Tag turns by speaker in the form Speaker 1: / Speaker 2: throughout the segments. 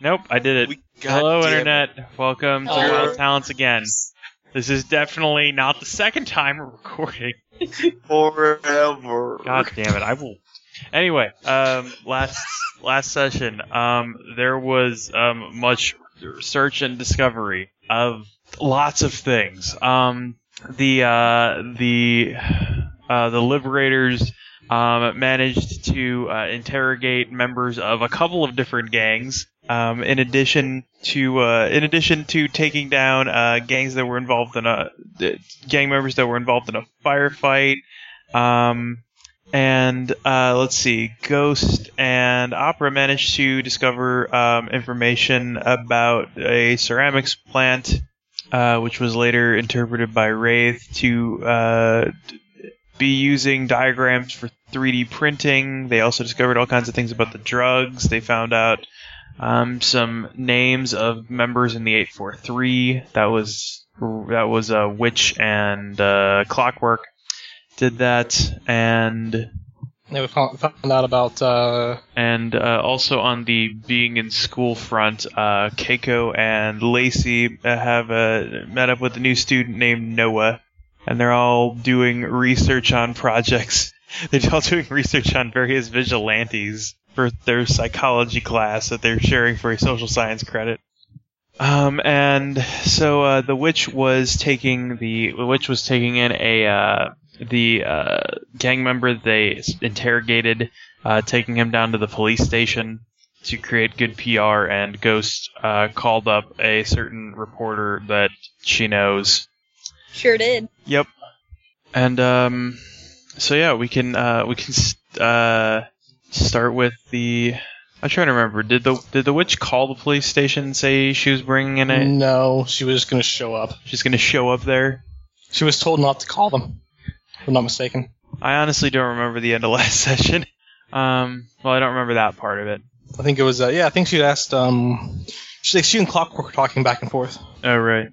Speaker 1: Nope, I did it.
Speaker 2: We- God
Speaker 1: Hello,
Speaker 2: damn it. Oh.
Speaker 1: internet. Welcome to
Speaker 3: Hello.
Speaker 1: Wild Talents again. This is definitely not the second time we're recording.
Speaker 2: Forever.
Speaker 1: God damn it! I will. Anyway, um, last last session, um, there was um, much search and discovery of lots of things. Um, the uh, the uh, the liberators um, managed to uh, interrogate members of a couple of different gangs. Um, in addition to uh, in addition to taking down uh, gangs that were involved in a uh, gang members that were involved in a firefight. Um, and uh, let's see, Ghost and Opera managed to discover um, information about a ceramics plant, uh, which was later interpreted by Wraith to uh, d- be using diagrams for 3D printing. They also discovered all kinds of things about the drugs. They found out um, some names of members in the 843. That was that was uh, Witch and uh, Clockwork did that and
Speaker 3: Yeah, we found found out about uh,
Speaker 1: and uh, also on the being in school front uh, keiko and lacey uh, have uh, met up with a new student named noah and they're all doing research on projects they're all doing research on various vigilantes for their psychology class that they're sharing for a social science credit um, and so uh, the witch was taking the, the witch was taking in a uh, the uh, gang member they s- interrogated uh, taking him down to the police station to create good PR, and Ghost uh, called up a certain reporter that she knows.
Speaker 4: Sure did.
Speaker 1: Yep. And um, so yeah, we can uh, we can s- uh, start with the. I'm trying to remember. Did the did the witch call the police station? and Say she was bringing in a.
Speaker 3: no. She was just gonna show up.
Speaker 1: She's gonna show up there.
Speaker 3: She was told not to call them. If I'm not mistaken.
Speaker 1: I honestly don't remember the end of last session. Um, well, I don't remember that part of it.
Speaker 3: I think it was. Uh, yeah, I think she asked. Um, she, like, she and Clockwork were talking back and forth,
Speaker 1: Oh right.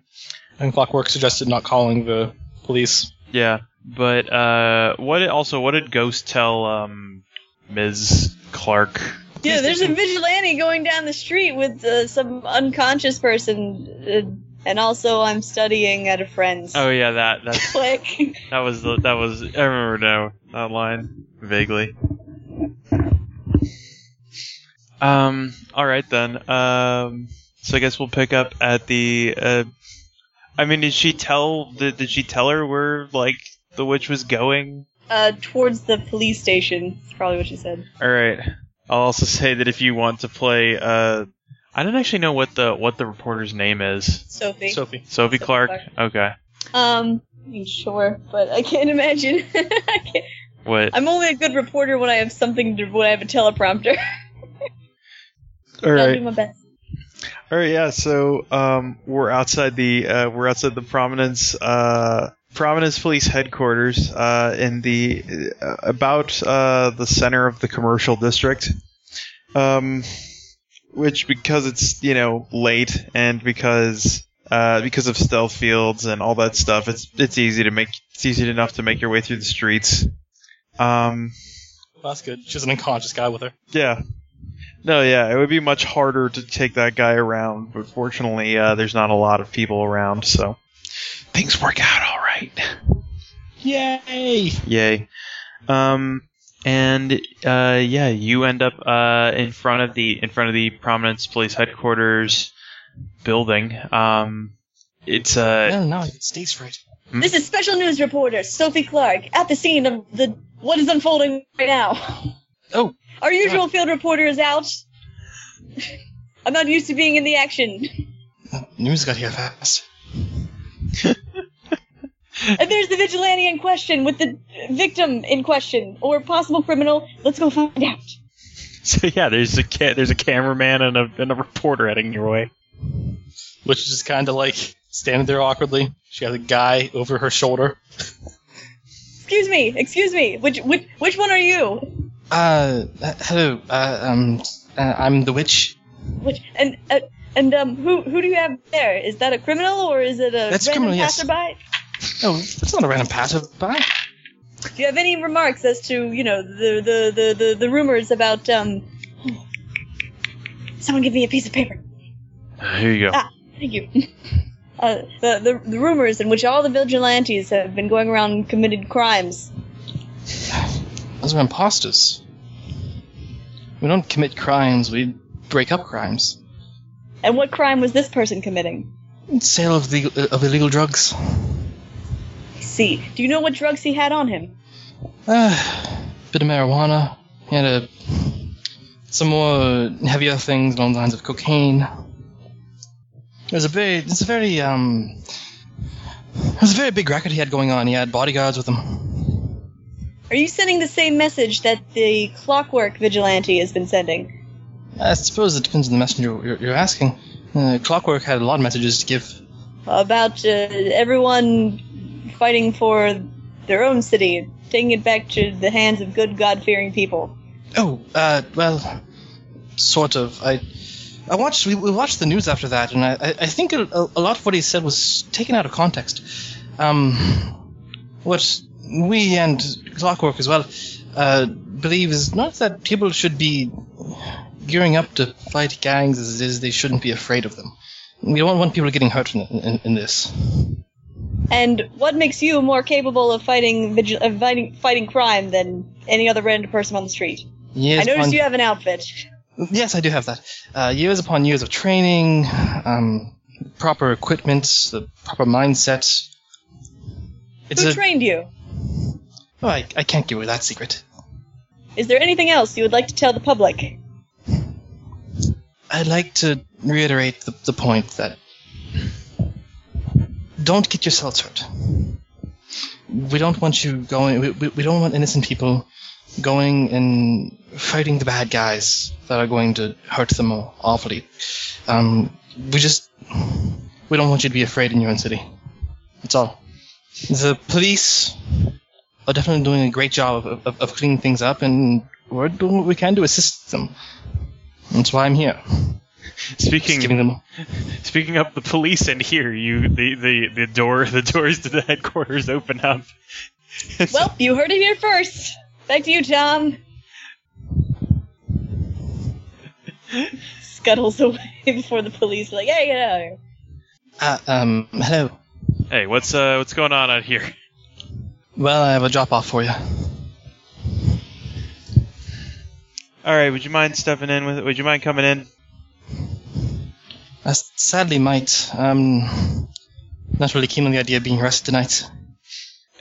Speaker 3: and Clockwork suggested not calling the police.
Speaker 1: Yeah, but uh, what also what did Ghost tell um, Ms. Clark?
Speaker 4: Dude, there's a vigilante going down the street with uh, some unconscious person, uh, and also I'm studying at a friend's.
Speaker 1: Oh yeah, that that
Speaker 4: Click.
Speaker 1: that was the, that was I remember now that line vaguely. Um. All right then. Um. So I guess we'll pick up at the. Uh, I mean, did she tell? Did, did she tell her where like the witch was going?
Speaker 4: Uh, towards the police station. That's probably what she said.
Speaker 1: All right. I'll also say that if you want to play, uh, I don't actually know what the what the reporter's name is.
Speaker 4: Sophie.
Speaker 3: Sophie.
Speaker 1: Sophie Clark. Okay.
Speaker 4: um, I mean, sure, but I can't imagine. I can't.
Speaker 1: What?
Speaker 4: I'm only a good reporter when I have something to, when I have a teleprompter.
Speaker 1: All
Speaker 4: I'll do my best.
Speaker 1: All right. Yeah. So um, we're outside the uh, we're outside the prominence uh, prominence police headquarters uh, in the uh, about uh, the center of the commercial district. Um, which because it's you know late and because uh, because of stealth fields and all that stuff, it's it's easy to make it's easy enough to make your way through the streets. Um,
Speaker 3: Well, that's good. She has an unconscious guy with her.
Speaker 1: yeah. No, yeah, it would be much harder to take that guy around, but fortunately, uh, there's not a lot of people around, so things work out all right.
Speaker 3: Yay!
Speaker 1: Yay. Um, and uh, yeah, you end up uh, in front of the in front of the Prominence Police Headquarters building. Um, it's uh,
Speaker 3: No, no, Oh, it stays right.
Speaker 1: Hmm?
Speaker 4: This is special news reporter Sophie Clark at the scene of the what is unfolding right now.
Speaker 3: Oh.
Speaker 4: Our usual field reporter is out. I'm not used to being in the action.
Speaker 3: News got here fast.
Speaker 4: And there's the vigilante in question with the victim in question or possible criminal. Let's go find out.
Speaker 1: so yeah, there's a ca- there's a cameraman and a and a reporter heading your way.
Speaker 3: Which is just kind of like standing there awkwardly. She has a guy over her shoulder.
Speaker 4: Excuse me, excuse me. Which which which one are you?
Speaker 3: Uh, hello. Uh, um, uh, I'm the witch.
Speaker 4: Which and uh, and um who who do you have there? Is that a criminal or is it a
Speaker 3: That's a
Speaker 4: random
Speaker 3: criminal, yes.
Speaker 4: passerby?
Speaker 3: No, Oh, that's not a random passerby.
Speaker 4: Do you have any remarks as to you know the the the the, the rumors about um Someone give me a piece of paper.
Speaker 1: Here you go.
Speaker 4: Thank you. Uh, the, the the rumors in which all the vigilantes have been going around and committed crimes.
Speaker 3: Those are imposters. We don't commit crimes, we break up crimes.
Speaker 4: And what crime was this person committing?
Speaker 3: Sale of, legal, uh, of illegal drugs.
Speaker 4: I see. Do you know what drugs he had on him?
Speaker 3: Uh, bit of marijuana. He had a, some more heavier things along the lines of cocaine. It was a very, it's a very, um, it was a very big racket he had going on. He had bodyguards with him.
Speaker 4: Are you sending the same message that the clockwork vigilante has been sending?
Speaker 3: I suppose it depends on the messenger you're, you're asking. Uh, Clockwork had a lot of messages to give.
Speaker 4: About uh, everyone fighting for their own city, taking it back to the hands of good, God fearing people.
Speaker 3: Oh, uh, well, sort of. I, I watched. We, we watched the news after that, and I, I I think a, a lot of what he said was taken out of context. Um, what we and Clockwork as well uh, believe is not that people should be gearing up to fight gangs as it is. They shouldn't be afraid of them. We don't want people getting hurt in, in, in this.
Speaker 4: And what makes you more capable of fighting vigil- of fighting, fighting crime than any other random person on the street?
Speaker 3: Years
Speaker 4: I noticed
Speaker 3: upon-
Speaker 4: you have an outfit.
Speaker 3: Yes, I do have that. Uh, years upon years of training, um, proper equipment, the proper mindset. It's
Speaker 4: Who
Speaker 3: a,
Speaker 4: trained you?
Speaker 3: oh, I, I can't give away that secret.
Speaker 4: Is there anything else you would like to tell the public?
Speaker 3: I'd like to reiterate the, the point that don't get yourselves hurt. We don't want you going. We, we, we don't want innocent people going and fighting the bad guys that are going to hurt them awfully. Um, we just we don't want you to be afraid in your own city. That's all. The police are definitely doing a great job of, of, of cleaning things up, and we're doing what we can to assist them. That's why I'm here. Just giving
Speaker 1: Speaking
Speaker 3: them.
Speaker 1: speaking of the police in here, you the, the, the door the doors to the headquarters open up.
Speaker 4: Well, you heard it here first. Back to you, Tom. Scuttles away before the police are like, hey, get out of here.
Speaker 3: Uh, um, hello.
Speaker 1: Hey, what's uh what's going on out here?
Speaker 3: Well, I have a drop off for you.
Speaker 1: All right, would you mind stepping in with? Would you mind coming in?
Speaker 3: I s- sadly might. Um, not really keen on the idea of being arrested tonight.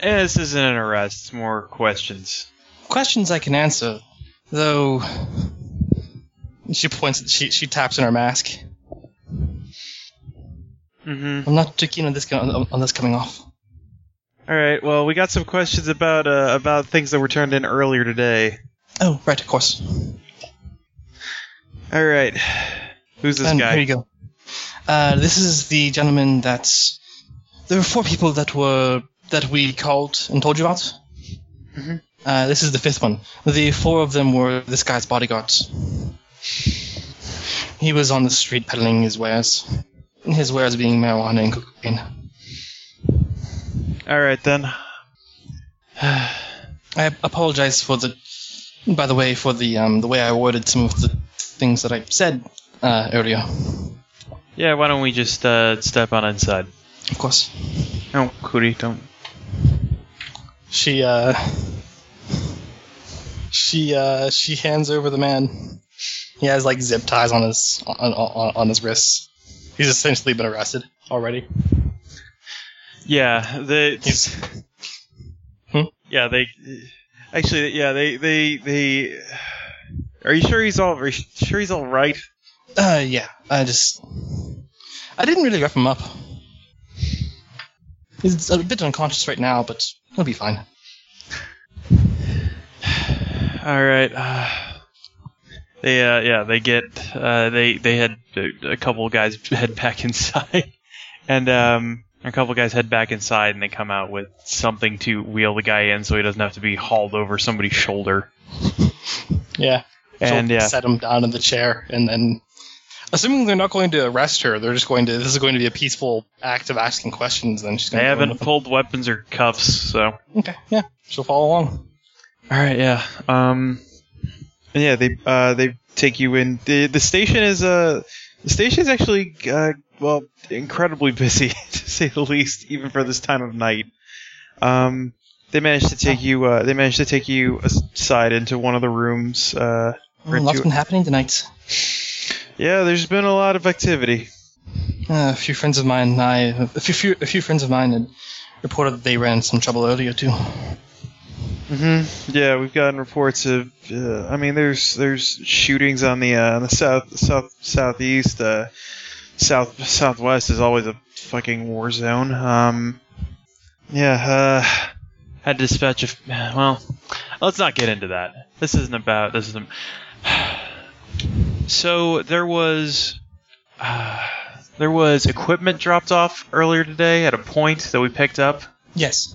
Speaker 1: Eh, this isn't an arrest. It's more questions.
Speaker 3: Questions I can answer, though. She points. She she taps in her mask.
Speaker 1: Mm-hmm.
Speaker 3: I'm not too keen on this co- on, on this coming off.
Speaker 1: All right. Well, we got some questions about uh, about things that were turned in earlier today.
Speaker 3: Oh, right, of course.
Speaker 1: All right. Who's this
Speaker 3: and
Speaker 1: guy?
Speaker 3: here you go. Uh, this is the gentleman that there were four people that were that we called and told you about.
Speaker 1: Mhm.
Speaker 3: Uh, this is the fifth one. The four of them were this guy's bodyguards. He was on the street peddling his wares, his wares being marijuana and cocaine.
Speaker 1: All right then.
Speaker 3: I apologize for the, by the way, for the um, the way I worded some of the things that I said uh, earlier.
Speaker 1: Yeah. Why don't we just uh, step on inside?
Speaker 3: Of course.
Speaker 1: No, Oh, Cootie, don't.
Speaker 3: She uh she uh she hands over the man. He has like zip ties on his on on, on his wrists. He's essentially been arrested already.
Speaker 1: Yeah. The.
Speaker 3: He's
Speaker 1: Yeah. They. Actually, yeah. They. They. They. Are you sure he's all? Are you sure he's all right?
Speaker 3: uh yeah, I just I didn't really rough him up. He's a bit unconscious right now, but he'll be fine.
Speaker 1: All right. Uh, they uh, yeah they get uh, they they had a couple of guys head back inside, and um a couple of guys head back inside and they come out with something to wheel the guy in so he doesn't have to be hauled over somebody's shoulder.
Speaker 3: Yeah.
Speaker 1: And
Speaker 3: She'll
Speaker 1: yeah,
Speaker 3: set him down in the chair and then assuming they're not going to arrest her, they're just going to this is going to be a peaceful act of asking questions then she's
Speaker 1: they
Speaker 3: gonna go in
Speaker 1: haven't
Speaker 3: with them.
Speaker 1: pulled weapons or cuffs, so.
Speaker 3: Okay, yeah. She'll follow along.
Speaker 1: All right, yeah. Um, And yeah, they uh, they take you in. the The station is uh, the station is actually uh, well incredibly busy to say the least, even for this time of night. Um, they managed to take you. Uh, they managed to take you aside into one of the rooms. Uh,
Speaker 3: Well, lots
Speaker 1: Ritu-
Speaker 3: been happening tonight.
Speaker 1: yeah, there's been a lot of activity.
Speaker 3: Uh, a few friends of mine, and I a few, few a few friends of mine had reported that they ran some trouble earlier too.
Speaker 1: hmm Yeah, we've gotten reports of. Uh, I mean, there's there's shootings on the uh, on the south south southeast. Uh, south southwest is always a fucking war zone. Um, yeah. Uh,
Speaker 5: Had to dispatch a. f- Well, let's not get into that. This isn't about. This isn't. So there was. Uh, there was equipment dropped off earlier today at a point that we picked up.
Speaker 3: Yes.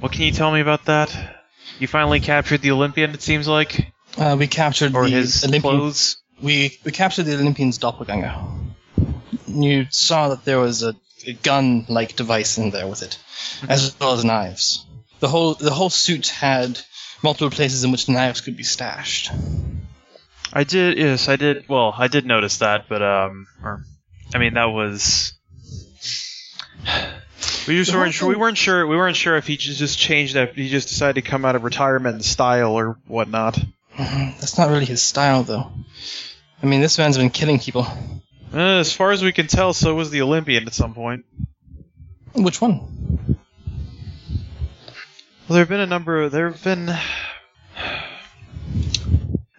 Speaker 5: What can you tell me about that? You finally captured the Olympian, it seems like,
Speaker 3: Uh, we captured
Speaker 5: or
Speaker 3: the
Speaker 5: his
Speaker 3: Olympian.
Speaker 5: clothes.
Speaker 3: We we captured the Olympian's doppelganger. You saw that there was a, a gun-like device in there with it,
Speaker 5: Mm-hmm.
Speaker 3: as well as knives. The whole the whole suit had multiple places in which knives could be stashed.
Speaker 5: I did. Yes, I did. Well, I did notice that, but um, or, I mean, that was.
Speaker 1: We just
Speaker 3: The
Speaker 1: weren't
Speaker 3: whole
Speaker 1: sure. We
Speaker 3: thing-
Speaker 1: weren't sure. We weren't sure if he ju- just changed. If he just decided to come out of retirement in style or whatnot.
Speaker 3: Mhm, That's not really his style, though. I mean, this man's been killing people.
Speaker 1: Uh, as far as we can tell, so was the Olympian at some point.
Speaker 3: Which one?
Speaker 1: Well, there have been a number. Of, there have been.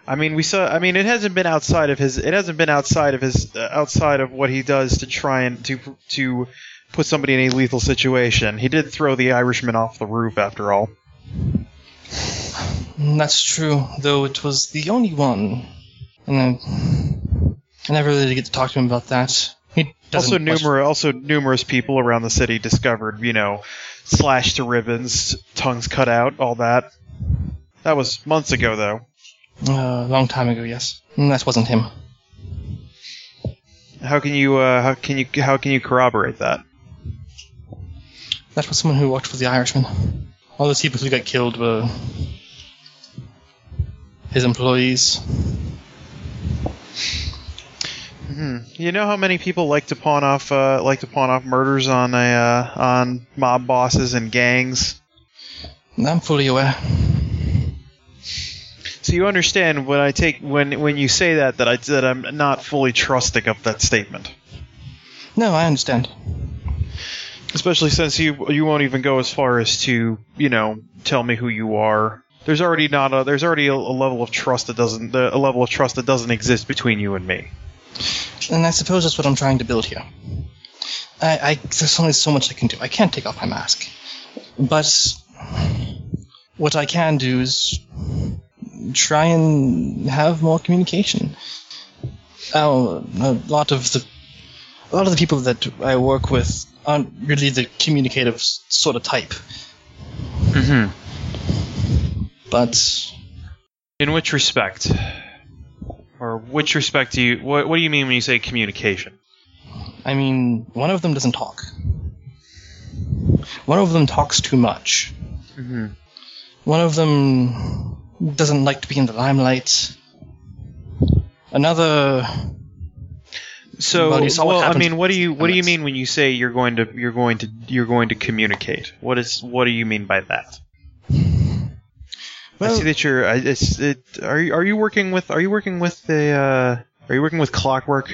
Speaker 1: I mean, we saw. I mean, it hasn't been outside of his. It hasn't been outside of his. Uh, outside of what he does to try and to to put somebody in a lethal situation. He did throw the Irishman off the roof, after all.
Speaker 3: Mm, That's true, though it was the only one. And I, I never really get to talk to him about that. He doesn't
Speaker 1: also
Speaker 3: much-
Speaker 1: numerous also numerous people around the city discovered you know slashed to ribbons tongues cut out all that that was months ago though
Speaker 3: Uh, A long time ago, yes. Mm, That wasn't him.
Speaker 1: how can you uh, how can you how can you corroborate that
Speaker 3: That was someone who worked for the Irishman. All those people who got killed were his employees.
Speaker 1: hmm. you know how many people like to pawn off uh, like to pawn off murders on a uh, on mob bosses and gangs
Speaker 3: I'm fully aware.
Speaker 1: so you understand when i take when when you say that that i that i'm not fully trusting of that statement
Speaker 3: No, I understand.
Speaker 1: Especially since you you won't even go as far as to you know tell me who you are. There's already not a there's already a, a level of trust that doesn't the, a level of trust that doesn't exist between you and me.
Speaker 3: And I suppose that's what I'm trying to build here. I, I there's only so much I can do. I can't take off my mask, but what I can do is try and have more communication. Oh, a lot of the a lot of the people that I work with aren't really the communicative s- sort of type,
Speaker 5: Mm-hmm.
Speaker 3: but
Speaker 5: In which respect? Or which respect do you? What, what do you mean when you say communication?
Speaker 3: I mean, one of them doesn't talk. One of them talks too much.
Speaker 5: Mhm.
Speaker 3: One of them doesn't like to be in the limelight. Another,
Speaker 1: So
Speaker 3: Well, you saw what
Speaker 1: well, I
Speaker 3: happened
Speaker 1: mean, what do you what do you
Speaker 3: Limits.
Speaker 1: mean when you say you're going to you're going to you're going to communicate? What is what do you mean by that? I
Speaker 3: well,
Speaker 1: see that you're. I, it's, it, are you are you working with are you working with the uh, are you working with Clockwork?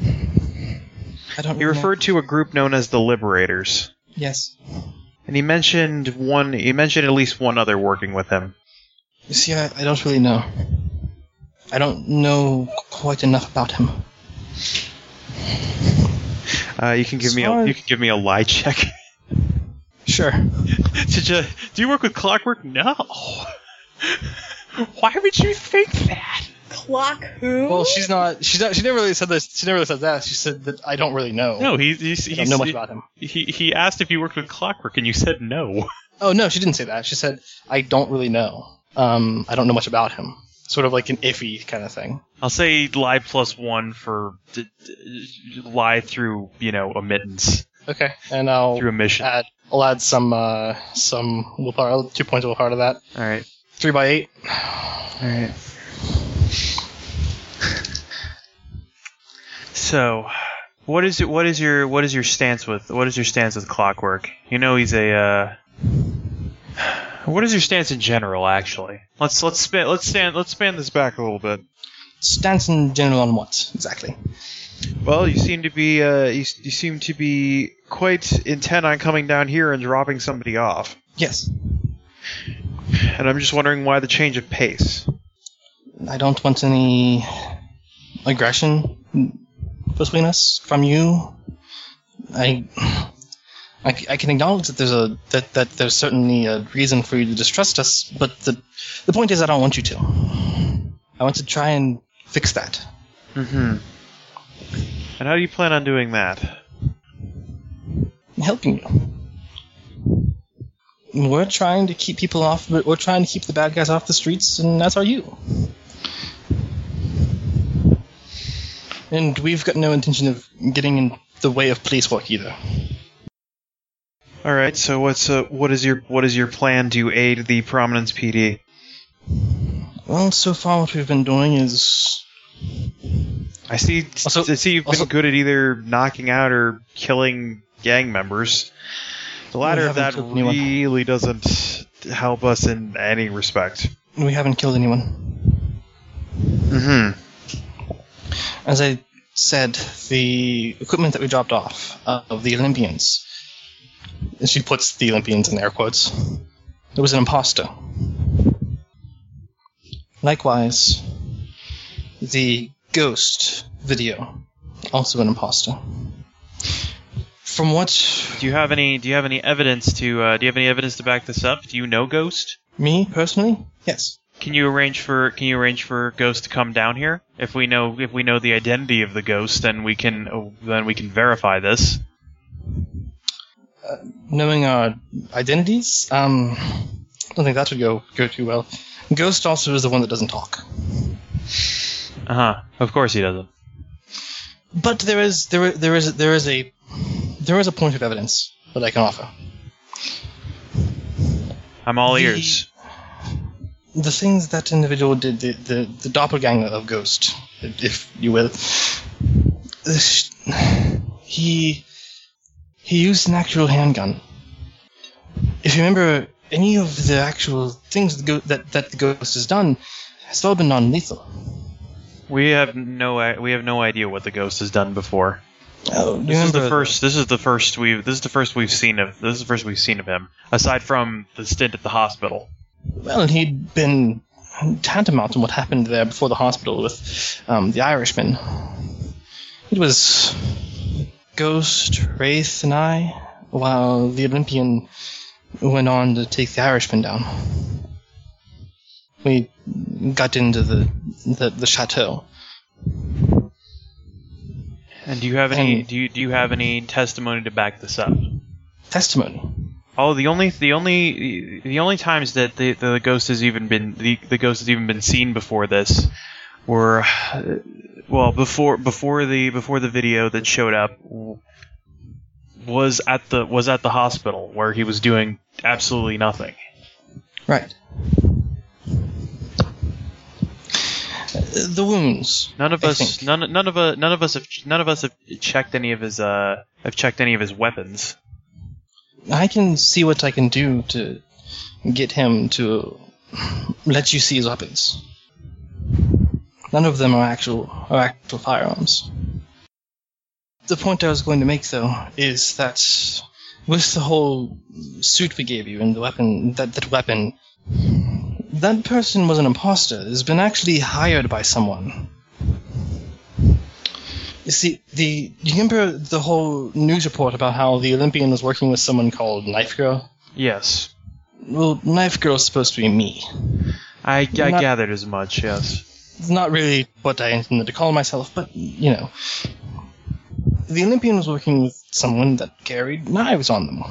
Speaker 3: I
Speaker 1: He
Speaker 3: don't. really know.
Speaker 1: referred to a group known as the Liberators.
Speaker 3: Yes.
Speaker 1: And he mentioned one. He mentioned at least one other working with him.
Speaker 3: You see, I, I don't really know. I don't know quite enough about him.
Speaker 1: Uh, you can give me a
Speaker 3: Smart.
Speaker 1: you can give me a lie check.
Speaker 3: Sure.
Speaker 5: To ju- do you work with Clockwork? No. Why would you think that?
Speaker 4: Clock who?
Speaker 3: Well, she's not. She's not. She never really said this. She never really said that. She said that I don't really know.
Speaker 5: No, he he
Speaker 3: I
Speaker 5: he,
Speaker 3: don't know much about him.
Speaker 5: he he asked if you worked with Clockwork, and you said no.
Speaker 3: Oh no, she didn't say that. She said, "I don't really know. Um, I don't know much about him." Sort of like an iffy kind of thing.
Speaker 5: I'll say lie plus one for d- d- lie through you know omittance
Speaker 3: Okay, and I'll Ah.
Speaker 5: through omission.
Speaker 3: add I'll add some uh, some willpower, I'll add two points of willpower to that.
Speaker 5: All right.
Speaker 3: Three by eight.
Speaker 6: All right. So, what is it? What is your what is your stance with what is your stance with Clockwork? You know he's a. Uh, what is your stance in general? Actually, let's let's spin let's stand let's span this back a little bit.
Speaker 3: Stance in general on what exactly?
Speaker 6: Well, you seem to be uh, you, s- you seem to be quite intent on coming down here and dropping somebody off,
Speaker 3: Yes.
Speaker 6: and I'm just wondering why the change of pace.
Speaker 3: I don't want any aggression between us from you. I, I, c- I can acknowledge that there's a that, that there's certainly a reason for you to distrust us, but the the point is I don't want you to. I want to try and fix that.
Speaker 6: Mm-hmm. And how do you plan on doing that?
Speaker 3: I'm helping you. We're trying to keep people off, but we're trying to keep the bad guys off the streets, and that's are you. And we've got no intention of getting in the way of police work either.
Speaker 6: All right. So what's uh, what is your what is your plan to aid the Prominence PD?
Speaker 3: Well, so far what we've been doing is
Speaker 6: I see.
Speaker 3: Also-
Speaker 6: I see you've
Speaker 3: also-
Speaker 6: been good at either knocking out or killing gang members. The latter of
Speaker 3: haven't
Speaker 6: that
Speaker 3: killed anyone.
Speaker 6: really doesn't help us in any respect.
Speaker 3: we haven't killed anyone.
Speaker 6: Mm-hmm.
Speaker 3: As I said, the equipment that we dropped off uh, of the Olympians, and she puts the Olympians in air quotes, it was an imposter. Likewise, the ghost video, also an imposter. From what
Speaker 1: Do you have any? Do you have any evidence to? Uh, do you have any evidence to back this up? Do you know Ghost?
Speaker 3: me personally, yes,
Speaker 1: Can you arrange for? Can you arrange for Ghost to come down here? If we know, if we know the identity of the ghost, then we can, oh, then we can verify this.
Speaker 3: knowing our identities, um, I don't think that would go go too well. Ghost also is the one that doesn't talk,
Speaker 1: Uh huh. Of course he doesn't.
Speaker 3: but there is there there is there is a there is a point of evidence that I can offer.
Speaker 1: I'm all
Speaker 3: The-
Speaker 1: ears.
Speaker 3: The things that individual did, the the, the doppelganger of Ghost, if you will, this- he he used an actual handgun. If you remember any of the actual things that, go, that, that the ghost has done, has all been non-lethal.
Speaker 1: We have no, i- we have no idea what the ghost has done before.
Speaker 3: Oh,
Speaker 1: This is the first. This is the first we've. This is the first we've seen of. This is the first we've seen of him, aside from the stint at the hospital.
Speaker 3: Well, and he'd been tantamount in what happened there before the hospital with um, the Irishman. It was Ghost, Wraith, and I, while the Olympian went on to take the Irishman down. We got into the the, the chateau.
Speaker 1: And do you have any?
Speaker 3: And-
Speaker 1: do you do you have any testimony to back this up?
Speaker 3: Testimony.
Speaker 1: Oh, the only the only the only times that the, the ghost has even been the, the ghost has even been seen before this were uh, well before before the before the video that showed up w- was at the was at the hospital where he was doing absolutely nothing.
Speaker 3: Right. Uh, The wounds.
Speaker 1: None of
Speaker 3: I
Speaker 1: us
Speaker 3: think.
Speaker 1: none none of uh, none of us have none of us have checked any of his uh have checked any of his weapons.
Speaker 3: I can see what I can do to get him to let you see his weapons. None of them are actual are actual firearms. The point I was going to make, though, is that with the whole suit we gave you and the weapon that that weapon, that person was an imposter. Has been actually hired by someone. You see, the do you remember the whole news report about how the Olympian was working with someone called Knife Girl?
Speaker 1: Yes.
Speaker 3: Well, Knife Girl's supposed to be me.
Speaker 1: I, I
Speaker 3: Not-
Speaker 1: gathered as much, yes.
Speaker 3: It's not really what I intended to call myself, but you know, the Olympian was working with someone that carried knives on them.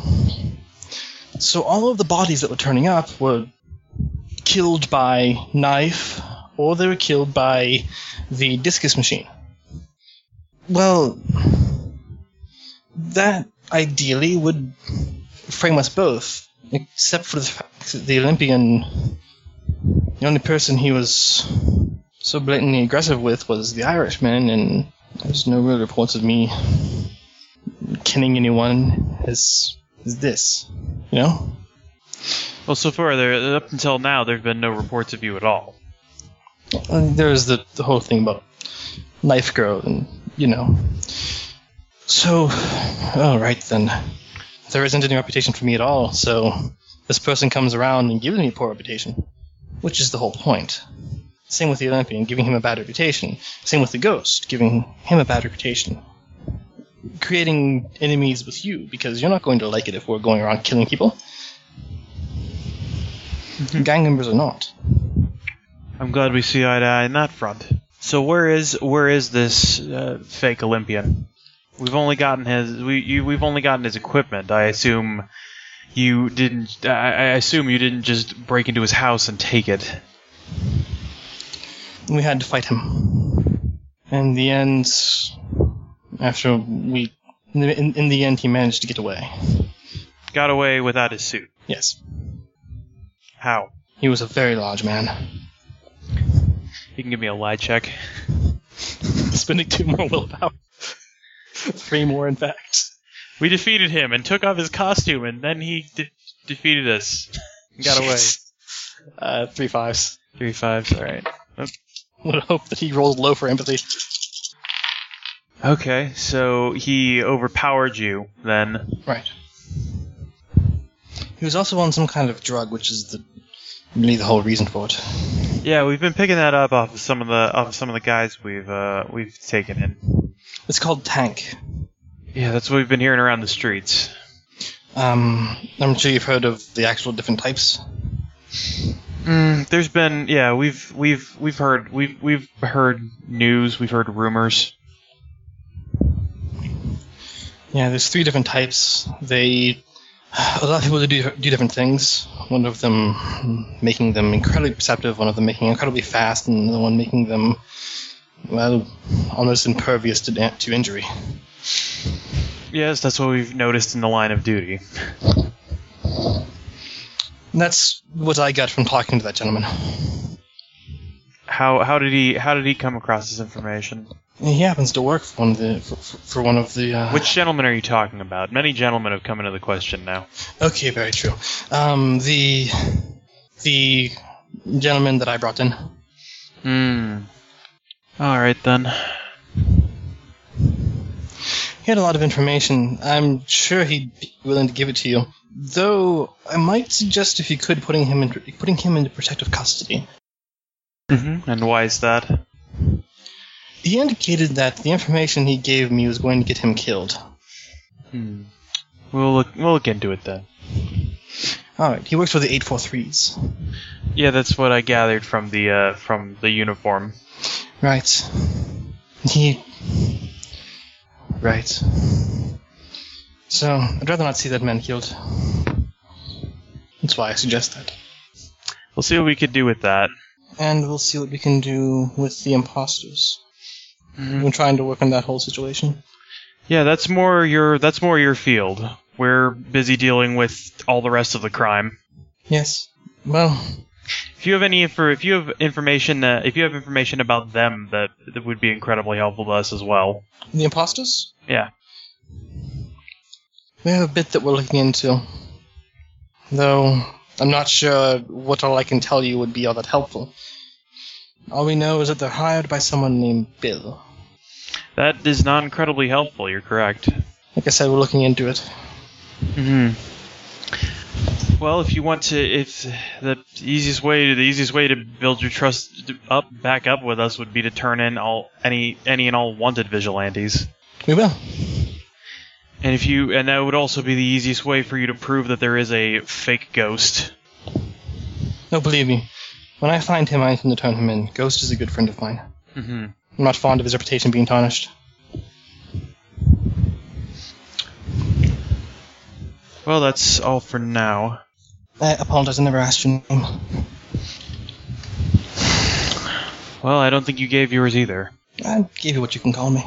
Speaker 3: So all of the bodies that were turning up were killed by knife, or they were killed by the discus machine. Well, that ideally would frame us both, except for the fact that the Olympian The only person he was so blatantly aggressive with was the Irishman, and there's no real reports of me killing anyone as, as this, you know?
Speaker 7: Well, so far, there up until now, there have been no reports of you at all.
Speaker 3: And there's the, the whole thing about life grow and you know so all right then there isn't any reputation for me at all so this person comes around and gives me a poor reputation which is the whole point same with the olympian giving him a bad reputation same with the ghost giving him a bad reputation creating enemies with you because you're not going to like it if we're going around killing people gang members are not
Speaker 1: I'm glad we see eye to eye in that front. So where is where is this uh, fake Olympian? We've only gotten his we you, we've only gotten his equipment. I assume you didn't. I, I assume you didn't just break into his house and take it.
Speaker 3: we had to fight him. In the end, after we, in, in the end, he managed to get away.
Speaker 1: Got away without his suit.
Speaker 3: Yes,
Speaker 1: How?
Speaker 3: he was a very large man,
Speaker 1: You can give me a lie check.
Speaker 3: spending two more willpower, three more in fact.
Speaker 7: We defeated him and took off his costume, and then he de- defeated us. And got away.
Speaker 3: Uh, three fives.
Speaker 1: Three fives. All right.
Speaker 3: Would hope that he rolls low for empathy.
Speaker 1: Okay. So he overpowered you then.
Speaker 3: Right. He was also on some kind of drug, which is the really the whole reason for it.
Speaker 1: Yeah, we've been picking that up off of some of the off of some of the guys we've uh, we've taken in.
Speaker 3: It's called Tank.
Speaker 1: Yeah, that's what we've been hearing around the streets.
Speaker 3: Um, I'm sure you've heard of the actual different types.
Speaker 1: Mm, there's been yeah we've we've we've heard we've we've heard news we've heard rumors.
Speaker 3: Yeah, there's three different types. They a lot of people do do different things. One of them making them incredibly perceptive. One of them making incredibly fast, and the one making them well almost impervious to da- to injury.
Speaker 1: Yes, that's what we've noticed in the line of duty.
Speaker 3: And that's what I got from talking to that gentleman.
Speaker 1: How how did he how did he come across this information?
Speaker 3: He happens to work for one of the for, for for one of the uh,
Speaker 1: Which gentleman are you talking about? Many gentlemen have come into the question now.
Speaker 3: Okay, very true. Um, the the gentleman that I brought in.
Speaker 1: Hmm. All right then.
Speaker 3: He had a lot of information. I'm sure he'd be willing to give it to you. Though I might suggest, if you could, putting him in, putting him into protective custody.
Speaker 1: Mm-hmm. And why is that?
Speaker 3: He indicated that the information he gave me was going to get him killed.
Speaker 1: Hmm. We'll look we'll look into it then.
Speaker 3: All right, he works for the eight four threes.
Speaker 1: Yeah, that's what I gathered from the uh, from the uniform.
Speaker 3: Right. He. Right. So I'd rather not see that man killed. That's why I suggest that.
Speaker 1: We'll see what we could do with that.
Speaker 3: and we'll see what we can do with the imposters. We're trying to work on that whole situation.
Speaker 1: Yeah, that's more your that's more your field. We're busy dealing with all the rest of the crime.
Speaker 3: Yes. Well,
Speaker 1: If you have any info, if you have information that if you have information about them that that would be incredibly helpful to us as well.
Speaker 3: the imposters?
Speaker 1: Yeah.
Speaker 3: We have a bit that we're looking into. Though, I'm not sure what all I can tell you would be all that helpful. All we know is that they're hired by someone named Bill.
Speaker 1: That is not incredibly helpful. You're correct.
Speaker 3: Like I said, we're looking into it.
Speaker 1: Hmm. Well, if you want to, if the easiest way, the easiest way to build your trust up back up with us would be to turn in all any any and all wanted vigilantes.
Speaker 3: We will.
Speaker 1: And if you and that would also be the easiest way for you to prove that there is a fake ghost.
Speaker 3: No, Oh, believe me. When I find him, I intend to turn him in. Ghost is a good friend of mine.
Speaker 1: Mhm.
Speaker 3: I'm not fond of his reputation being tarnished.
Speaker 1: Well, that's all for now.
Speaker 3: I apologize, I never asked your name.
Speaker 1: Well, I don't think you gave yours either.
Speaker 3: I gave you what you can call me.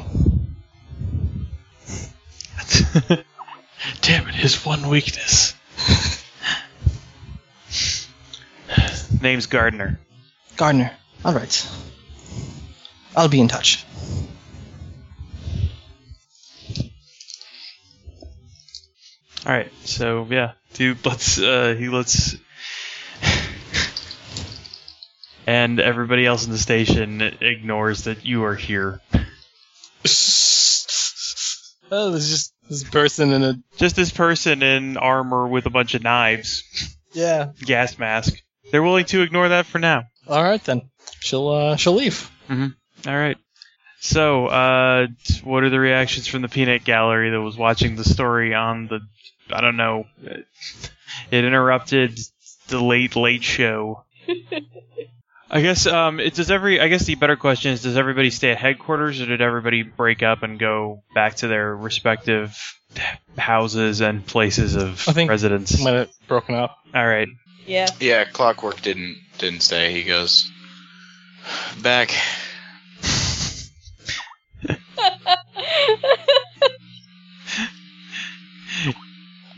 Speaker 1: Damn it, his one weakness. Name's Gardner.
Speaker 3: Gardner. All right. I'll be in touch.
Speaker 1: All right, so yeah, dude, let's uh, he lets and everybody else in the station ignores that you are here.
Speaker 3: Oh, there's just this person in a
Speaker 1: Just this person in armor with a bunch of knives,
Speaker 3: yeah.
Speaker 1: gas mask. They're willing to ignore that for now.
Speaker 3: All right then. She'll uh, she'll leave.
Speaker 1: All right. So, uh, what are the reactions from the peanut gallery that was watching the story on the? I don't know. It interrupted the late late show. I guess um, it does every. I guess the better question is: Does everybody stay at headquarters, or did everybody break up and go back to their respective houses and places of
Speaker 3: I think-
Speaker 1: residence?
Speaker 3: Might have broken up.
Speaker 1: All right.
Speaker 4: Yeah.
Speaker 2: Yeah, Clockwork didn't didn't stay. He goes back.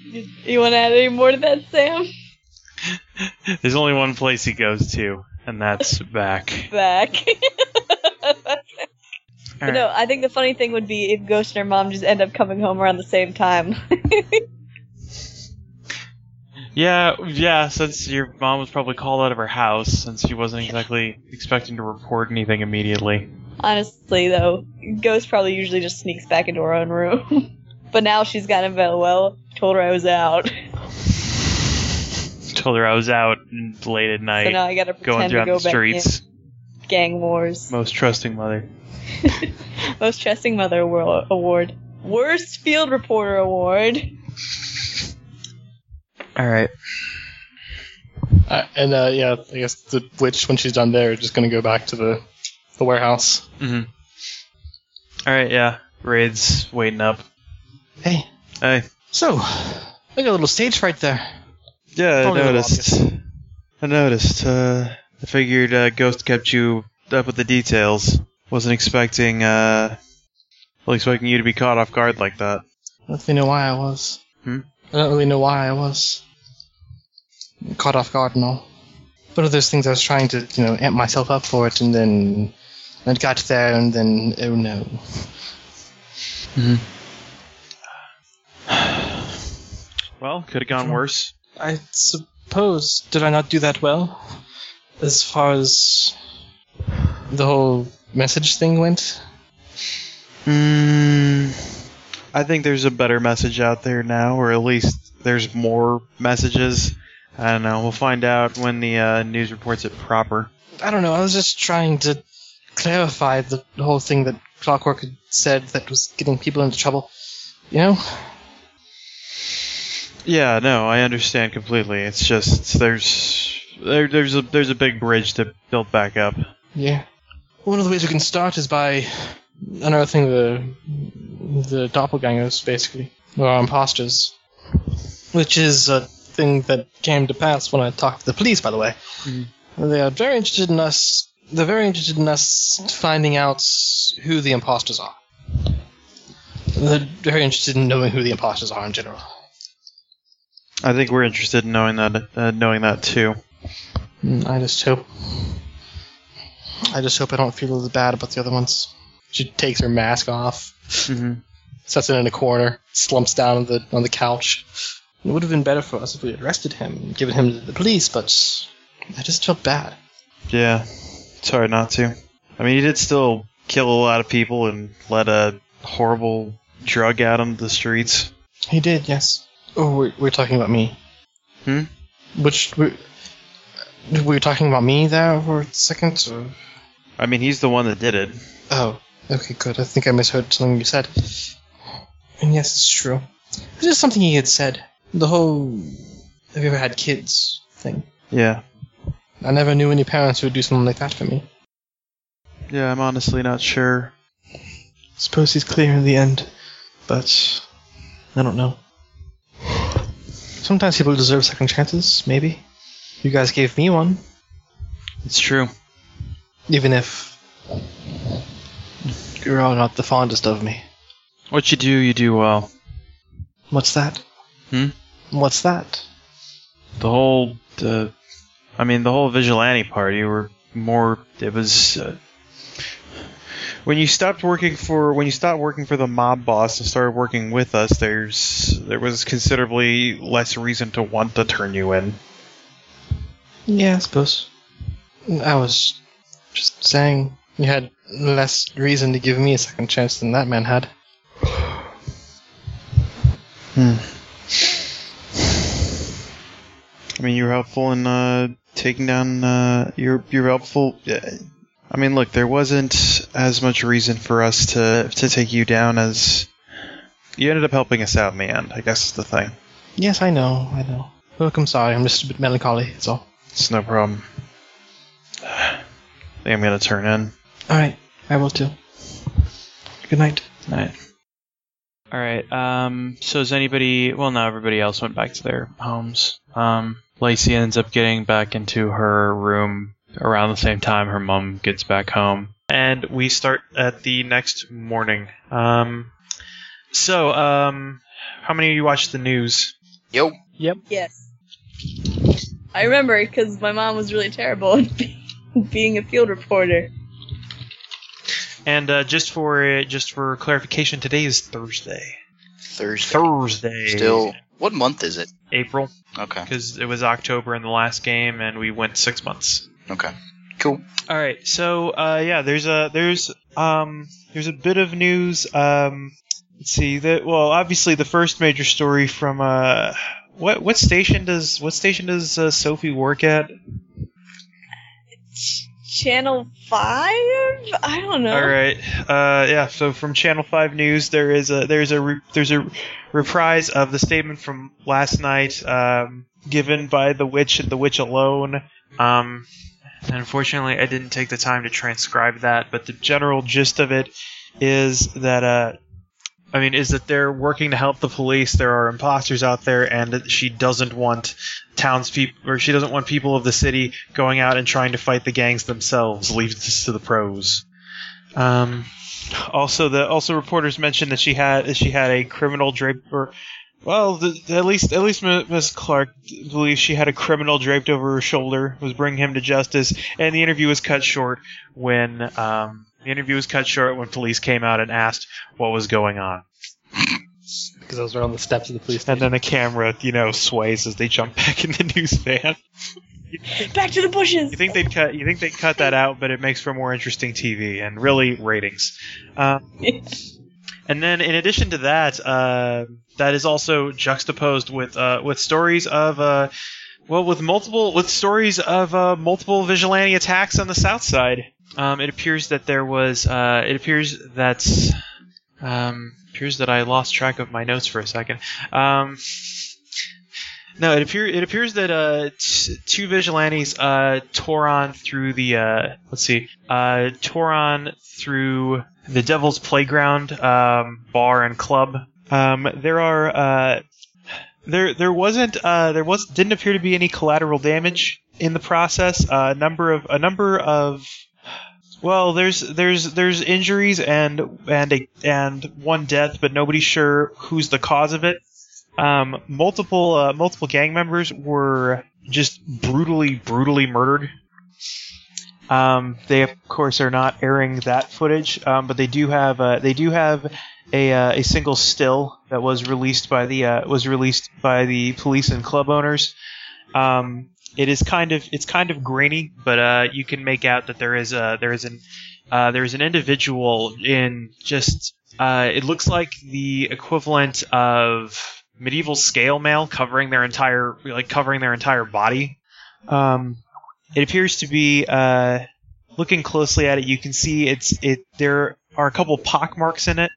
Speaker 4: you you want to add any more to that, Sam?
Speaker 1: There's only one place he goes to, and that's back.
Speaker 4: Back.
Speaker 1: All
Speaker 4: But
Speaker 1: right.
Speaker 4: no, I think the funny thing would be if Ghost and her mom just end up coming home around the same time.
Speaker 1: Yeah, yeah, since your mom was probably called out of her house, since she wasn't exactly expecting to report anything immediately.
Speaker 4: Honestly, though, Ghost probably usually just sneaks back into her own room. but now she's gotten about, well, told her I was out.
Speaker 1: Told her I was out and late at
Speaker 4: so
Speaker 1: night,
Speaker 4: now I gotta
Speaker 1: going
Speaker 4: pretend to
Speaker 1: throughout
Speaker 4: go
Speaker 1: the streets.
Speaker 4: back in. Gang Wars.
Speaker 1: Most trusting mother.
Speaker 4: Most Trusting Mother Awor- Award. Worst Field Reporter Award.
Speaker 1: Alright.
Speaker 3: Uh, and uh, yeah, I guess the witch when she's done there is just gonna go back to the the warehouse.
Speaker 1: Mm-hmm. Alright, yeah. Raid's waiting up.
Speaker 3: Hey,
Speaker 1: Hey.
Speaker 3: so I got a little stage right there.
Speaker 8: Yeah, I
Speaker 3: Probably the
Speaker 8: noticed. I noticed. Uh, I figured uh, Ghost kept you up with the details. Wasn't expecting, uh, well, expecting you to be caught off guard like that.
Speaker 3: I don't really know why I was.
Speaker 8: Hmm?
Speaker 3: I don't really know why I was caught off guard and all. One of those things I was trying to, you know, amp myself up for it, and then and it got there, and then oh no.
Speaker 1: Well, could have gone worse.
Speaker 3: I suppose did I not do that well, as far as the whole message thing went.
Speaker 8: Hmm. I think there's a better message out there now, or at least there's more messages. I don't know. We'll find out when the uh, news reports it proper.
Speaker 3: I don't know. I was just trying to clarify the whole thing that Clockwork had said that was getting people into trouble. You know,
Speaker 8: Yeah, no, I understand completely. It's just there's there, there's a there's a big bridge to build back up.
Speaker 3: Yeah. One of the ways we can start is by unearthing the the doppelgangers, basically, or our imposters, which is a thing that came to pass when I talked to the police. By the way, they are very interested in us. They're very interested in us finding out who the imposters are. They're very interested in knowing who the imposters are in general.
Speaker 8: I think we're interested in knowing that uh, knowing that too.
Speaker 3: Mm, I just hope. I just hope I don't feel as bad about the other ones. She takes her mask off,
Speaker 8: Mm-hmm.
Speaker 3: sets it in a corner, slumps down on the on the couch. It would have been better for us if we had arrested him and given him to the police, but I just felt bad.
Speaker 8: Yeah, sorry not to. I mean, he did still kill a lot of people and let a horrible drug out on the streets.
Speaker 3: He did, yes. Oh, we're, we're talking about me.
Speaker 8: Hmm?
Speaker 3: Which we were you talking about me there for a second? Or?
Speaker 8: I mean, he's the one that did it.
Speaker 3: Oh, okay, good. I think I misheard something you said. And yes, it's true. It's just something he had said. The whole have you ever had kids thing.
Speaker 8: Yeah,
Speaker 3: I never knew any parents who would do something like that for me.
Speaker 8: yeah. I'm honestly not sure.
Speaker 3: Suppose he's clear in the end, but I don't know. Sometimes people deserve second chances, maybe. You guys gave me one,
Speaker 8: It's true.
Speaker 3: even if you're all not the fondest of me.
Speaker 8: What you do, you do well.
Speaker 3: What's that?
Speaker 8: Hmm?
Speaker 3: What's that?
Speaker 8: The whole, uh, I mean, the whole vigilante part. You were
Speaker 9: more. It was uh, when you stopped working for when you stopped working for the mob boss and started working with us. There's there was considerably less reason to want to turn you in.
Speaker 3: Yeah, I suppose. I was just saying you had less reason to give me a second chance than that man had.
Speaker 9: I mean, you were helpful in uh, taking down. Uh, you're you're helpful. yeah. I mean, look, there wasn't as much reason for us to to take you down as you ended up helping us out in the end. I guess is the thing.
Speaker 3: Yes, I know, I know. Look, I'm sorry, I'm just a bit melancholy, that's all.
Speaker 9: It's no problem. I think I'm gonna turn in.
Speaker 3: Alright, I will too. Good night.
Speaker 1: All right. Um, so is anybody? Well, no. Everybody else went back to their homes. Um, Lacey ends up getting back into her room around the same time her mom gets back home, and we start at the next morning. Um, so um, how many of you watched the news?
Speaker 2: Yo.
Speaker 4: Yes. I remember because my mom was really terrible at be- being a field reporter.
Speaker 1: And uh, just for just for clarification, today is Thursday.
Speaker 2: Thursday.
Speaker 1: Thursday.
Speaker 2: Still. What month is it?
Speaker 1: April
Speaker 2: Okay.
Speaker 1: because it was October in the last game, and we went six months.
Speaker 2: Okay. Cool.
Speaker 1: All right. So uh, yeah, there's a there's um there's a bit of news. Um, let's see. That well, obviously the first major story from uh what what station does what station does uh, Sophie work at?
Speaker 4: Ch- Channel 5? I don't know.
Speaker 1: All right. Uh, yeah. So from Channel Five News, there is a there's a re- there's a reprise of the statement from last night, um, given by the witch and the witch alone. Um, and unfortunately, I didn't take the time to transcribe that, but the general gist of it is that uh, I mean, is that they're working to help the police. There are imposters out there, and that she doesn't want townspeople or she doesn't want people of the city going out and trying to fight the gangs themselves. Leaves this to the pros. Um, also, the also reporters mentioned that she had that she had a criminal draped or well, the, the- at least at least Mi- Miss Clark believes she had a criminal draped over her shoulder was bringing him to justice, and the interview was cut short when um, the interview was cut short when police came out and asked what was going on,
Speaker 3: Because those were on the steps of the police
Speaker 1: and then the camera you know sways as they jump back in the news van.
Speaker 4: Back to the bushes!
Speaker 1: You think they'd cut? You think they'd cut that out? But it makes for more interesting TV and really ratings. Uh, and then, in addition to that, uh, that is also juxtaposed with uh, with stories of uh, well, with multiple with stories of uh, multiple vigilante attacks on the South Side. Um, it appears that there was. Uh, it appears that. Um, appears that I lost track of my notes for a second. Um, no, it appear it appears that uh, t- two vigilantes uh, tore on through the uh, let's see, uh, tore on through the Devil's Playground um, bar and club. Um, there are uh, there there wasn't uh, there was didn't appear to be any collateral damage in the process. Uh, a number of a number of well, there's there's there's injuries and and a, and one death, but nobody's sure who's the cause of it. Um, multiple uh, multiple gang members were just brutally brutally murdered. Um, they of course are not airing that footage, um, but they do have uh, they do have a, uh, a single still that was released by the uh, was released by the police and club owners. Um, it is kind of it's kind of grainy, but uh, you can make out that there is a there is an uh, there is an individual in just uh, it looks like the equivalent of medieval scale mail covering their entire like covering their entire body. Um, it appears to be uh, looking closely at it. You can see it's it there are a couple pock marks in it.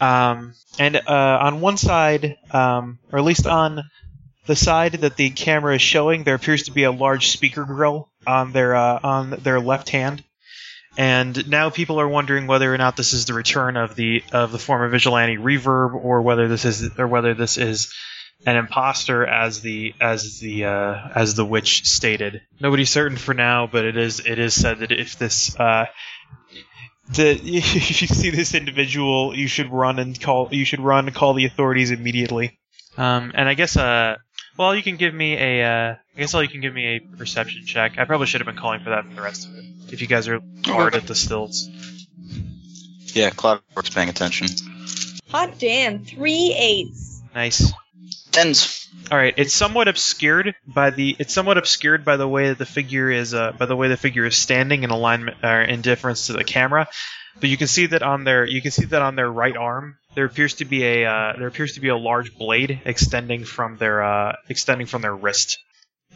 Speaker 1: Um, and uh, on one side, um, or at least on the side that the camera is showing, there appears to be a large speaker grill on their uh, on their left hand. And now people are wondering whether or not this is the return of the of the former vigilante reverb, or whether this is or whether this is an imposter, as the as the uh, as the witch stated. Nobody's certain for now, but it is it is said that if this uh, the if you see this individual, you should run and call you should run and call the authorities immediately. Um, and I guess uh, Well, you can give me a. Uh, I guess all you can give me a perception check. I probably should have been calling for that for the rest of it. If you guys are hard at the stilts.
Speaker 2: Yeah, Clockwork's paying attention.
Speaker 4: Hot damn, three eights.
Speaker 1: Nice.
Speaker 2: Tens.
Speaker 1: All right. It's somewhat obscured by the. It's somewhat obscured by the way that the figure is. Uh, by the way the figure is standing in alignment or in difference to the camera. But you can see that on their. You can see that on their right arm. There appears to be a. Uh, there appears to be a large blade extending from their. Uh, extending from their wrist.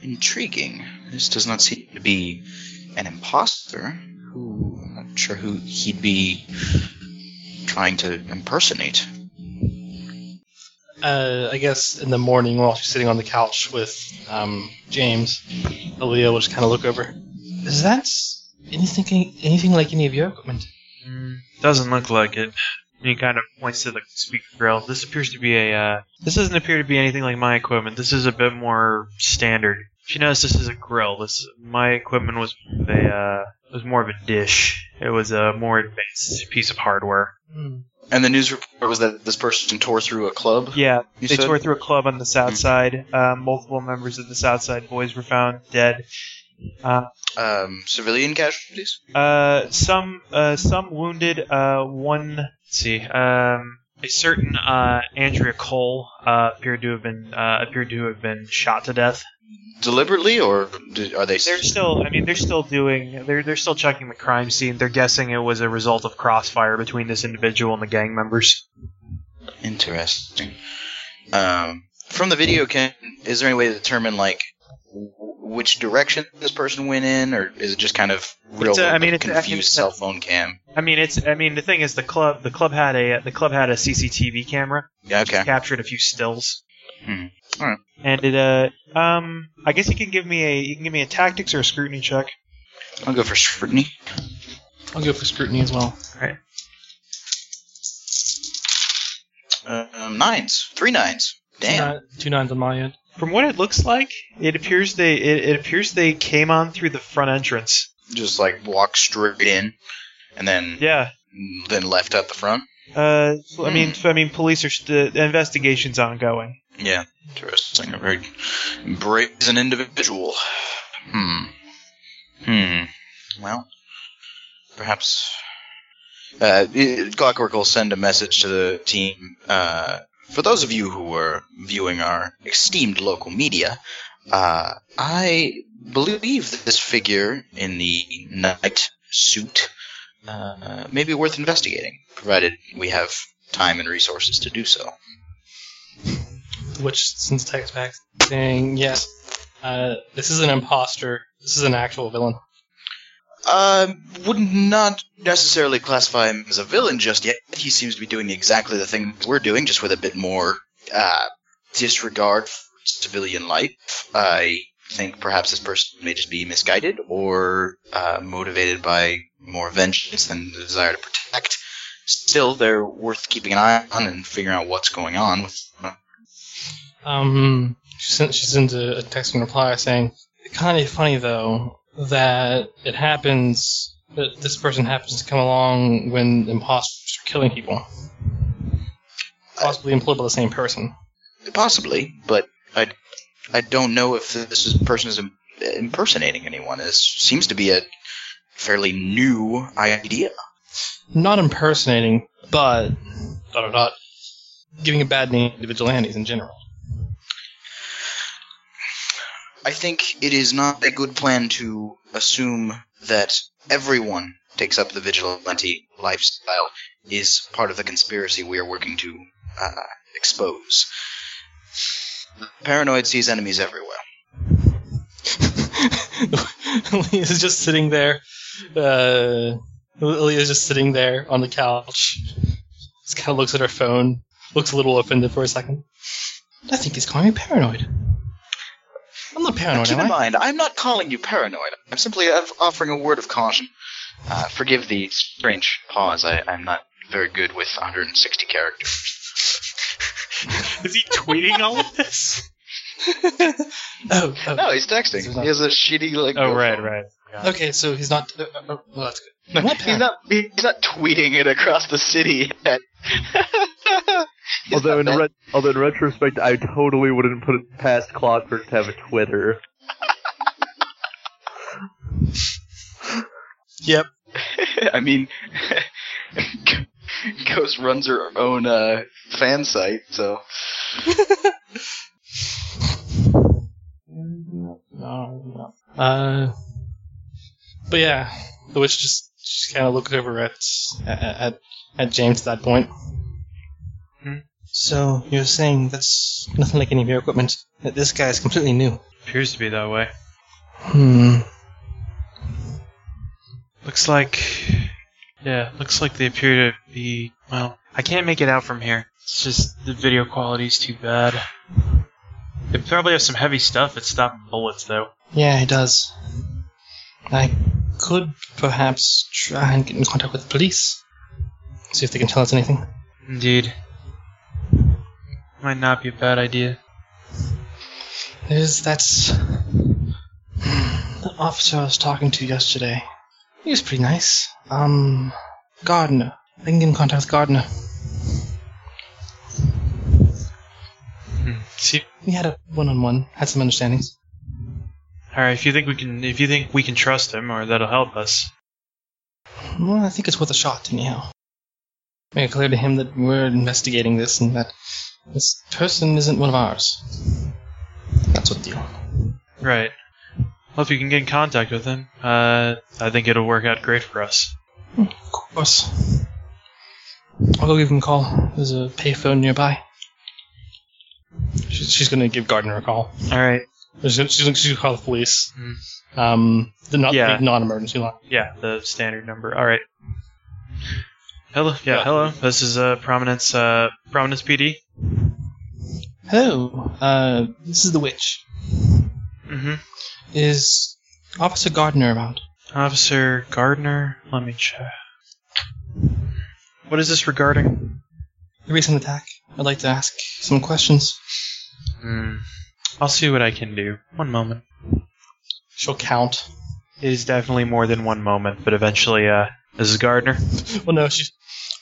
Speaker 2: Intriguing. This does not seem to be an imposter. Who? I'm not sure who he'd be trying to impersonate.
Speaker 3: Uh, I guess in the morning, while she's sitting on the couch with um, James, Aaliyah will just kind of look over. Is that anything, anything like any of your equipment?
Speaker 1: Mm, doesn't look like it. He kind of points to the speaker grill. This appears to be a. Uh, this doesn't appear to be anything like my equipment. This is a bit more standard. If you notice, this is a grill. This my equipment was a uh, was more of a dish. It was a more advanced piece of hardware.
Speaker 3: Hmm.
Speaker 2: And the news report was that this person tore through a club.
Speaker 1: Yeah,
Speaker 2: You
Speaker 1: they
Speaker 2: said?
Speaker 1: tore through a club on the south
Speaker 2: Hmm.
Speaker 1: side. Uh, multiple members of the south side boys were found dead. Uh,
Speaker 2: Um, civilian casualties.
Speaker 1: Uh, some uh, some wounded. Uh, one. Let's see. Um, a certain uh, Andrea Cole uh, appeared to have been uh, appeared to have been shot to death.
Speaker 2: Deliberately, or did, are they?
Speaker 1: They're still. I mean, they're still doing. They're they're still checking the crime scene. They're guessing it was a result of crossfire between this individual and the gang members.
Speaker 2: Interesting. Um, from the video, can is there any way to determine like w- which direction this person went in, or is it just kind of real?
Speaker 1: It's a- I mean, it's a- I mean,
Speaker 2: confused
Speaker 1: it's a-
Speaker 2: cell phone cam.
Speaker 1: I mean, it's. I mean, the thing is, the club the club had a the club had a CCTV camera.
Speaker 2: Yeah, okay.
Speaker 1: Captured a few stills.
Speaker 2: Hmm. Alright.
Speaker 1: And it. Uh, um. I guess you can give me a you can give me a tactics or a scrutiny check.
Speaker 2: I'll go for scrutiny.
Speaker 3: I'll go for scrutiny as well.
Speaker 2: Um, nines, three nines. Damn.
Speaker 3: Two ni- Two nines on my end.
Speaker 1: From what it looks like, it appears they it, it appears they came on through the front entrance.
Speaker 2: Just like walk straight in, and then
Speaker 1: Yeah.
Speaker 2: then left out the front.
Speaker 1: Uh, I mean, I mean, police are st- the investigation's ongoing.
Speaker 2: Yeah, interesting. A very brazen individual. Hmm. Hmm. Well, perhaps. Uh, i- Clockwork will send a message to the team. Uh, for those of you who were viewing our esteemed local media, uh, I believe that this figure in the night suit uh, may be worth investigating, provided we have time and resources to do so.
Speaker 3: Which sends text back saying, yes, uh, this is an imposter. This is an actual villain.
Speaker 2: Uh, would not necessarily classify him as a villain just yet. He seems to be doing exactly the things we're doing, just with a bit more uh, disregard for civilian life. I think perhaps this person may just be misguided or uh, motivated by more vengeance than the desire to protect. Still, they're worth keeping an eye on and figuring out what's going on with.
Speaker 3: Um, she, sent, she sends a, a text in reply saying, kind of funny though that it happens that this person happens to come along when imposters are killing people, possibly employed by the same person.
Speaker 2: Possibly, but I, I don't know if this is, person is im- impersonating anyone. This seems to be a fairly new idea.
Speaker 3: Not impersonating, but dot dot dot, giving a bad name to vigilantes in general.
Speaker 2: I think it is not a good plan to assume that everyone takes up the vigilante lifestyle is part of the conspiracy we are working to uh, expose. Paranoid sees enemies everywhere.
Speaker 3: Leah's just sitting there. Uh, Leah's just sitting there on the couch. Just kind of looks at her phone. Looks a little offended for a second. I think he's calling me paranoid. I'm not paranoid,
Speaker 2: Keep
Speaker 3: am
Speaker 2: in
Speaker 3: I?
Speaker 2: mind, I'm not calling you paranoid. I'm simply of- offering a word of caution. Uh, forgive the strange pause. I, I'm not very good with 160 characters.
Speaker 1: Is he tweeting all of this?
Speaker 3: Oh, oh,
Speaker 2: No, he's texting. He has a shitty like.
Speaker 1: Oh right, right.
Speaker 3: okay. So he's not. Uh, uh, well, that's good. I'm not
Speaker 2: He's
Speaker 3: paranoid.
Speaker 2: not. He's not tweeting it across the city. Yet. It's
Speaker 10: Although in,
Speaker 2: not bad.
Speaker 10: ret- although in retrospect, I totally wouldn't put it past Clockwork to have a Twitter.
Speaker 2: Yep. I mean, Ghost runs her own uh, fan site, so.
Speaker 3: No, no. Uh, but yeah, the witch just, just kind of looked over at at, at at James at that point.
Speaker 1: Hmm.
Speaker 3: So you're saying that's nothing like any of your equipment. That this guy is completely new.
Speaker 1: Appears to be that way.
Speaker 3: Hmm.
Speaker 1: Looks like. Yeah, looks like they appear to be. Well, I can't make it out from here. It's just the video quality's too bad. They probably have some heavy stuff that's stopping bullets, though.
Speaker 3: Yeah, he does. I could perhaps try and get in contact with the police. See if they can tell us anything.
Speaker 1: Indeed. Might not be a bad idea.
Speaker 3: There's that the officer I was talking to yesterday. He was pretty nice. Um, Gardner. I can get in contact with Gardner.
Speaker 1: Hmm. See,
Speaker 3: We had a one-on-one, had some understandings.
Speaker 1: all right. If you think we can, if you think we can trust him, or that'll help us.
Speaker 3: Well, I think it's worth a shot anyhow. Make it clear to him that we're investigating this and that this person isn't one of ours. That's what the deal.
Speaker 1: Right. Well, if you can get in contact with him, uh, I think it'll work out great for us.
Speaker 3: Of course. I'll go give him a call. There's a payphone nearby. She's, she's gonna give Gardner a call.
Speaker 1: All right.
Speaker 3: She's gonna, she's gonna, she's gonna call the police.
Speaker 1: Mm.
Speaker 3: Um, the not
Speaker 1: Yeah.
Speaker 3: the non-emergency line.
Speaker 1: Yeah, the standard number. All right. Hello. Yeah, hello. This is uh, Prominence. Uh, Prominence PD.
Speaker 3: Hello. Uh, this is the witch.
Speaker 1: Mm-hmm.
Speaker 3: Is Officer Gardner around?
Speaker 1: Officer Gardner. Let me check. What is this regarding?
Speaker 3: The recent attack. I'd like to ask some questions.
Speaker 1: Hmm. I'll see what I can do. One moment.
Speaker 3: She'll count.
Speaker 1: It is definitely more than one moment, but eventually, uh, Mrs. Gardner.
Speaker 3: Well, no, she's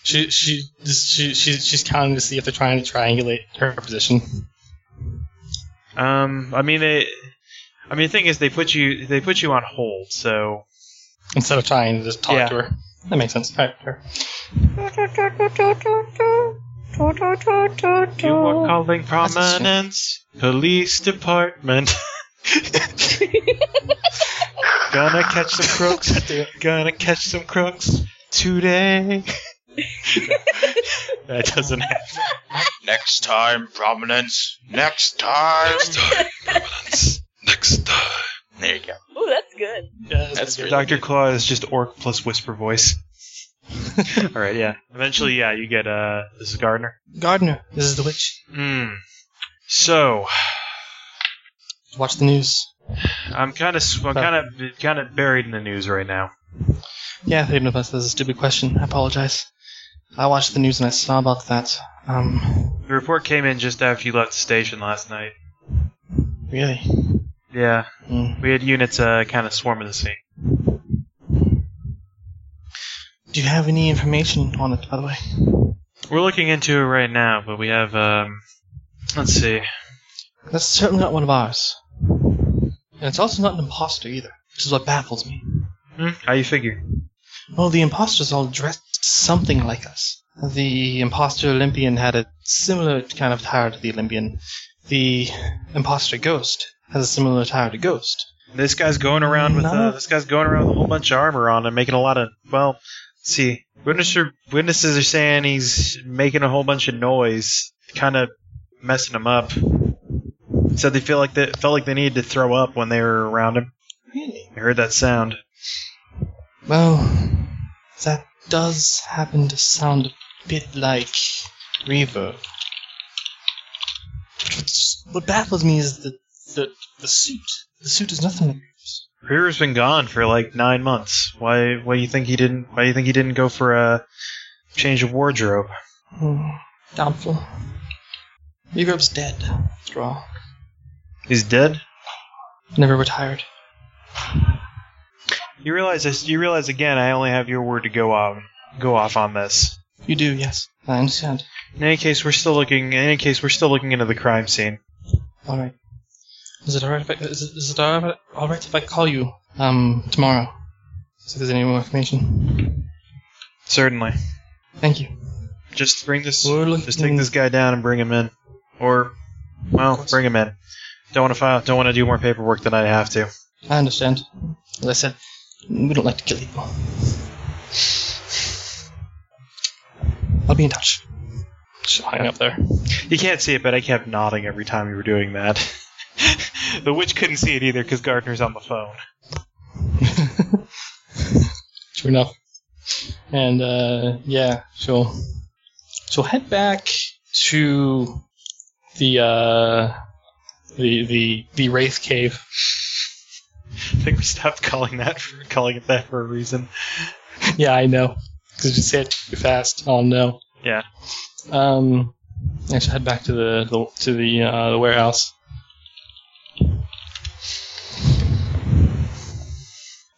Speaker 3: she she just, she, she she's counting to see if they're trying to triangulate her position.
Speaker 1: Um, I mean they. I mean, the thing is, they put you they put you on hold. So
Speaker 3: instead of trying to just talk
Speaker 1: Yeah.
Speaker 3: to her. That makes sense. All right, sure.
Speaker 1: you are
Speaker 4: Why
Speaker 1: calling Prominence Police Department. Gonna catch some crooks. Gonna catch some crooks today. that doesn't happen.
Speaker 2: Next time, prominence. Next time.
Speaker 1: Next time.
Speaker 2: There you go.
Speaker 4: Ooh, that's good.
Speaker 3: Yeah,
Speaker 2: That's really
Speaker 1: Dr. Claw is just orc plus whisper voice. Alright, yeah. Eventually, yeah, you get, uh, this is Gardner.
Speaker 3: Gardner. This is the witch.
Speaker 1: Hmm. So,
Speaker 3: Watch the news.
Speaker 1: I'm kind of, I'm kind of, kind of buried in the news right now.
Speaker 3: Yeah, even if that's a stupid question, I apologize. I watched the news and I saw about that. Um,
Speaker 1: The report came in just after you left the station last night.
Speaker 3: really?
Speaker 1: Yeah,
Speaker 3: Hmm.
Speaker 1: we had units, uh, kind of swarming the scene.
Speaker 3: Do you have any information on it, by the way?
Speaker 1: We're looking into it right now, but we have, um, let's see.
Speaker 3: That's certainly not one of ours. And it's also not an imposter either, which is what baffles me.
Speaker 1: Hmm? How you figure?
Speaker 3: Well, the imposters all dressed something like us. The imposter Olympian had a similar kind of attire to the Olympian. The imposter ghost has a similar attire to ghost.
Speaker 1: This guy's going around with,
Speaker 3: No.
Speaker 1: uh, this guy's going around with a whole bunch of armor on and making a lot of, well, let's see. Witnesses are, witnesses are saying he's making a whole bunch of noise, kind of messing him up. Said they feel like they felt like they needed to throw up when they were around him.
Speaker 3: Really?
Speaker 1: I heard that sound.
Speaker 3: Well, that does happen to sound a bit like reverb. What's- What baffles me is the, the, the suit. The suit is nothing like
Speaker 1: Reader's been gone for like nine months. Why? Why do you think he didn't? Why do you think he didn't go for a change of wardrobe?
Speaker 3: Hmm, doubtful. Reverb's dead, after all.
Speaker 1: He's dead.
Speaker 3: Never retired.
Speaker 1: You realize this? You realize again? I only have your word to go on. Go off on this.
Speaker 3: You do, yes. I understand.
Speaker 1: In any case, we're still looking. In any case, we're still looking into the crime scene.
Speaker 3: All right. Is it all right? If I, is it, is it all right, all right if I call you um tomorrow? See if there's any more information.
Speaker 1: Certainly.
Speaker 3: Thank you.
Speaker 1: Just bring this.
Speaker 3: We're looking.
Speaker 1: Just take this guy down and bring him in, or well, bring him in. Don't want to file. Don't want to do more paperwork than I have to.
Speaker 3: I understand. As I said, we don't like to kill people. I'll be in touch. She'll hang up there.
Speaker 1: You can't see it, but I kept nodding every time you were doing that. the witch couldn't see it either because Gardner's on the phone.
Speaker 3: True enough. And uh, yeah, she'll she'll head back to the uh, the the the wraith cave.
Speaker 1: I think we stopped calling that for, calling it that for a reason.
Speaker 3: yeah, I know. Because you say it too fast, I'll know.
Speaker 1: Yeah.
Speaker 3: Um, I should head back to the, the to the uh, the warehouse.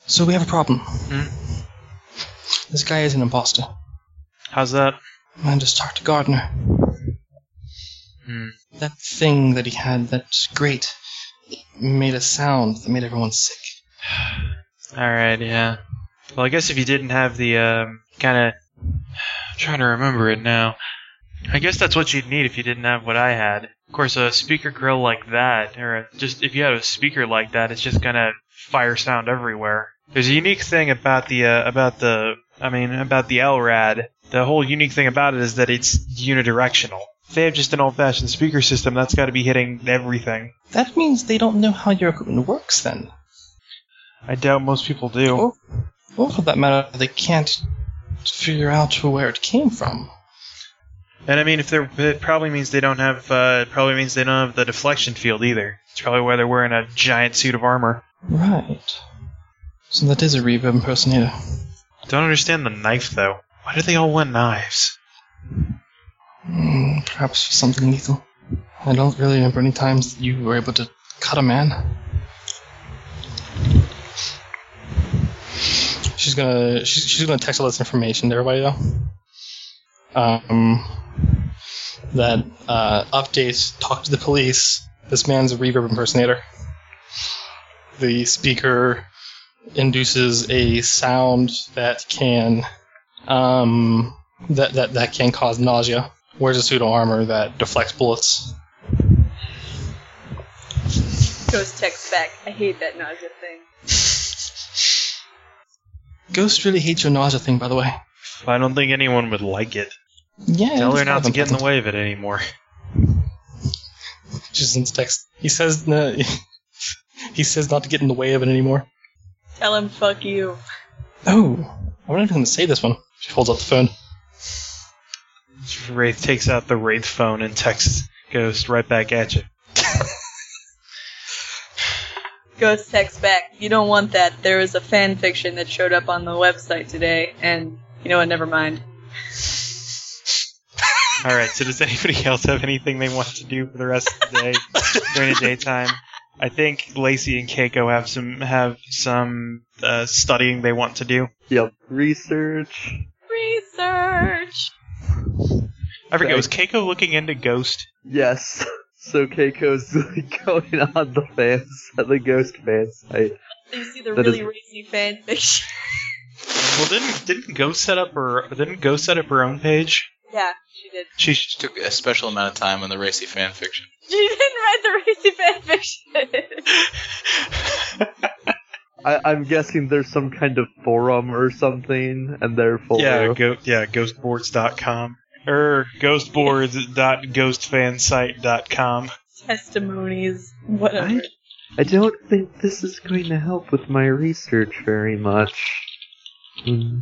Speaker 3: So we have a problem. This guy is an imposter.
Speaker 1: How's that?
Speaker 3: I'm just talk to Gardner.
Speaker 1: Hmm.
Speaker 3: That thing that he had, that grate, made a sound that made everyone sick.
Speaker 1: All right, yeah. Well, I guess if you didn't have the um, kind of trying to remember it now, I guess that's what you'd need if you didn't have what I had.
Speaker 11: Of course, a speaker grill like that, or a, just if you have a speaker like that, it's just gonna fire sound everywhere.
Speaker 1: There's a unique thing about the uh, about the I mean about the LRAD. The whole unique thing about it is that it's unidirectional. If they have just an old-fashioned speaker system, that's got to be hitting everything.
Speaker 3: That means they don't know how your equipment works then.
Speaker 1: I doubt most people do.
Speaker 3: Oh. Or for that matter, they can't figure out where it came from.
Speaker 1: And I mean, if they're, it probably means they don't have, uh, it probably means they don't have the deflection field either. It's probably why they're wearing a giant suit of armor.
Speaker 3: Right. So that is a reverb impersonator.
Speaker 1: Don't understand the knife though. Why do they all want knives?
Speaker 3: Hmm, perhaps something lethal. I don't really remember any times that you were able to cut a man. She's gonna she's, she's gonna text all this information to everybody though. Um, that uh, updates talk to the police. This man's a reverb impersonator. The speaker induces a sound that can um, that, that that can cause nausea. Wears a suit of armor that deflects bullets.
Speaker 4: Ghost text back. I hate that nausea thing.
Speaker 3: Ghost really hates your nausea thing, by the way.
Speaker 1: I don't think anyone would like it.
Speaker 3: Yeah.
Speaker 1: Tell
Speaker 3: it's
Speaker 1: her not to
Speaker 3: problem.
Speaker 1: get in the way of it anymore.
Speaker 3: She sends text. He says no. he says not to get in the way of it anymore.
Speaker 4: Tell him fuck you.
Speaker 3: Oh, I'm not even gonna say this one. She holds up the phone.
Speaker 1: Wraith takes out the Wraith phone and texts Ghost right back at you.
Speaker 4: Ghost text back. You don't want that. There was a fan fiction that showed up on the website today, and you know what? Never mind.
Speaker 1: All right. So does anybody else have anything they want to do for the rest of the day during the daytime? I think Lacey and Keiko have some have some uh, studying they want to do.
Speaker 10: Yep. Research.
Speaker 4: Research.
Speaker 1: I forget. Was Keiko looking into Ghost?
Speaker 10: Yes. So Keiko's going on the fans, the ghost fan site.
Speaker 4: So you see the
Speaker 10: That is-
Speaker 4: really racy fan fiction.
Speaker 1: Well, didn't didn't Ghost set up her didn't Ghost set up her own page?
Speaker 4: yeah, she did.
Speaker 1: She
Speaker 2: She took a special amount of time on the racy fan fiction.
Speaker 4: She didn't write the racy fan fiction.
Speaker 10: I, I'm guessing there's some kind of forum or something, and therefore,
Speaker 1: yeah go yeah ghostboards.com or ghostboards.ghostfansite.com.
Speaker 4: Testimonies. Whatever.
Speaker 10: I don't think this is going to help with my research very much. Hmm.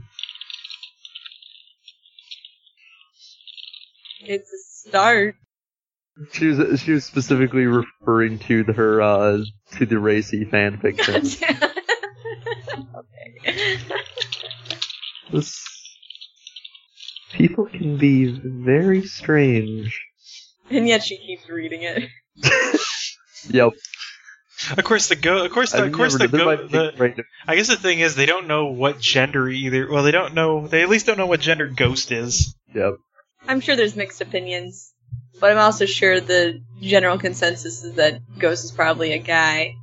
Speaker 4: It's a start.
Speaker 10: She was she was specifically referring to the, her uh, to the racy fanfiction. this people can be very strange.
Speaker 4: and yet she keeps reading it.
Speaker 10: Yep.
Speaker 1: Of course the go of course the,
Speaker 10: I've
Speaker 1: of course the,
Speaker 10: never- they're my
Speaker 1: go,
Speaker 10: big
Speaker 1: the
Speaker 10: brain-
Speaker 1: I guess the thing is they don't know what gender either. Well, they don't know. They at least don't know what gender Ghost is.
Speaker 10: Yep.
Speaker 4: I'm sure there's mixed opinions, but I'm also sure the general consensus is that Ghost is probably a guy,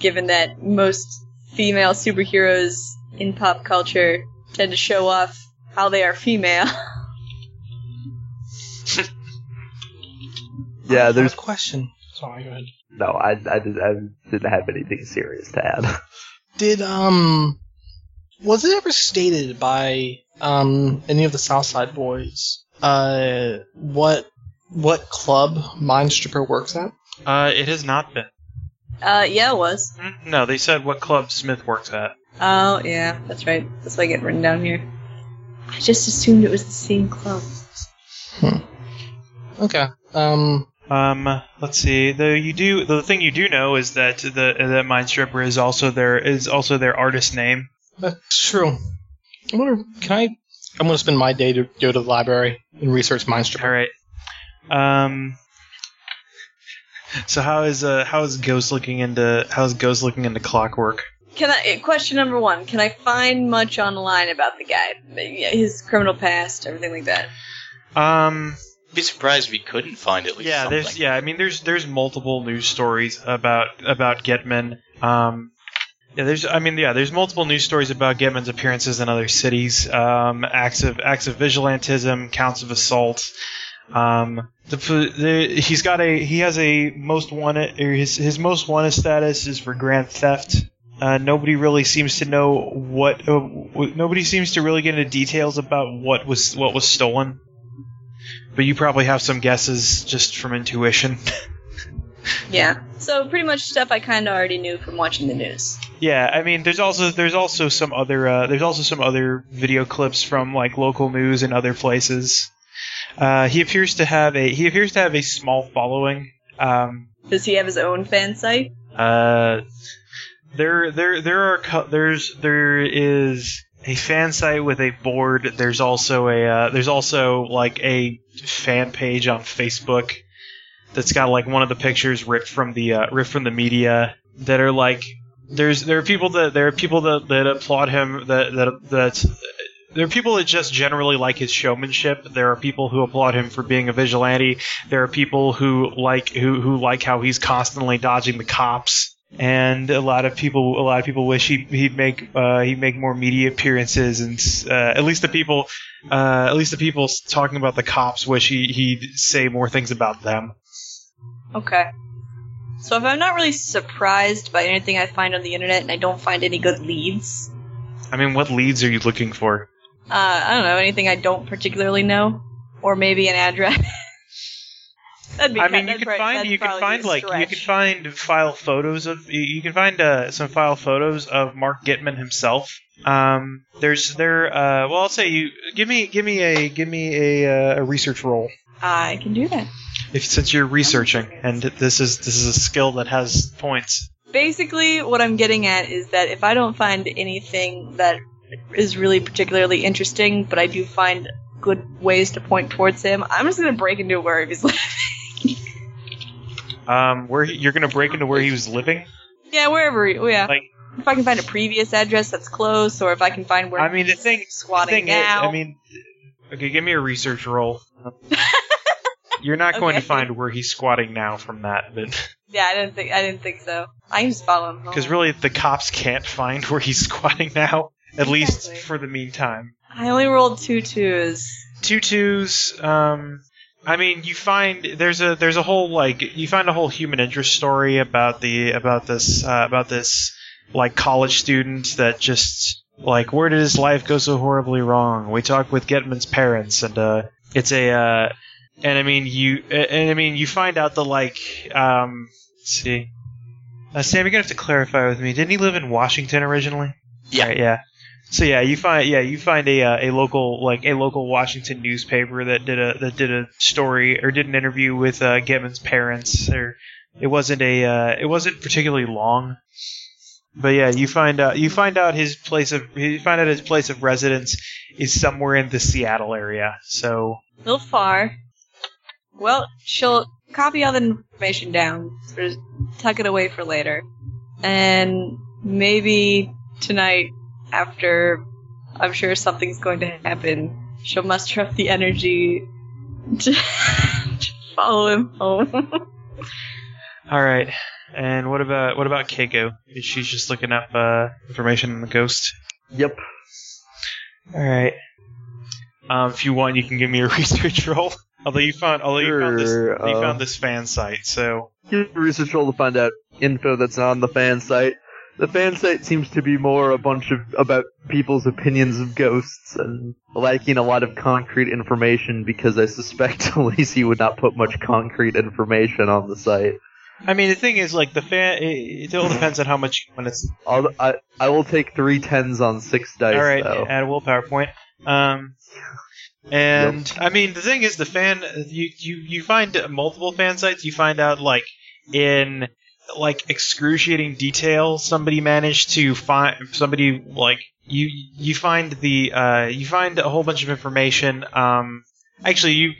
Speaker 4: given that most female superheroes in pop culture tend to show off how they are female.
Speaker 10: Yeah,
Speaker 3: There's
Speaker 10: there's
Speaker 3: a question. Sorry, go ahead.
Speaker 10: no. I I, did, I didn't have anything serious to add.
Speaker 3: Did um, was it ever stated by um any of the Southside boys uh what what club Mind Stripper works at?
Speaker 1: Uh, it has not been.
Speaker 4: Uh, yeah, it was.
Speaker 1: Hmm? No, they said what club Smith works at.
Speaker 4: Oh, yeah, that's right. That's why I get written down here. I just assumed it was the same club.
Speaker 3: Okay. Um.
Speaker 1: Um, let's see. Though you do the thing you do know is that the that Mind Stripper is also their is also their artist name.
Speaker 3: That's true. I wonder. Can I? I'm gonna spend my day to go to the library and research
Speaker 1: All
Speaker 3: Mindstripper.
Speaker 1: right. Um. So how is uh how is Ghost looking into how is Ghost looking into Clockwork?
Speaker 4: Can I? eh, Question number one: Can I find much online about the guy, Yeah, his criminal past, everything like that?
Speaker 1: Um.
Speaker 2: I'd be surprised if we couldn't find at least
Speaker 1: yeah.
Speaker 2: something.
Speaker 1: There's yeah. I mean, there's there's multiple news stories about about Getman. Um. Yeah, there's. I mean, yeah, there's multiple news stories about Getman's appearances in other cities, um, acts of acts of vigilantism, counts of assault. Um, the, the he's got a he has a most wanted or his his most wanted status is for grand theft. Uh, nobody really seems to know what. Uh, w- nobody seems to really get into details about what was what was stolen. But you probably have some guesses just from intuition.
Speaker 4: Yeah. So pretty much stuff I kind of already knew from watching the news.
Speaker 1: yeah, I mean, there's also there's also some other uh, there's also some other video clips from like local news and other places. Uh, he appears to have a he appears to have a small following. Um,
Speaker 4: Does he have his own fan site?
Speaker 1: uh, there there there are co- there's there is a fan site with a board. There's also a uh, there's also like a fan page on Facebook that's got like one of the pictures ripped from the uh, ripped from the media that are like there's there are people that there are people that, that applaud him that that that there are people that just generally like his showmanship. There are people who applaud him for being a vigilante. There are people who like who who like how he's constantly dodging the cops. And a lot of people, a lot of people wish he he'd make uh, he'd make more media appearances, and uh, at least the people, uh, at least the people talking about the cops wish he he'd say more things about them.
Speaker 4: Okay. So if I'm not really surprised by anything I find on the internet and I don't find any good leads,
Speaker 1: I mean, what leads are you looking for?
Speaker 4: uh, I don't know anything I don't particularly know, or maybe an address. That'd be
Speaker 1: I
Speaker 4: kind-
Speaker 1: mean, you
Speaker 4: that'd
Speaker 1: can
Speaker 4: prob-
Speaker 1: find
Speaker 4: that'd
Speaker 1: you can
Speaker 4: probably
Speaker 1: find
Speaker 4: be a
Speaker 1: like you
Speaker 4: stretch.
Speaker 1: can find file photos of you- you can find uh, some file photos of Mark Gitman himself. Um, there's there. Uh, well, I'll say you give me give me a give me a, uh, a research roll
Speaker 4: I can do that.
Speaker 1: if since you're researching and this is this is a skill that has points.
Speaker 4: basically what i'm getting at is that if i don't find anything that is really particularly interesting but i do find good ways to point towards him i'm just gonna break into wherever he's living
Speaker 1: Um, where he- you're gonna break into where he was living.
Speaker 4: yeah wherever he, yeah
Speaker 1: Like-
Speaker 4: if i can find a previous address that's close or if i can find where
Speaker 1: I mean, the
Speaker 4: he's
Speaker 1: thing-
Speaker 4: squatting
Speaker 1: Thing is,
Speaker 4: now
Speaker 1: I mean, okay, give me a research roll. You're not going
Speaker 4: Okay.
Speaker 1: to find where he's squatting now from that, but
Speaker 4: yeah i didn't think i didn't think so i can just follow him home.
Speaker 1: Because really, the cops can't find where he's squatting now, at least
Speaker 4: Exactly.
Speaker 1: for the meantime.
Speaker 4: i only rolled two twos
Speaker 1: Two twos. Um, I mean, you find there's a there's a whole like you find a whole human interest story about the about this uh, about this like college student that just like where did his life go so horribly wrong? We talked with Getman's parents, and uh, it's a uh, and I mean you and I mean you find out the like um let's see. Uh, Sam, you're gonna have to clarify with me. Didn't he live in Washington originally?
Speaker 2: Yeah.
Speaker 1: Right, yeah. So yeah, you find yeah you find a uh, a local like a local Washington newspaper that did a that did a story or did an interview with uh, Getman's parents. Or it wasn't a uh, it wasn't particularly long. But yeah, you find out you find out his place of you find out his place of residence is somewhere in the Seattle area. So
Speaker 4: a little far well she'll copy all the information down sort of tuck it away for later and maybe tonight after i'm sure something's going to happen she'll muster up the energy to follow him home.
Speaker 1: All right. And what about what about Keiko? Is she just looking up uh, information on the ghost?
Speaker 10: Yep.
Speaker 1: All right. Um, if you want, you can give me a research roll. Although you found, although you found this,
Speaker 10: Sure,
Speaker 1: you
Speaker 10: uh,
Speaker 1: found this fan site, so
Speaker 10: Give me a research roll to find out info that's on the fan site. The fan site seems to be more a bunch of about people's opinions of ghosts and lacking a lot of concrete information because I suspect Lacey would not put much concrete information on the site.
Speaker 1: I mean, the thing is, like the fan, it, it all depends on how much when it's.
Speaker 10: I'll, I I will take three tens on six dice.
Speaker 1: all right,
Speaker 10: though.
Speaker 1: add a willpower point. Um, and I mean, the thing is, the fan you you you find multiple fan sites. You find out like in like excruciating detail, somebody managed to find somebody like you you find the uh you find a whole bunch of information. Um, actually, you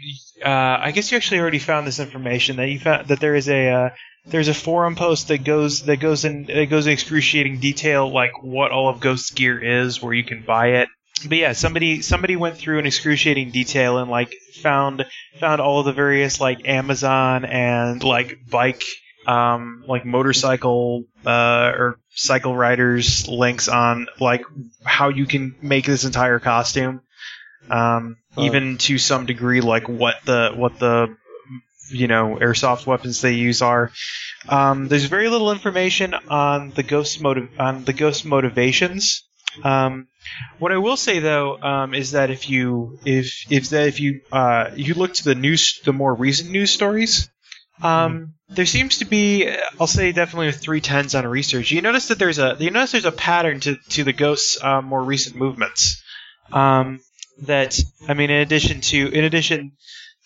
Speaker 1: uh I guess you actually already found this information that you found that there is a. Uh, there's a forum post that goes that goes in that goes in excruciating detail like what all of Ghost Gear is, where you can buy it. But yeah, somebody somebody went through in excruciating detail and like found found all of the various like Amazon and like bike um like motorcycle uh or cycle riders links on like how you can make this entire costume. Um even to some degree like what the what the you know airsoft weapons they use are. Um, there's very little information on the ghost motive on the ghost motivations. Um, what I will say though um, is that if you if if that if you uh, you look to the news the more recent news stories, um, there seems to be I'll say definitely with three tens on research. You notice that there's a you notice there's a pattern to to the ghosts' uh, more recent movements. Um, that I mean, in addition to in addition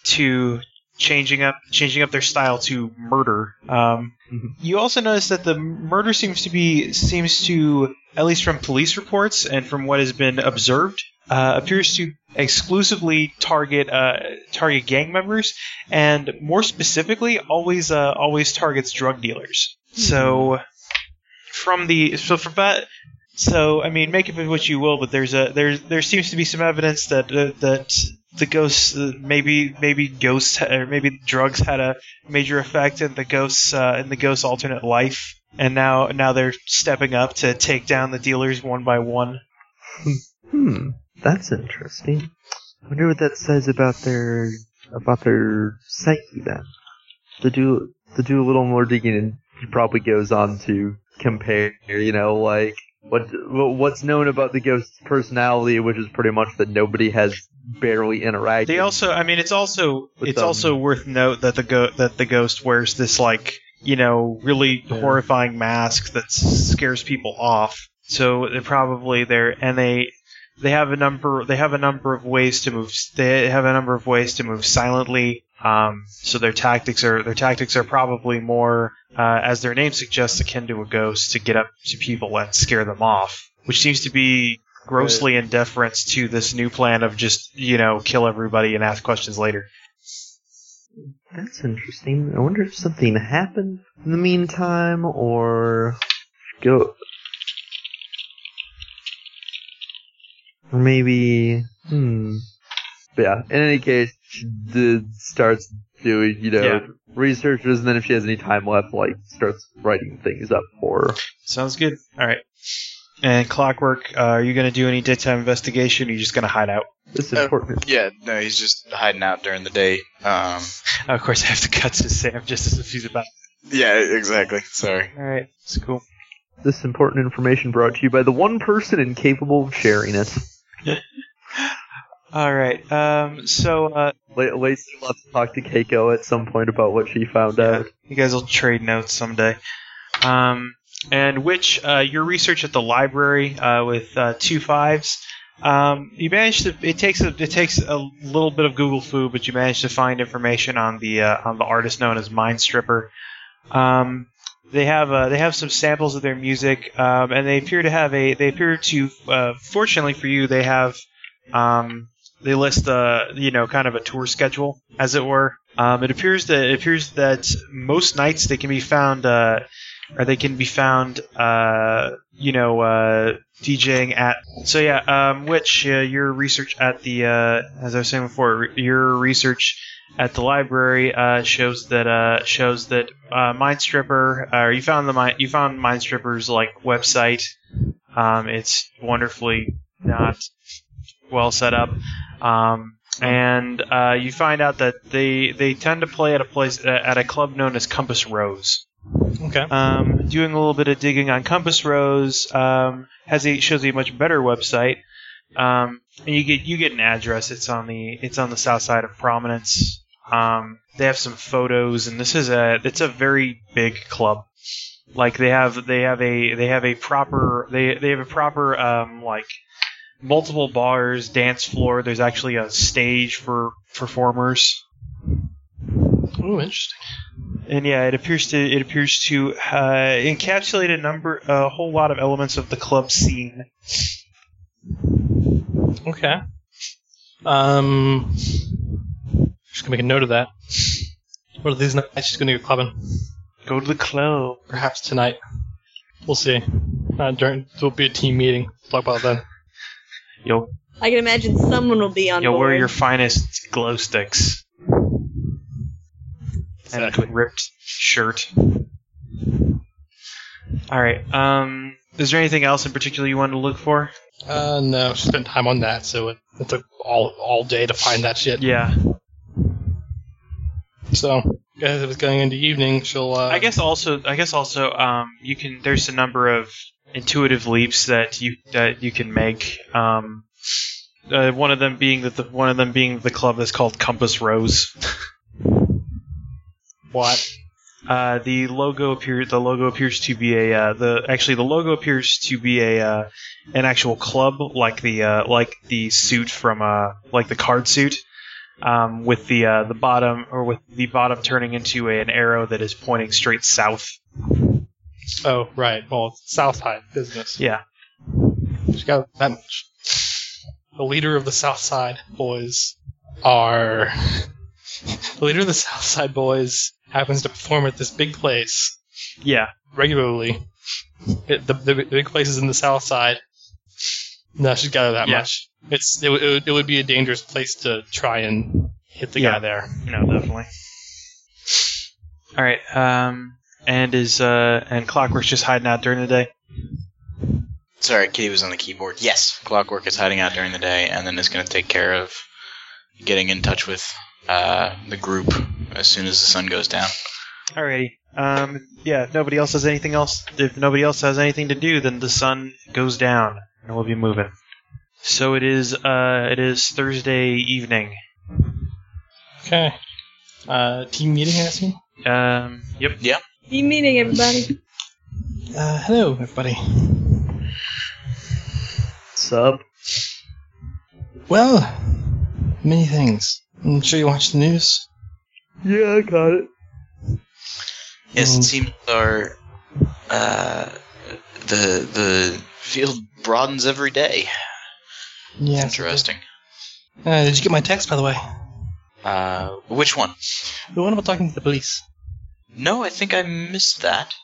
Speaker 1: to changing up changing up their style to murder. Um, You also notice that the murder seems to be seems to at least from police reports and from what has been observed uh, appears to exclusively target uh, target gang members and more specifically always uh, always targets drug dealers. So from the so from that so I mean make of it what you will, but there's a there's there seems to be some evidence that uh, that the ghosts uh, maybe maybe ghosts or maybe drugs had a major effect in the ghosts uh, in the ghosts alternate life and now now they're stepping up to take down the dealers one by one
Speaker 10: Hmm, that's interesting. I wonder what that says about their about their psyche then. To do to do a little more digging, and he probably goes on to compare. You know, like what what- what's known about the ghost's personality, which is pretty much that nobody has barely interacted.
Speaker 1: they also i mean it's also
Speaker 10: With,
Speaker 1: it's
Speaker 10: um,
Speaker 1: also worth note that the go- that the ghost wears this like you know really
Speaker 10: Yeah.
Speaker 1: horrifying mask that scares people off so they're probably there and they they have a number they have a number of ways to move they have a number of ways to move silently um, so their tactics are their tactics are probably more uh, as their name suggests akin to a ghost to get up to people and scare them off which seems to be grossly in deference to this new plan of just you know kill everybody and ask questions later
Speaker 10: That's interesting. I wonder if something happened in the meantime, or go, or maybe. Hmm. But yeah. In any case, she did, starts doing you know
Speaker 1: Yeah.
Speaker 10: researches, and then if she has any time left, like starts writing things up for.
Speaker 1: sounds good all right and clockwork uh, are you going to do any daytime investigation or are you just going to hide out
Speaker 10: It's
Speaker 2: Uh,
Speaker 10: important.
Speaker 2: Yeah, no, he's just hiding out during the day. Um,
Speaker 1: of course i have to cut to sam just as if he's about
Speaker 2: yeah, exactly. Sorry.
Speaker 1: all right it's cool
Speaker 10: This important information brought to you by the one person incapable of sharing it.
Speaker 1: all right um, so uh,
Speaker 10: La- Lacey will have to talk to Keiko at some point about what she found out.
Speaker 1: You guys will trade notes someday. Um, and which uh, your research at the library uh, with uh, two fives, um, you managed to. It takes a, it takes a little bit of Google foo, but you managed to find information on the uh, on the artist known as Mind Stripper. Um, they have uh, they have some samples of their music, um, and they appear to have a they appear to uh, fortunately for you they have um, they list uh you know kind of a tour schedule as it were um, it appears that it appears that most nights they can be found uh, or they can be found uh, you know, uh, DJing at. So yeah, um, which uh, your research at the, uh, as I was saying before, your research at the library uh, shows that uh, shows that uh, Mind Stripper, uh, or you found the Mind, you found Mind Stripper's like website. Um, it's wonderfully not well set up. Um, and uh, you find out that they they tend to play at a place at a club known as Compass Rose.
Speaker 3: Okay.
Speaker 1: Um, doing a little bit of digging on Compass Rose um, has a shows a much better website, um, and you get you get an address. It's on the it's on the south side of Prominence. Um, they have some photos, and this is a it's a very big club. Like they have they have a they have a proper they they have a proper um, like multiple bars, dance floor. There's actually a stage for performers,
Speaker 3: Ooh, interesting.
Speaker 1: and yeah, it appears to it appears to uh, encapsulate a number, a whole lot of elements of the club scene.
Speaker 3: Okay. Um, just gonna make a note of that. One of these nights, she's gonna go clubbing.
Speaker 1: Go to the club.
Speaker 3: Perhaps tonight. We'll see. Uh, during, there'll be a team meeting. Talk about it then.
Speaker 1: You'll
Speaker 4: I can imagine someone will be on
Speaker 1: you'll
Speaker 4: board.
Speaker 1: wear your finest glow sticks
Speaker 12: Exactly.
Speaker 1: and a ripped shirt. All right. Um, is there anything else in particular you wanted to look for?
Speaker 3: Uh, no, she spent time on that, so it, it took all all day to find that shit.
Speaker 1: Yeah.
Speaker 3: So, as it was going into evening, she'll. Uh,
Speaker 1: I guess also I guess also um, you can there's a number of intuitive leaps that you that you can make. Um, uh, one of them being that the one of them being the club that's called Compass Rose.
Speaker 3: what?
Speaker 1: Uh, the logo appears. The logo appears to be a. Uh, the actually, the logo appears to be a uh, an actual club, like the uh, like the suit from uh, like the card suit, um, with the uh, the bottom or with the bottom turning into an arrow that is pointing straight south.
Speaker 3: Oh, right. Well, Southside business.
Speaker 1: Yeah.
Speaker 3: She got that much. The leader of the Southside boys are. the leader of the Southside boys happens to perform at this big place
Speaker 1: Yeah.
Speaker 3: regularly. It, the, the, the big place is in the south side. No, she's got it that
Speaker 1: Yeah.
Speaker 3: much. It's it, would- it, would- it would be a dangerous place to try and hit the
Speaker 1: Yeah.
Speaker 3: guy there.
Speaker 1: No, definitely. All right. Um, and is uh, and Clockwork's just hiding out during the day.
Speaker 2: Sorry, Kitty was on the keyboard. Yes, Clockwork is hiding out during the day, and then is going to take care of getting in touch with uh, the group as soon as the sun goes down.
Speaker 1: Alrighty. Um, yeah, if nobody else has anything else, if nobody else has anything to do, then the sun goes down and we'll be moving. So it is, uh, it is Thursday evening.
Speaker 3: Okay. Uh, team meeting, I assume.
Speaker 1: Um, yep.
Speaker 4: Be meeting everybody.
Speaker 3: Uh, hello, everybody.
Speaker 10: Sub.
Speaker 3: Well, many things. I'm sure you watch the news.
Speaker 10: Yeah, I got it.
Speaker 2: Yes,
Speaker 3: Mm.
Speaker 2: it seems our uh, the the field broadens every day.
Speaker 3: Yeah.
Speaker 2: Interesting.
Speaker 3: Uh, did you get my text, by the way?
Speaker 2: Uh, which one?
Speaker 3: The one about talking to the police.
Speaker 2: No, I think I missed that.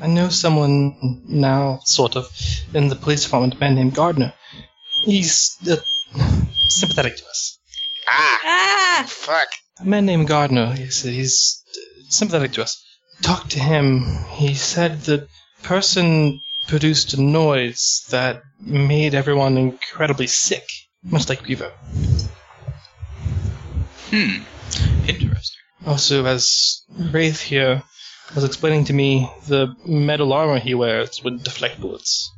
Speaker 3: I know someone now, sort of, in the police department, a man named Gardner. He's uh, sympathetic to us.
Speaker 4: Ah!
Speaker 2: Fuck.
Speaker 3: A man named Gardner. He's, he's uh, sympathetic to us. Talked to him. He said the person produced a noise that made everyone incredibly sick, much like Grievo.
Speaker 2: Hmm. Interesting.
Speaker 3: Also, as Wraith here was explaining to me, the metal armor he wears would deflect bullets.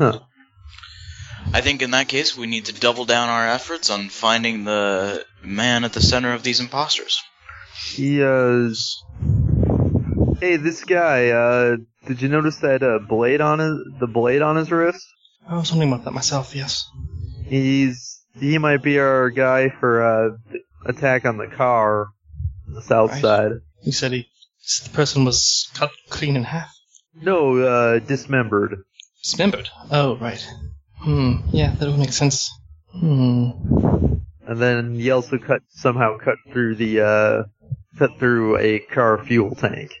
Speaker 2: I think in that case we need to double down our efforts on finding the man at the center of these imposters.
Speaker 10: He, uh. Hey, this guy, uh. Did you notice that uh, blade on his, the blade on his wrist?
Speaker 3: I was wondering about that myself, yes.
Speaker 10: He's he might be our guy for uh attack on the car, on the south
Speaker 3: Right.
Speaker 10: side.
Speaker 3: He said he, the person was cut clean in half.
Speaker 10: No, uh, dismembered.
Speaker 3: Dismembered. Oh, right. Hmm, yeah, that would make sense. Hmm.
Speaker 10: And then he also cut somehow cut through the uh cut through a car fuel tank.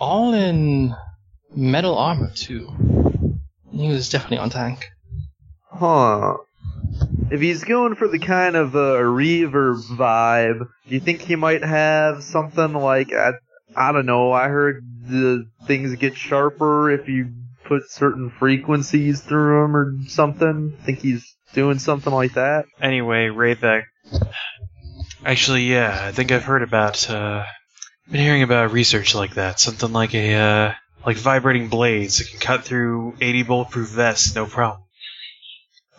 Speaker 3: all in metal armor too. He was definitely on tank.
Speaker 10: Huh. If he's going for the kind of uh, reverb vibe, do you think he might have something like I, I don't know? I heard the things get sharper if you put certain frequencies through them or something. Think he's doing something like that?
Speaker 1: Anyway, Wraitha. Actually, yeah, I think I've heard about. Uh, been hearing about research like that. Something like a uh, like vibrating blades that can cut through 80 bulletproof vests, no problem.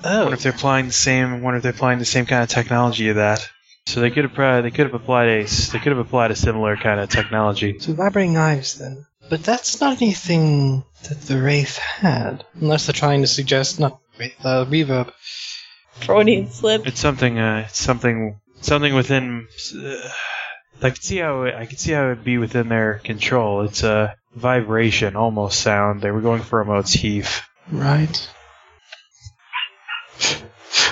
Speaker 1: I
Speaker 3: Oh,
Speaker 1: wonder if they're applying the same. I wonder if they're applying the same kind of technology to that. So they could have probably, they could have applied a s- they could have applied a similar kind of technology.
Speaker 3: so vibrating knives then. But that's not anything that the Wraith had. Unless they're trying to suggest, not Wraith, uh, Reverb.
Speaker 4: Freudian slip.
Speaker 1: It's something. Uh, it's something. Something within. Uh, I could see how it, I could see how it'd be within their control. It's a vibration, almost sound. They were going for a motif.
Speaker 3: Right.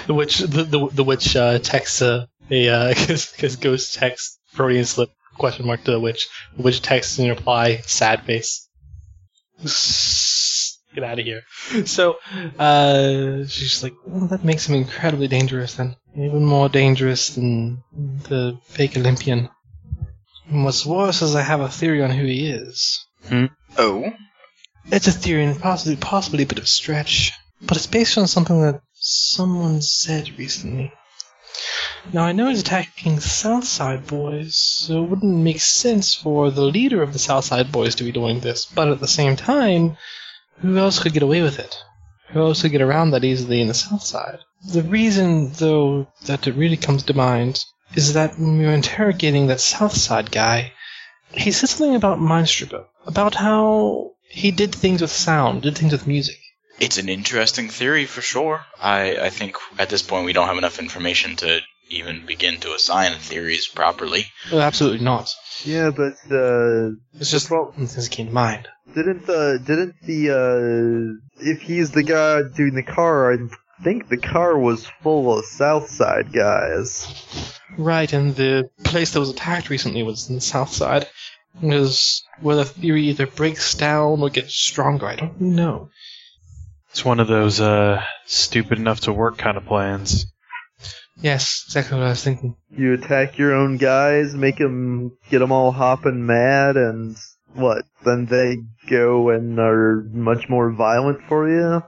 Speaker 13: The witch, the the, the witch uh, texts uh, a uh, because ghost texts Freudian slip question mark to the witch. The witch texts in reply sad face. Get out of here.
Speaker 3: So, uh, she's like, well, that makes him incredibly dangerous then. Even more dangerous than the fake Olympian. And what's worse is I have a theory on who he is.
Speaker 2: Oh,
Speaker 3: It's a theory and possibly, possibly a bit of a stretch, but it's based on something that someone said recently. Now, I know he's attacking Southside Boys, so it wouldn't make sense for the leader of the Southside Boys to be doing this, but at the same time, who else could get away with it? Who else could get around that easily in the Southside? The reason, though, that it really comes to mind is that when we were interrogating that Southside guy, he said something about Mindstripper, about how he did things with sound, did things with music.
Speaker 2: it's an interesting theory for sure. I I think at this point we don't have enough information to even begin to assign theories properly.
Speaker 3: Well, absolutely not.
Speaker 10: Yeah, but uh,
Speaker 3: It's just
Speaker 10: Well-
Speaker 3: something that came to mind.
Speaker 10: didn't the didn't the uh, if he's the guy doing the car, I think the car was full of Southside guys.
Speaker 3: Right, and the place that was attacked recently was in the south side. It was where the theory either breaks down or gets stronger. I don't know.
Speaker 1: It's one of those uh, stupid enough to work kind of plans.
Speaker 3: Yes, exactly what I was thinking.
Speaker 10: You attack your own guys, make them get them all hopping mad, and what? Then they go and are much more violent for you.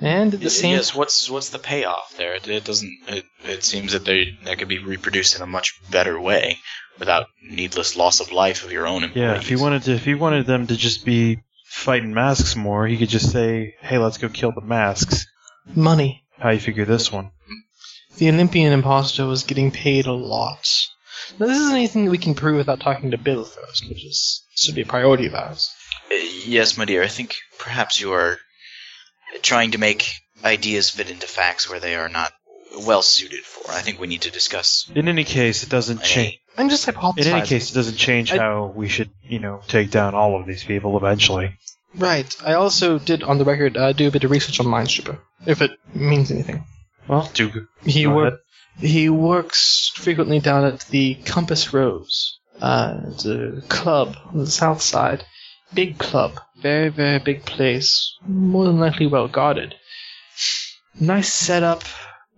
Speaker 3: And at the same
Speaker 2: Yes, what's what's the payoff there? It, it doesn't. It, it seems that they that could be reproduced in a much better way without needless loss of life of your own employees.
Speaker 1: Yeah, if he wanted to, if he wanted them to just be fighting masks more, he could just say, "Hey, let's go kill the masks."
Speaker 3: money,
Speaker 1: How you figure this one?
Speaker 3: the Olympian imposter was getting paid a lot. Now, this isn't anything that we can prove without talking to Bill first, which is should be a priority of ours.
Speaker 2: Uh, yes, my dear. I think perhaps you are trying to make ideas fit into facts where they are not well suited for. I think we need to discuss.
Speaker 1: In any case, it doesn't change.
Speaker 3: I'm just
Speaker 1: In
Speaker 3: hypothesizing.
Speaker 1: any case, it doesn't change
Speaker 3: I-
Speaker 1: how we should, you know, take down all of these people eventually.
Speaker 3: Right. I also did, on the record, uh, do a bit of research on Mindstripper, if it means anything.
Speaker 1: Well, do
Speaker 3: He
Speaker 1: Go
Speaker 3: work, he works frequently down at the Compass Rose. Uh, it's a club on the south side. Big club. Very, very big place. More than likely well guarded. Nice setup.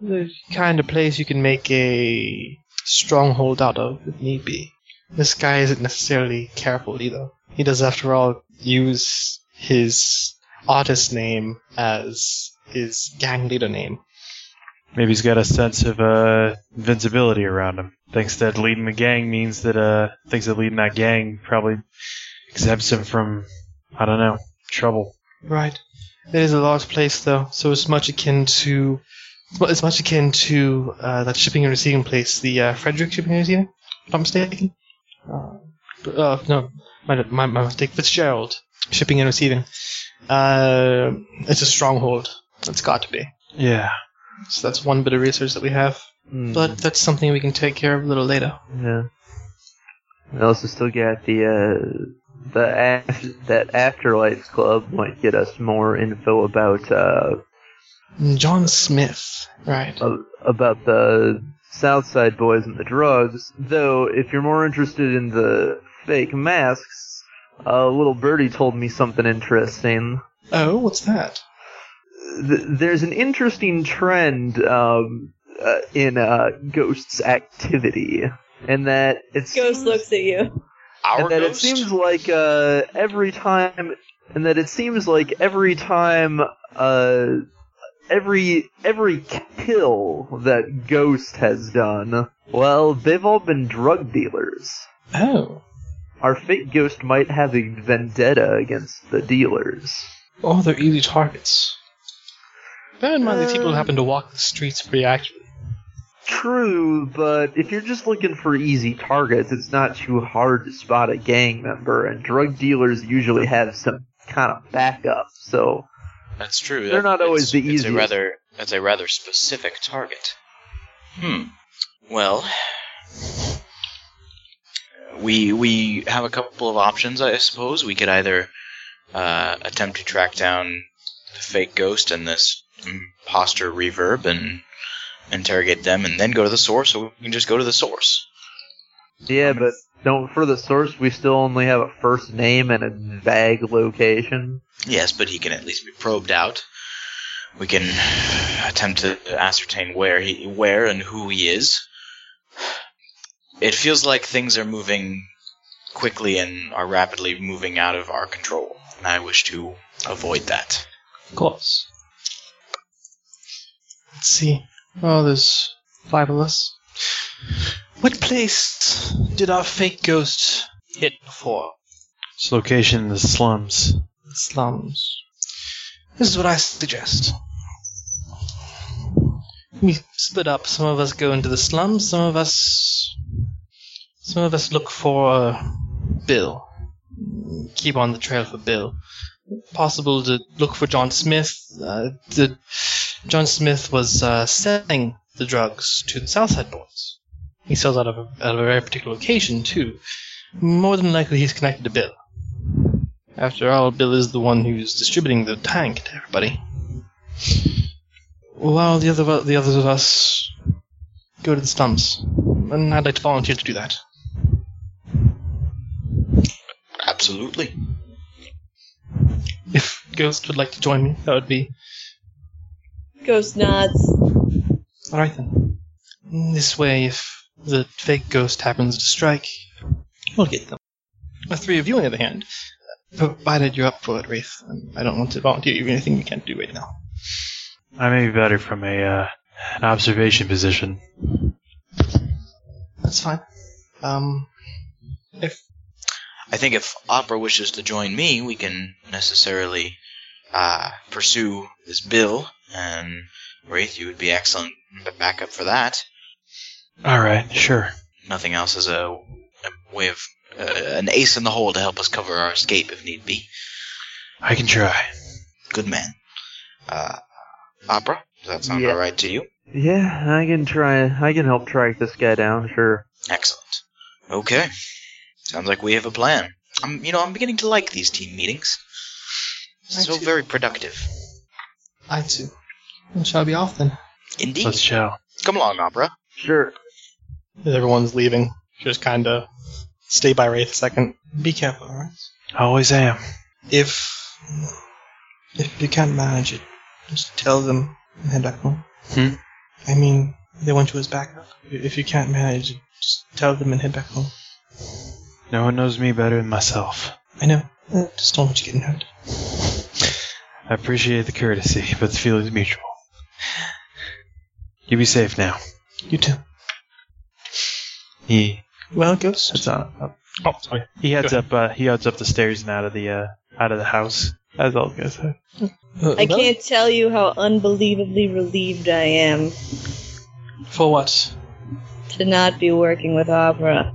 Speaker 3: The kind of place you can make a stronghold out of if need be. This guy isn't necessarily careful either. He does, after all, use his artist name as his gang leader name.
Speaker 1: maybe he's got a sense of uh, invincibility around him. Thinks that leading the gang means that uh, thinks that leading that gang probably exempts him from, I don't know, trouble.
Speaker 3: Right. It is a large place, though, so it's much akin to well, it's much akin to uh, that shipping and receiving place, the uh, Frederick shipping and receiving. If I'm mistaken. Uh, b- uh, no, my, my my mistake. Fitzgerald shipping and receiving. Uh, it's a stronghold. It's got to be.
Speaker 1: Yeah.
Speaker 3: So that's one bit of research that we have,
Speaker 10: Hmm,
Speaker 3: but that's something we can take care of a little later.
Speaker 10: yeah. We also still got the uh, the af- that afterlife club might get us more info about uh,
Speaker 3: John Smith. Right.
Speaker 10: a- about the Southside boys and the drugs. Though, if you're more interested in the fake masks, uh, little birdie told me something interesting.
Speaker 3: Oh, what's that?
Speaker 10: th- there's an interesting trend um, uh, in uh, ghosts' activity, and that it's
Speaker 4: Ghost looks at you.
Speaker 2: Our
Speaker 10: and that
Speaker 2: ghost?
Speaker 10: it seems like uh, every time, and that it seems like every time, uh, every every kill that Ghost has done, well, they've all been drug dealers.
Speaker 14: Oh.
Speaker 10: Our fake Ghost might have a vendetta against the dealers.
Speaker 3: Oh, they're easy targets. Uh, Bear in mind, these people happen to walk the streets pretty actively.
Speaker 10: True, but if you're just looking for easy targets, it's not too hard to spot a gang member, and drug dealers usually have some kind of backup, so
Speaker 2: That's true.
Speaker 10: They're not
Speaker 2: it's-
Speaker 10: always the
Speaker 2: It's a
Speaker 10: easiest.
Speaker 2: rather, it's a rather specific target. Hmm. Well, we we have a couple of options, I suppose. We could either uh, attempt to track down the fake ghost and this imposter reverb and interrogate them, and then go to the source, or we can just go to the source.
Speaker 10: yeah, but don't for the source we still only have a first name and a vague location.
Speaker 2: Yes, but he can at least be probed out. We can attempt to ascertain where he, where and who he is. It feels like things are moving quickly and are rapidly moving out of our control, and I wish to avoid that.
Speaker 3: Of course. Let's see. Oh, there's five of us. What place did our fake ghost hit before?
Speaker 1: Its location in the slums.
Speaker 3: slums. This is what I suggest. We split up. Some of us go into the slums. Some of us, some of us look for uh, Bill. Keep on the trail for Bill. Possible to look for John Smith. Uh, the, John Smith was uh, selling the drugs to the Southside Boys. He sells out of a, out of a very particular location too. More than likely, he's connected to Bill. After all, Bill is the one who's distributing the tank to everybody. While the other the others of us go to the slums, and I'd like to volunteer to do that.
Speaker 2: Absolutely.
Speaker 3: If Ghost would like to join me, that would be
Speaker 4: Ghost nods.
Speaker 3: all right then. This way, if the fake ghost happens to strike, we'll get them. The three of you, on the other hand, provided you're up for it, Wraith. I don't want to volunteer you anything you can't do right now.
Speaker 1: I may be better from a uh, an observation position.
Speaker 3: That's fine. Um, if
Speaker 2: I think if Opera wishes to join me, we can necessarily uh, pursue this bill, and Wraith, you would be excellent backup for that.
Speaker 1: All right, sure.
Speaker 2: nothing else is a, a way of uh, an ace in the hole to help us cover our escape if need be.
Speaker 1: I can try.
Speaker 2: Good man. Uh, Opera, does that sound
Speaker 10: Yeah.
Speaker 2: all right to you?
Speaker 10: Yeah, I can try. I can help track this guy down. Sure.
Speaker 2: Excellent. Okay. Sounds like we have a plan. I'm, you know, I'm beginning to like these team meetings.
Speaker 3: I
Speaker 2: So
Speaker 3: too.
Speaker 2: very productive.
Speaker 3: I too, then shall I be off then?
Speaker 2: Indeed.
Speaker 1: Let's chill.
Speaker 2: Come along, Opera.
Speaker 10: Sure.
Speaker 3: As everyone's leaving, just kind of stay by Wraith a second. Be careful, alright?
Speaker 1: Always am.
Speaker 3: If if you can't manage it, just tell them and head back home.
Speaker 1: Hmm?
Speaker 3: I mean, they want you as backup. If you can't manage it, just tell them and head back home.
Speaker 1: No one knows me better than myself.
Speaker 3: I know. Uh, Just don't want you getting hurt.
Speaker 1: I appreciate the courtesy, but the feeling's mutual. You be safe now.
Speaker 3: You too.
Speaker 1: He
Speaker 3: Well, Ghost.
Speaker 1: heads on. up-
Speaker 3: Oh, sorry.
Speaker 1: He heads
Speaker 3: Go
Speaker 1: up. Uh, he heads up the stairs and out of the uh, out of the house. That's all I was gonna say.
Speaker 3: Uh,
Speaker 4: I
Speaker 3: well,
Speaker 4: can't tell you how unbelievably relieved I am
Speaker 3: For what?
Speaker 4: to not be working with Opera.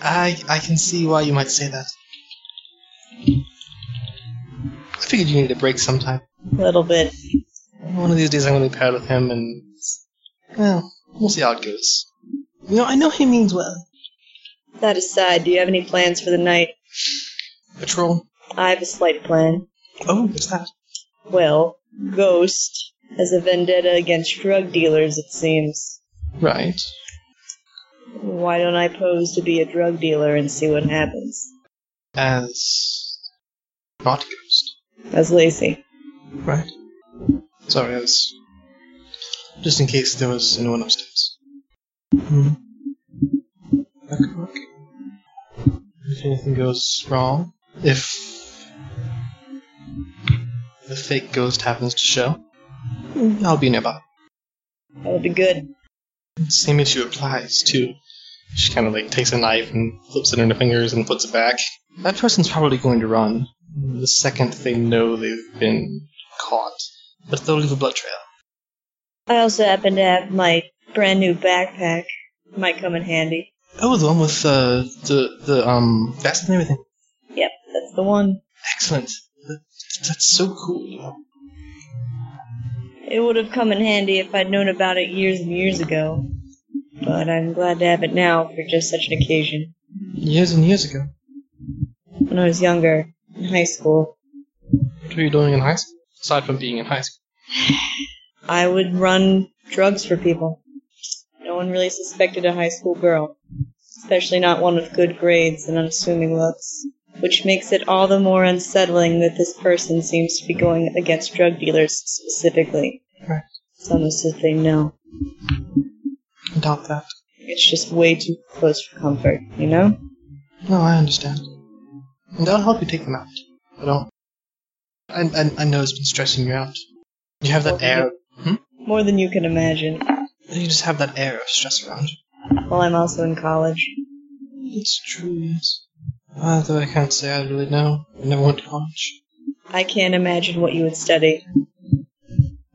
Speaker 3: I I can see why you might say that. I figured you needed a break sometime.
Speaker 4: A little bit.
Speaker 3: One of these days I'm going to be paired with him, and well, we'll see how it goes. You know, I know he means well.
Speaker 4: That aside, do you have any plans for the night?
Speaker 3: Patrol.
Speaker 4: I have a slight plan.
Speaker 3: Oh, what's that?
Speaker 4: Well, Ghost has a vendetta against drug dealers, it seems.
Speaker 3: Right.
Speaker 4: Why don't I pose to be a drug dealer and see what happens?
Speaker 3: As not ghost.
Speaker 4: As Lacey.
Speaker 3: Right. Sorry, I was. Just in case there was anyone upstairs. Hmm. Okay, okay. If anything goes wrong, if the fake ghost happens to show, I'll be nearby.
Speaker 4: That would be good.
Speaker 3: Same issue applies too. She kind of like takes a knife and flips it in her fingers and puts it back. That person's probably going to run the second they know they've been caught, but they'll leave a blood trail.
Speaker 4: I also happen to have my brand new backpack. Might come in handy.
Speaker 3: Oh, the one with uh, the the um vest and everything.
Speaker 4: Yep, that's the one.
Speaker 3: Excellent. That- That's so cool.
Speaker 4: It would have come in handy if I'd known about it years and years ago. But I'm glad to have it now for just such an occasion.
Speaker 3: Years and years ago.
Speaker 4: When I was younger, in high school,
Speaker 3: What were you doing in high school? Aside from being in high school.
Speaker 4: I would run drugs for people. No one really suspected a high school girl, especially not one with good grades and unassuming looks, which makes it all the more unsettling that this person seems to be going against drug dealers specifically.
Speaker 3: Right.
Speaker 4: It's almost as if they know.
Speaker 3: I doubt that.
Speaker 4: It's just way too close for comfort, you know?
Speaker 3: No, I understand. And I'll help you take them out. I don't. I, I, I know it's been stressing you out. You have that
Speaker 4: Okay.
Speaker 3: air.
Speaker 4: More than you can imagine.
Speaker 3: You just have that air of stress around you.
Speaker 4: Well, I'm also in college.
Speaker 3: It's true, yes. Although I can't say I really know. I never went to college.
Speaker 4: I can't imagine what you would study.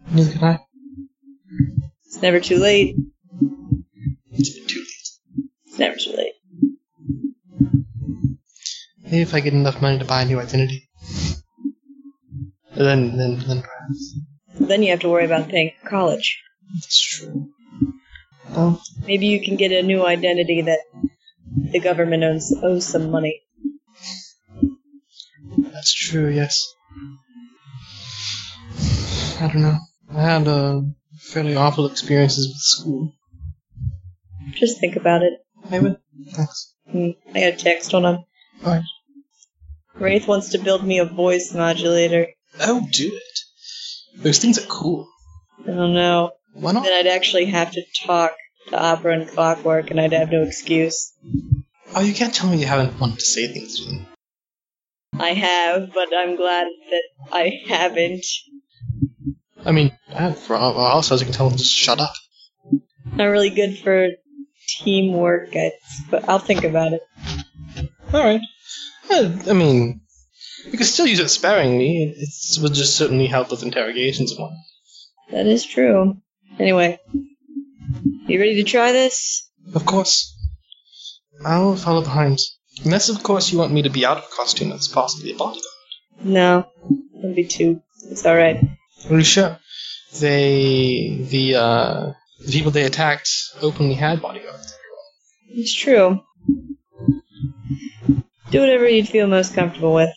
Speaker 3: Neither can I.
Speaker 4: It's never too late.
Speaker 3: It's been too late.
Speaker 4: It's never too late.
Speaker 3: Maybe if I get enough money to buy a new identity. Then, then, then perhaps.
Speaker 4: Then you have to worry about paying for college.
Speaker 3: That's true. Well,
Speaker 4: Maybe you can get a new identity that the government owns owes some money.
Speaker 3: that's true, yes. I don't know. I had uh, fairly awful experiences with school.
Speaker 4: Just think about it.
Speaker 3: Maybe. Thanks.
Speaker 4: Hmm, I got a text on him.
Speaker 3: Alright.
Speaker 4: Wraith wants to build me a voice modulator.
Speaker 3: Oh, do it. Those things are cool.
Speaker 4: I don't know.
Speaker 3: Why not?
Speaker 4: Then I'd actually have to talk to opera and clockwork, and I'd have no excuse.
Speaker 3: Oh, you can't tell me you haven't wanted to say things to them.
Speaker 4: I have, but I'm glad that I haven't.
Speaker 3: I mean, I- for all for all sides, you can tell them just shut up.
Speaker 4: Not really good for teamwork, I, but I'll think about it.
Speaker 3: Alright. I mean, you can still use it sparingly. It it's- would just certainly help with interrogations and whatnot.
Speaker 4: That is true. Anyway, you ready to try this?
Speaker 3: Of course. I'll follow behind. Unless, of course, you want me to be out of costume as possibly a bodyguard.
Speaker 4: No, it'll be two. It's all right.
Speaker 3: Are you sure? They, the, uh, the people they attacked openly had bodyguards.
Speaker 4: It's true. Do whatever you'd feel most comfortable with.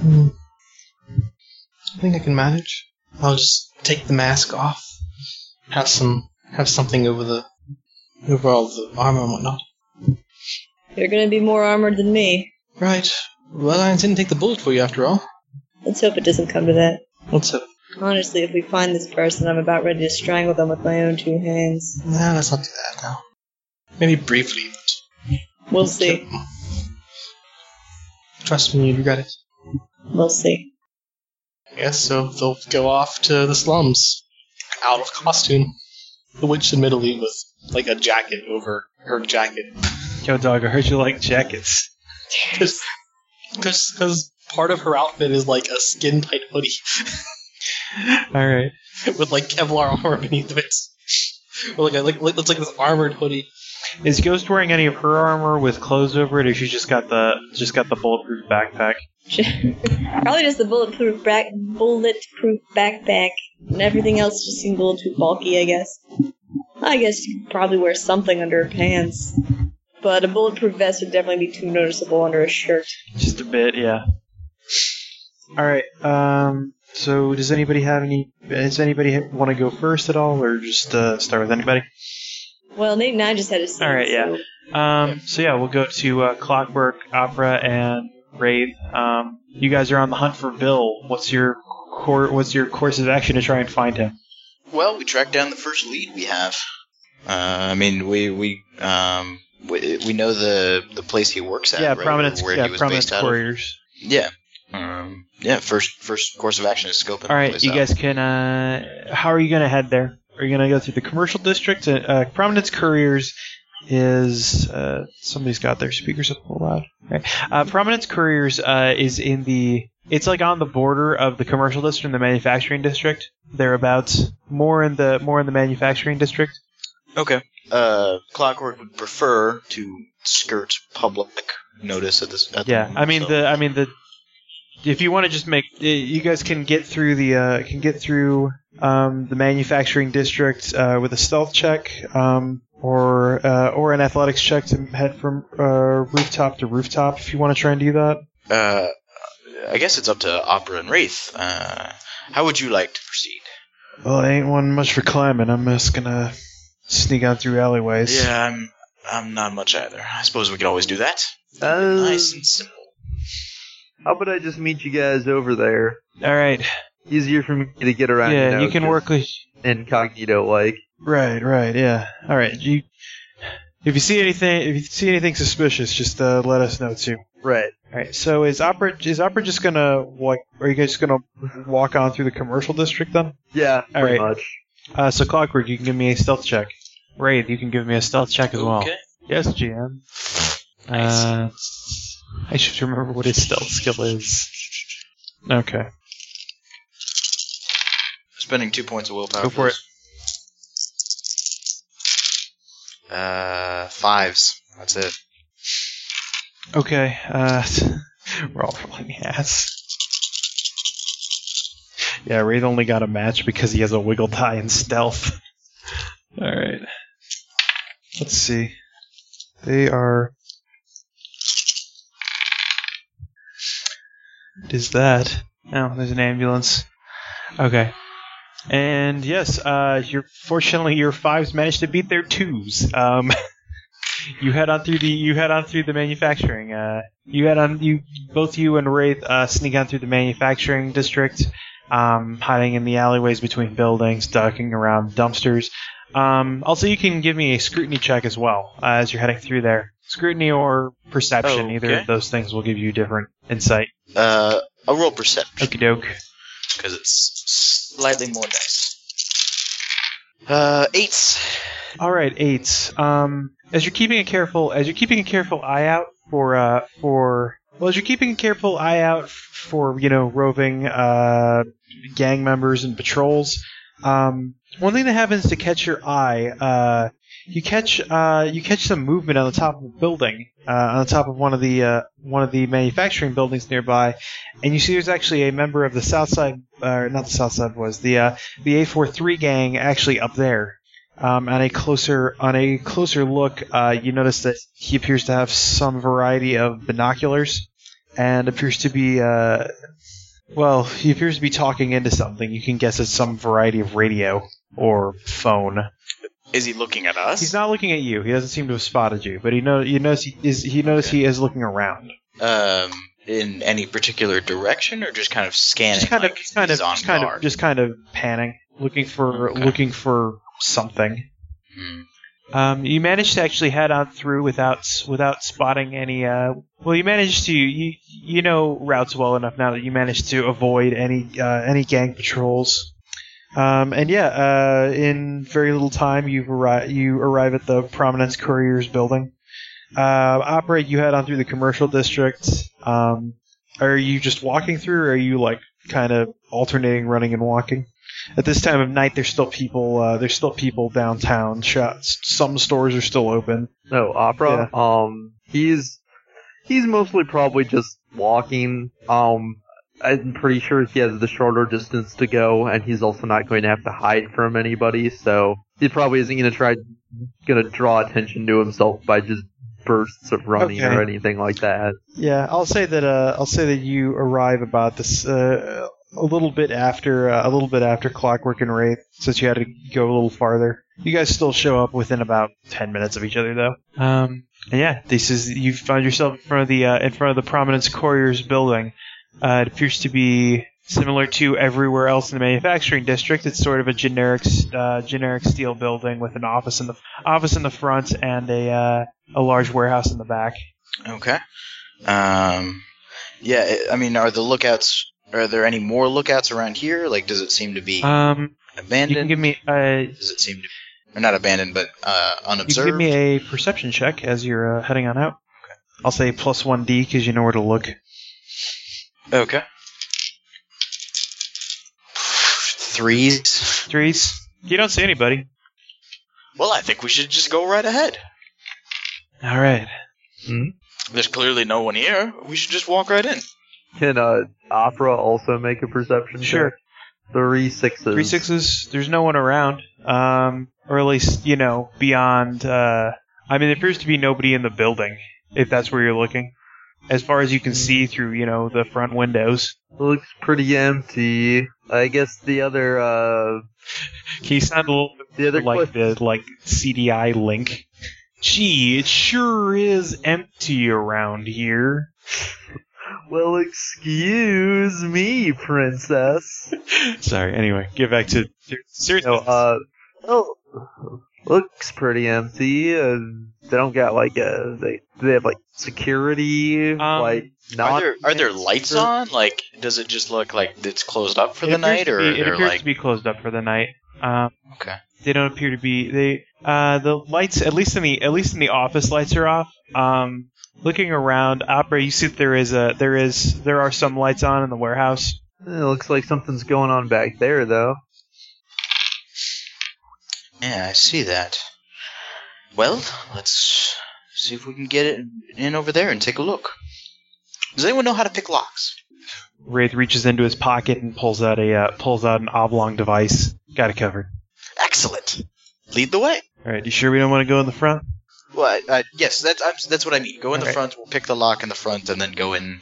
Speaker 3: Hmm. I think I can manage. I'll just take the mask off. Have some, have something over the, over all the armor and whatnot.
Speaker 4: You're gonna be more armored than me.
Speaker 3: Right. Well, I intend to take the bullet for you after all.
Speaker 4: Let's hope it doesn't come to that.
Speaker 3: What's up?
Speaker 4: Honestly, if we find this person, I'm about ready to strangle them with my own two hands.
Speaker 3: Nah, let's not do that now. Maybe briefly, but
Speaker 4: We'll see.
Speaker 3: trust me, you'd regret it.
Speaker 4: We'll see.
Speaker 3: Yes, so they'll go off to the slums, out of costume. The witch in Italy with like a jacket over her jacket,
Speaker 1: Yo, dog, I heard you like jackets.
Speaker 3: because part of her outfit is like a skin tight hoodie
Speaker 1: All right.
Speaker 3: with like Kevlar armor beneath it. Or like, a, like like it's like this armored hoodie.
Speaker 1: Is Ghost wearing any of her armor with clothes over it, or she just got the just got the bulletproof backpack?
Speaker 4: Probably just the bulletproof back, bulletproof backpack, and everything else just seemed a little too bulky. I guess. I guess you could probably wear something under her pants, but a bulletproof vest would definitely be too noticeable under a shirt.
Speaker 1: Just a bit, yeah. All right. Um. So, does anybody have any? Does anybody want to go first at all, or just uh, start with anybody?
Speaker 4: Well, Nate and I just had a scene.
Speaker 1: All right, yeah.
Speaker 4: so-
Speaker 1: Um. So yeah, we'll go to uh, Clockwork Opera and Wraith. Um. You guys are on the hunt for Bill. What's your cour- what's your course of action to try and find him?
Speaker 2: Well, we tracked down the first lead we have. Uh, I mean, we we um we, we know the the place he works at.
Speaker 1: yeah,
Speaker 2: right?
Speaker 1: prominence.
Speaker 2: Where
Speaker 1: Yeah,
Speaker 2: he was
Speaker 1: prominence
Speaker 2: based out of.
Speaker 1: couriers.
Speaker 2: Yeah. Um, yeah. First first course of action is scoping.
Speaker 1: All
Speaker 2: the
Speaker 1: right,
Speaker 2: place
Speaker 1: you
Speaker 2: out.
Speaker 1: guys can. Uh, how are you going to head there? Are you going to go through the commercial district? Uh, uh, prominence couriers is uh, somebody's got their speakers up a little loud. All right. Uh, prominence couriers uh, is in the. It's like on the border of the commercial district and the manufacturing district. Thereabouts, more in the more in the manufacturing district.
Speaker 2: Okay. Uh, Clockwork would prefer to skirt public notice at this. At the
Speaker 1: Yeah,
Speaker 2: moment,
Speaker 1: I mean
Speaker 2: so-
Speaker 1: the I mean the if you want to just make eh, you guys can get through the uh, can get through um, the manufacturing district uh, with a stealth check um, or uh, or an athletics check to head from uh, rooftop to rooftop if you want to try and do that.
Speaker 2: Uh, I guess it's up to Opera and Wraith. Uh, how would you like to proceed?
Speaker 1: Well, it ain't one much for climbing. I'm just gonna sneak on through alleyways.
Speaker 2: Yeah, I'm. I'm not much either. I suppose we could always do that.
Speaker 10: Uh,
Speaker 2: Nice and simple.
Speaker 10: How about I just meet you guys over there?
Speaker 1: All right.
Speaker 10: Easier for me to get around.
Speaker 1: yeah,
Speaker 10: know,
Speaker 1: you can
Speaker 10: just
Speaker 1: work with
Speaker 10: incognito, like.
Speaker 1: Right, right, yeah. All right, you. If you see anything, if you see anything suspicious, just uh, let us know too.
Speaker 10: Right.
Speaker 1: All right. So is opera is opera just gonna like? Are you guys just gonna walk on through the commercial district then?
Speaker 10: Yeah.
Speaker 1: All
Speaker 10: pretty
Speaker 1: right.
Speaker 10: much.
Speaker 1: Uh, so clockwork, you can give me a stealth check. Wraith, you can give me a stealth check as well.
Speaker 15: Okay.
Speaker 1: Yes, GM.
Speaker 15: Nice.
Speaker 1: Uh, I should remember what his stealth skill is. Okay.
Speaker 2: Spending two points of willpower.
Speaker 1: Go for it.
Speaker 2: it. Uh, fives. That's it.
Speaker 1: Okay. Uh, we're all rolling ass. Yeah, Wraith only got a match because he has a wiggle die and stealth. All right. Let's see. They are. What is that? Oh, there's an ambulance. Okay. And yes, uh, your fortunately your fives managed to beat their twos. Um, you head on through the you head on through the manufacturing. Uh, you head on you both you and Wraith uh, sneak on through the manufacturing district, um, hiding in the alleyways between buildings, ducking around dumpsters. Um, also, you can give me a scrutiny check as well uh, as you're heading through there. Scrutiny or perception, either
Speaker 2: Okay.
Speaker 1: of those things will give you different insight.
Speaker 2: Uh, I'll roll perception
Speaker 1: Okie doke.
Speaker 2: because it's slightly more dice. Uh, eights.
Speaker 1: All right, eights. Um, as you're keeping a careful, as you're keeping a careful eye out for, uh, for, well, as you're keeping a careful eye out f- for, you know, roving, uh, gang members and patrols, um, one thing that happens to catch your eye, uh, you catch, uh, you catch some movement on the top of a building, uh, on the top of one of the, uh, one of the manufacturing buildings nearby, and you see there's actually a member of the Southside, uh, not the Southside was the, uh, the A43 gang actually up there. Um, on a closer on a closer look, uh, you notice that he appears to have some variety of binoculars, and appears to be uh, well, he appears to be talking into something. You can guess it's some variety of radio or phone.
Speaker 2: Is he looking at us?
Speaker 1: He's not looking at you. He doesn't seem to have spotted you, but he know you notice he is he knows he is looking around.
Speaker 2: um, in any particular direction, or just kind of scanning?
Speaker 1: Just kind of,
Speaker 2: like
Speaker 1: just kind of,
Speaker 2: he's on
Speaker 1: just kind
Speaker 2: guard?
Speaker 1: of, just kind of panning, looking for
Speaker 2: Okay.
Speaker 1: looking for something.
Speaker 2: Hmm.
Speaker 1: Um, you managed to actually head on through without without spotting any. Uh, well, you managed to you you know routes well enough now that you managed to avoid any uh, any gang patrols. Um, and yeah, uh, in very little time you've arri- you arrive at the Prominence Couriers building. Uh, operate. You head on through the commercial district. Um, are you just walking through? or Are you like kind of alternating running and walking? at this time of night there's still people uh, there's still people downtown shots some stores are still open
Speaker 10: No, opera. Um, he's he's mostly probably just walking. Um, I'm pretty sure he has the shorter distance to go, and he's also not going to have to hide from anybody. So he probably isn't going to try going to draw attention to himself by just bursts of running
Speaker 1: Okay.
Speaker 10: or anything like that.
Speaker 1: yeah i'll say that uh, i'll say that you arrive about this uh, a little bit after uh, a little bit after clockwork and wraith since you had to go a little farther you guys still show up within about 10 minutes of each other though um and yeah this is you found yourself in front of the uh, in front of the prominence couriers building uh, it appears to be similar to everywhere else in the manufacturing district. It's sort of a generic, uh, generic steel building with an office in the office in the front and a uh, a large warehouse in the back.
Speaker 2: Okay. Um, yeah, I- I mean, are the lookouts? Are there any more lookouts around here? Like, does it seem to be
Speaker 1: Um, you can
Speaker 2: abandoned?
Speaker 1: give me a
Speaker 2: does it seem to be, or not abandoned, but uh,
Speaker 1: you can
Speaker 2: unobserved?
Speaker 1: give me a perception check as you're uh, heading on out. I'll say plus one D because you know where to look.
Speaker 2: okay. Threes.
Speaker 1: Threes.
Speaker 16: You don't see anybody.
Speaker 2: Well, I think we should just go right ahead.
Speaker 1: All right.
Speaker 2: There's clearly no one here. We should just walk right in.
Speaker 10: Can uh, Opera also make a perception
Speaker 1: Sure.
Speaker 10: check? Three sixes.
Speaker 1: Three sixes. There's no one around, um, or at least you know beyond. Uh, I mean, there appears to be nobody in the building, if that's where you're looking, as far as you can see through you know the front windows.
Speaker 10: Looks pretty empty. I guess the other uh,
Speaker 1: Can you sound a little
Speaker 10: the other
Speaker 1: bit like
Speaker 10: question-
Speaker 1: the like CDI link? Gee, it sure is empty around here.
Speaker 10: Well, excuse me, princess.
Speaker 16: Sorry. Anyway, get back to seriously.
Speaker 10: No, uh, oh, looks pretty empty. Uh, they don't got like a they. Do they have like security?
Speaker 1: Um,
Speaker 10: like not
Speaker 2: Are there are there lights on? Like, does it just look like it's closed up for
Speaker 1: It
Speaker 2: the
Speaker 1: appears
Speaker 2: night,
Speaker 1: to
Speaker 2: or
Speaker 1: be- it
Speaker 2: they're
Speaker 1: appears
Speaker 2: like
Speaker 1: to be closed up for the night. Um,
Speaker 2: Okay.
Speaker 1: They don't appear to be they. Uh, the lights, at least in the at least in the office, lights are off. Um, looking around, opera, you see that there is a there is there are some lights on in the warehouse.
Speaker 10: It looks like something's going on back there, though.
Speaker 2: Yeah, I see that. Well, let's see if we can get it in over there and take a look. Does anyone know how to pick locks?
Speaker 1: Wraith reaches into his pocket and pulls out a uh, pulls out an oblong device. Got it covered.
Speaker 2: Excellent. Lead the way.
Speaker 1: All right, you sure we don't want to go in the front?
Speaker 2: Well, I, I, yes, that's I'm, that's what I mean. Go in the
Speaker 1: Alright.
Speaker 2: front. We'll pick the lock in the front, and then go in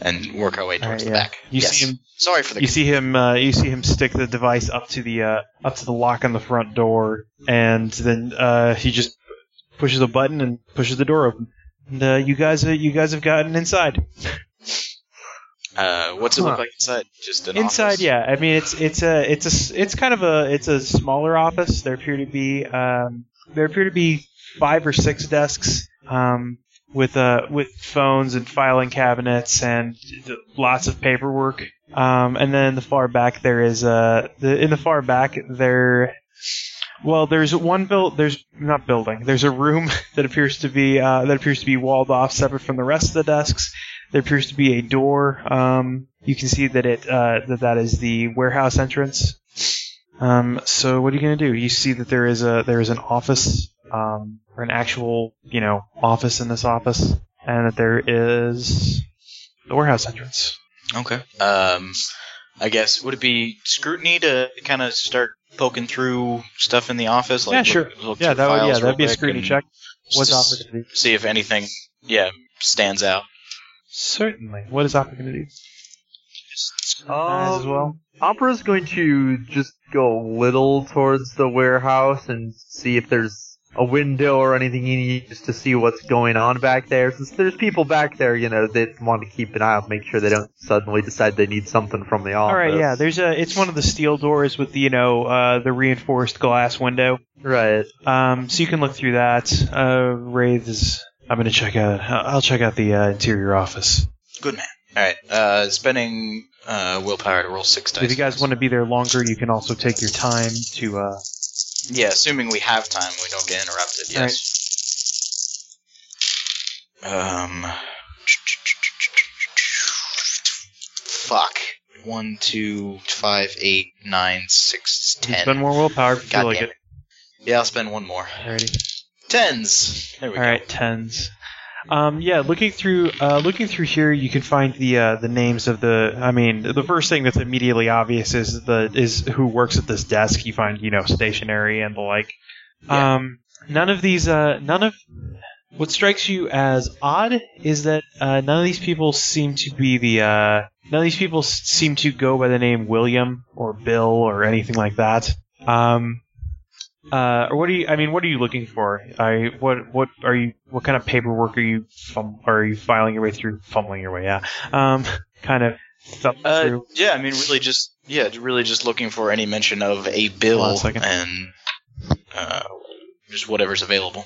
Speaker 2: and work our way
Speaker 1: Alright,
Speaker 2: towards the
Speaker 1: yeah.
Speaker 2: back.
Speaker 1: You
Speaker 2: yes.
Speaker 1: see him.
Speaker 2: Sorry for the.
Speaker 1: You see him. Uh, you see him stick the device up to the uh, up to the lock on the front door, and then uh, he just pushes a button and pushes the door open. And uh, you guys, uh, you guys have gotten inside.
Speaker 2: uh, what's it look
Speaker 10: Huh.
Speaker 2: like inside? Just an
Speaker 1: Inside,
Speaker 2: office?
Speaker 1: yeah. I mean, it's it's a it's a s- it's kind of a it's a smaller office. There appear to be um, there appear to be five or six desks um, with uh with phones and filing cabinets and th- lots of paperwork. Um, and then in the far back there is uh the in the far back there. Well, there's one build. There's not building. There's a room that appears to be uh, that appears to be walled off, separate from the rest of the desks. There appears to be a door. Um, you can see that it uh, that that is the warehouse entrance. Um, so what are you going to do? You see that there is a there is an office um, or an actual you know office in this office, and that there is the warehouse entrance.
Speaker 2: Okay. Um, I guess would it be scrutiny to kind of start poking through stuff in the office? Like
Speaker 1: Yeah,
Speaker 2: look-
Speaker 1: sure.
Speaker 2: look
Speaker 1: Yeah,
Speaker 2: through
Speaker 1: that would, yeah
Speaker 2: files real
Speaker 1: that'd be a
Speaker 2: quick
Speaker 1: scrutiny
Speaker 2: and
Speaker 1: check.
Speaker 2: just
Speaker 1: What's
Speaker 2: to s-
Speaker 1: opportunity?
Speaker 2: See if anything, yeah, stands out.
Speaker 1: Certainly. What is opportunity? Eyes as well.
Speaker 10: Opera's going to just go a little towards the warehouse and see if there's a window or anything he needs to see what's going on back there. Since there's people back there, you know, they want to keep an eye out, make sure they don't suddenly decide they need something from the
Speaker 2: Um,
Speaker 10: office.
Speaker 1: All right. Yeah. There's a. It's one of the steel doors with the you know uh, the reinforced glass window.
Speaker 10: Right.
Speaker 1: Um, so you can look through that. Uh, Wraith is. I'm gonna check out. I- I'll check out the uh, interior office.
Speaker 2: Good man. All right. Uh, spending uh, willpower to roll six dice.
Speaker 1: If you guys want to be there longer, you can also take your time to. Uh,
Speaker 2: yeah, assuming we have time, we don't get interrupted. Yes. Um. Fuck. One, two, five, eight, nine, six, ten.
Speaker 1: spend more willpower if you
Speaker 2: God
Speaker 1: feel like
Speaker 2: damn
Speaker 1: it.
Speaker 2: Yeah, I'll spend one more.
Speaker 1: Alrighty.
Speaker 2: Tens. There we
Speaker 1: All
Speaker 2: go.
Speaker 1: right, tens. Um, yeah, looking through uh, looking through here, you can find the uh, the names of the. I mean, the first thing that's immediately obvious is the is who works at this desk. You find you know stationery and the like. Um, none of these. Uh, none of what strikes you as odd is that uh, none of these people seem to be the. Uh, none of these people s- seem to go by the name William or Bill or anything like that. Um, uh, or what are you? I mean, what are you looking for? I what what are you? What kind of paperwork are you fum, are you filing your way through? Fumbling your way, yeah. Um, kind of thumb
Speaker 2: Uh,
Speaker 1: through.
Speaker 2: yeah, I mean, really just yeah, really just looking for any mention of a bill
Speaker 1: Hold on a second.
Speaker 2: and uh, just whatever's available.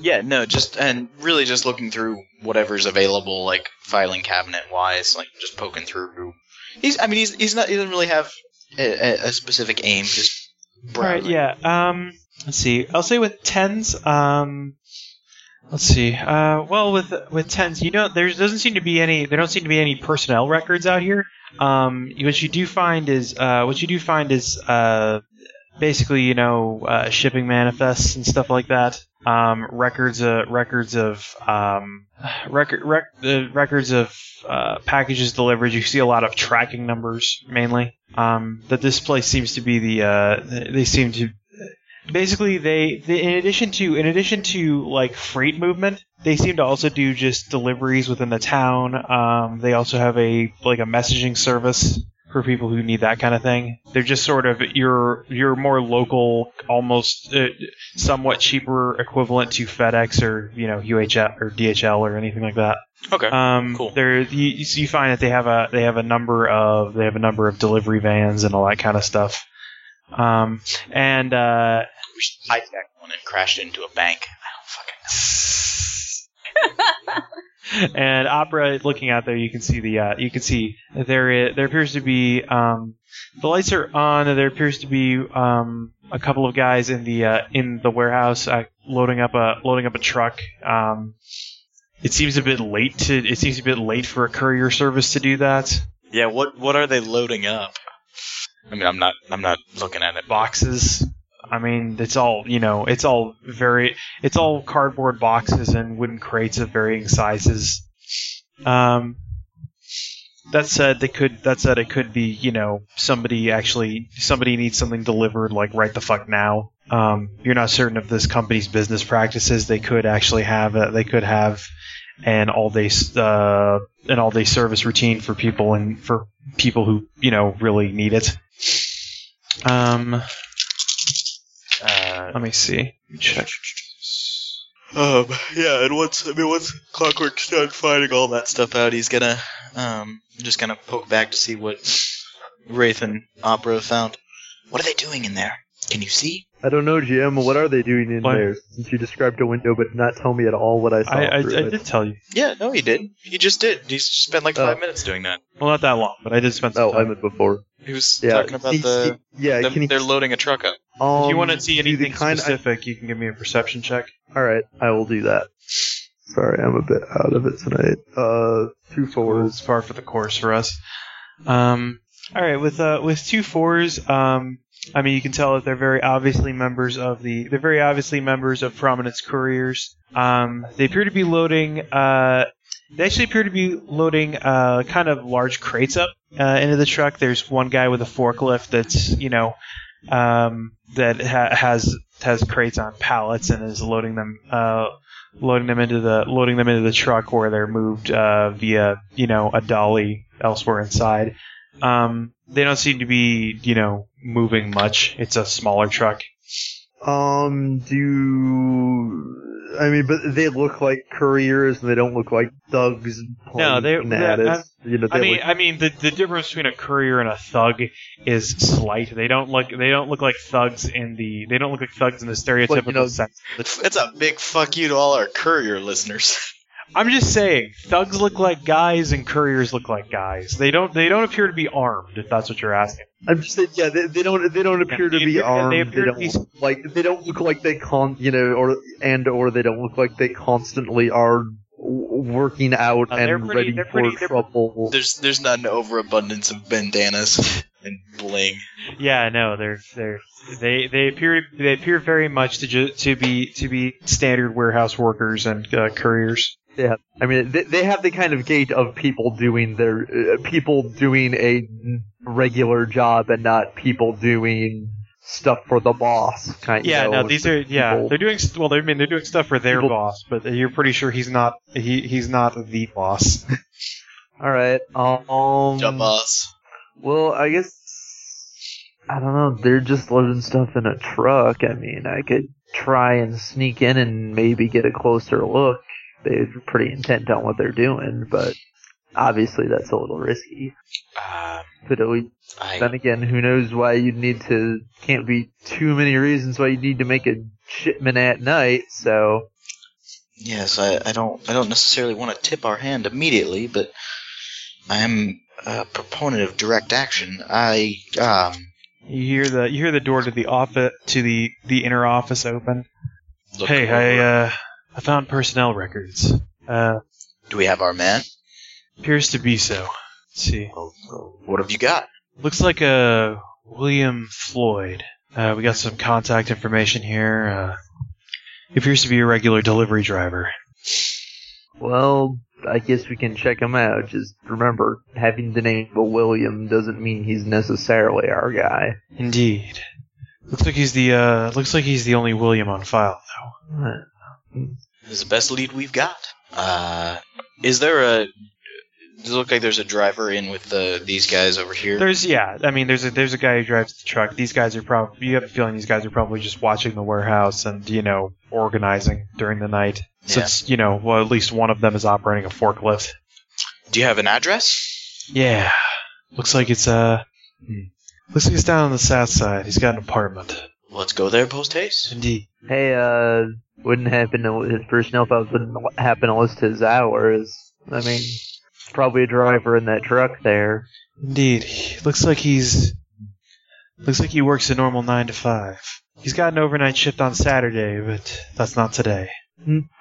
Speaker 2: Yeah, no, just and really just looking through whatever's available, like filing cabinet wise, like just poking through. He's, I mean, he's he's not he doesn't really have a, a, a specific aim. Just
Speaker 1: All right,
Speaker 2: browsing.
Speaker 1: yeah. Um, let's see. I'll say with tens. Um, let's see. Uh, well, with with tens, you know, there doesn't seem to be any. There don't seem to be any personnel records out here. Um, what you do find is uh, what you do find is uh, basically you know uh, shipping manifests and stuff like that. Um, records uh, records of um, record rec- the records of uh, packages delivered. You see a lot of tracking numbers mainly. Um, that this place seems to be the uh, they seem to basically they, they in addition to in addition to like freight movement they seem to also do just deliveries within the town um, they also have a like a messaging service for people who need that kind of thing they're just sort of your your more local almost uh, somewhat cheaper equivalent to fedex or you know uhl or dhl or anything like that
Speaker 2: Okay.
Speaker 1: um,
Speaker 2: Cool.
Speaker 1: There, you, you find that they have a they have a number of they have a number of delivery vans and all that kind of stuff. Um, and uh,
Speaker 2: We hijacked one and crashed into a bank. I don't fucking
Speaker 1: and opera, looking out there, you can see the uh, you can see there i- there appears to be um, the lights are on. and There appears to be um, a couple of guys in the uh, in the warehouse uh, loading up a loading up a truck. Um, it seems a bit late to it seems a bit late for a courier service to do that.
Speaker 2: Yeah, what what are they loading up? I mean, I'm not I'm not looking at it.
Speaker 1: boxes. I mean, it's all you know. It's all very. It's all cardboard boxes and wooden crates of varying sizes. Um, that said, they could. That said, it could be you know somebody actually somebody needs something delivered like right the fuck now. Um, you're not certain of this company's business practices. They could actually have. A, they could have an all day s- uh, an all day service routine for people and for people who you know really need it. Um,
Speaker 2: Uh,
Speaker 1: let me see. Let me Check.
Speaker 2: um, yeah, and once I mean once Clockwork's done finding all that stuff out, he's gonna um just gonna poke back to see what Wraith and Opera found. What are they doing in there? Can you see?
Speaker 10: I don't know, Jim. What are they doing in
Speaker 1: What?
Speaker 10: there? Since you described a window, but did not tell me at all what I saw
Speaker 1: I, I, I
Speaker 10: through it.
Speaker 1: did tell you.
Speaker 2: Yeah, no, he did. He just did. He spent like
Speaker 10: five
Speaker 2: five minutes doing that.
Speaker 1: Well, not that long, but I did spend some
Speaker 10: Oh, I
Speaker 1: time.
Speaker 10: meant before.
Speaker 2: He was
Speaker 10: Yeah.
Speaker 2: talking about
Speaker 10: See-
Speaker 2: the
Speaker 10: see- yeah.
Speaker 2: them,
Speaker 10: can you,
Speaker 2: they're loading a truck up.
Speaker 10: um,
Speaker 1: if you want to see
Speaker 10: do the
Speaker 1: anything
Speaker 10: kind I-
Speaker 1: specific, you can give me a perception check.
Speaker 10: all right, I will do that. Sorry, I'm a bit out of it tonight. Uh, two fours.
Speaker 1: It's par for the course for us. Um, all right, with uh, with two fours, um, I mean you can tell that they're very obviously members of the they're very obviously members of Prominence Couriers. Um, they appear to be loading. Uh, they actually appear to be loading uh, kind of large crates up uh, into the truck. There's one guy with a forklift that's you know um, that ha- has has crates on pallets and is loading them uh, loading them into the loading them into the truck where they're moved uh, via you know a dolly elsewhere inside. Um, they don't seem to be you know moving much. It's a smaller truck.
Speaker 10: Um, do I mean? But they look like couriers, and they don't look like thugs.
Speaker 1: No, they-
Speaker 10: playing
Speaker 1: they-
Speaker 10: at
Speaker 1: I'm-
Speaker 10: us. You know, they
Speaker 1: I mean,
Speaker 10: look-
Speaker 1: I mean the the difference between a courier and a thug is slight. They don't look they don't look like thugs in the they don't look like thugs in the stereotypical
Speaker 10: Well, you know-
Speaker 1: sense.
Speaker 2: That's a big fuck you to all our courier listeners.
Speaker 1: I'm just saying, thugs look like guys and couriers look like guys. They don't they don't appear to be armed. If that's what you're asking.
Speaker 10: I'm just saying, yeah, they, they don't they don't appear
Speaker 1: they
Speaker 10: to be
Speaker 1: appear- they
Speaker 10: armed. They,
Speaker 1: appear to
Speaker 10: don't
Speaker 1: be-
Speaker 10: look like they don't look like they con you know, or and or they don't look like they constantly are w- working out
Speaker 1: Uh, they're
Speaker 10: and
Speaker 1: pretty-
Speaker 10: ready
Speaker 1: they're
Speaker 10: for
Speaker 1: pretty- they're-
Speaker 10: trouble.
Speaker 2: There's there's not an overabundance of bandanas and bling.
Speaker 1: Yeah, no, they're they're they they appear they appear very much to ju- to be to be standard warehouse workers and uh, couriers.
Speaker 10: I mean, they, they have the kind of gait of people doing their uh, people doing a regular job and not people doing stuff for the boss. Kind
Speaker 1: Yeah,
Speaker 10: you know,
Speaker 1: no, these are yeah,
Speaker 10: people-
Speaker 1: they're doing s- well. They, I mean, they're doing stuff for their
Speaker 10: People-
Speaker 1: boss, but you're pretty sure he's not he he's not the boss.
Speaker 10: all right. Um,
Speaker 2: Jump us.
Speaker 10: Well, I guess I don't know. They're just loading stuff in a truck. I mean, I could try and sneak in and maybe get a closer look. They're pretty intent on what they're doing, but obviously that's a little risky.
Speaker 2: Um,
Speaker 10: But it would- then
Speaker 2: I,
Speaker 10: again, who knows why you'd need to? Can't be too many reasons why you need to make a shipment at night. So
Speaker 2: yes, I, I don't I don't necessarily want to tip our hand immediately, but I am a proponent of direct action. I um,
Speaker 1: You hear the you hear the door to the office to the the inner office open.
Speaker 2: look
Speaker 1: Hey, I
Speaker 2: over.
Speaker 1: uh, I found personnel records. Uh,
Speaker 2: do we have our man?
Speaker 1: appears to be so. Let's see,
Speaker 2: Well, well, what have you got?
Speaker 1: looks like a William Floyd. Uh, we got some contact information here. Uh, he appears to be a regular delivery driver.
Speaker 10: well, I guess we can check him out. Just remember, having the name of William doesn't mean he's necessarily our guy.
Speaker 1: Indeed. Looks like he's the uh, looks like he's the only William on file though.
Speaker 10: Huh.
Speaker 2: This is the best lead we've got. Uh, is there a? Does it look like there's a driver in with the these guys over here?
Speaker 1: There's yeah, I mean there's a there's a guy who drives the truck. These guys are probably you have a feeling these guys are probably just watching the warehouse and you know organizing during the night since you know well at least one of them is operating a forklift.
Speaker 2: Do you have an address?
Speaker 1: Yeah, looks like it's uh, hmm. looks like it's down on the south side. He's got an apartment.
Speaker 2: Let's go there post haste.
Speaker 1: Indeed.
Speaker 10: Hey, uh, wouldn't happen to his personnel files wouldn't happen to list his hours. I mean, probably a driver in that truck there.
Speaker 1: Indeed. He- Looks like he's. Looks like he works a normal 9 to 5. He's got an overnight shift on Saturday, but that's not today.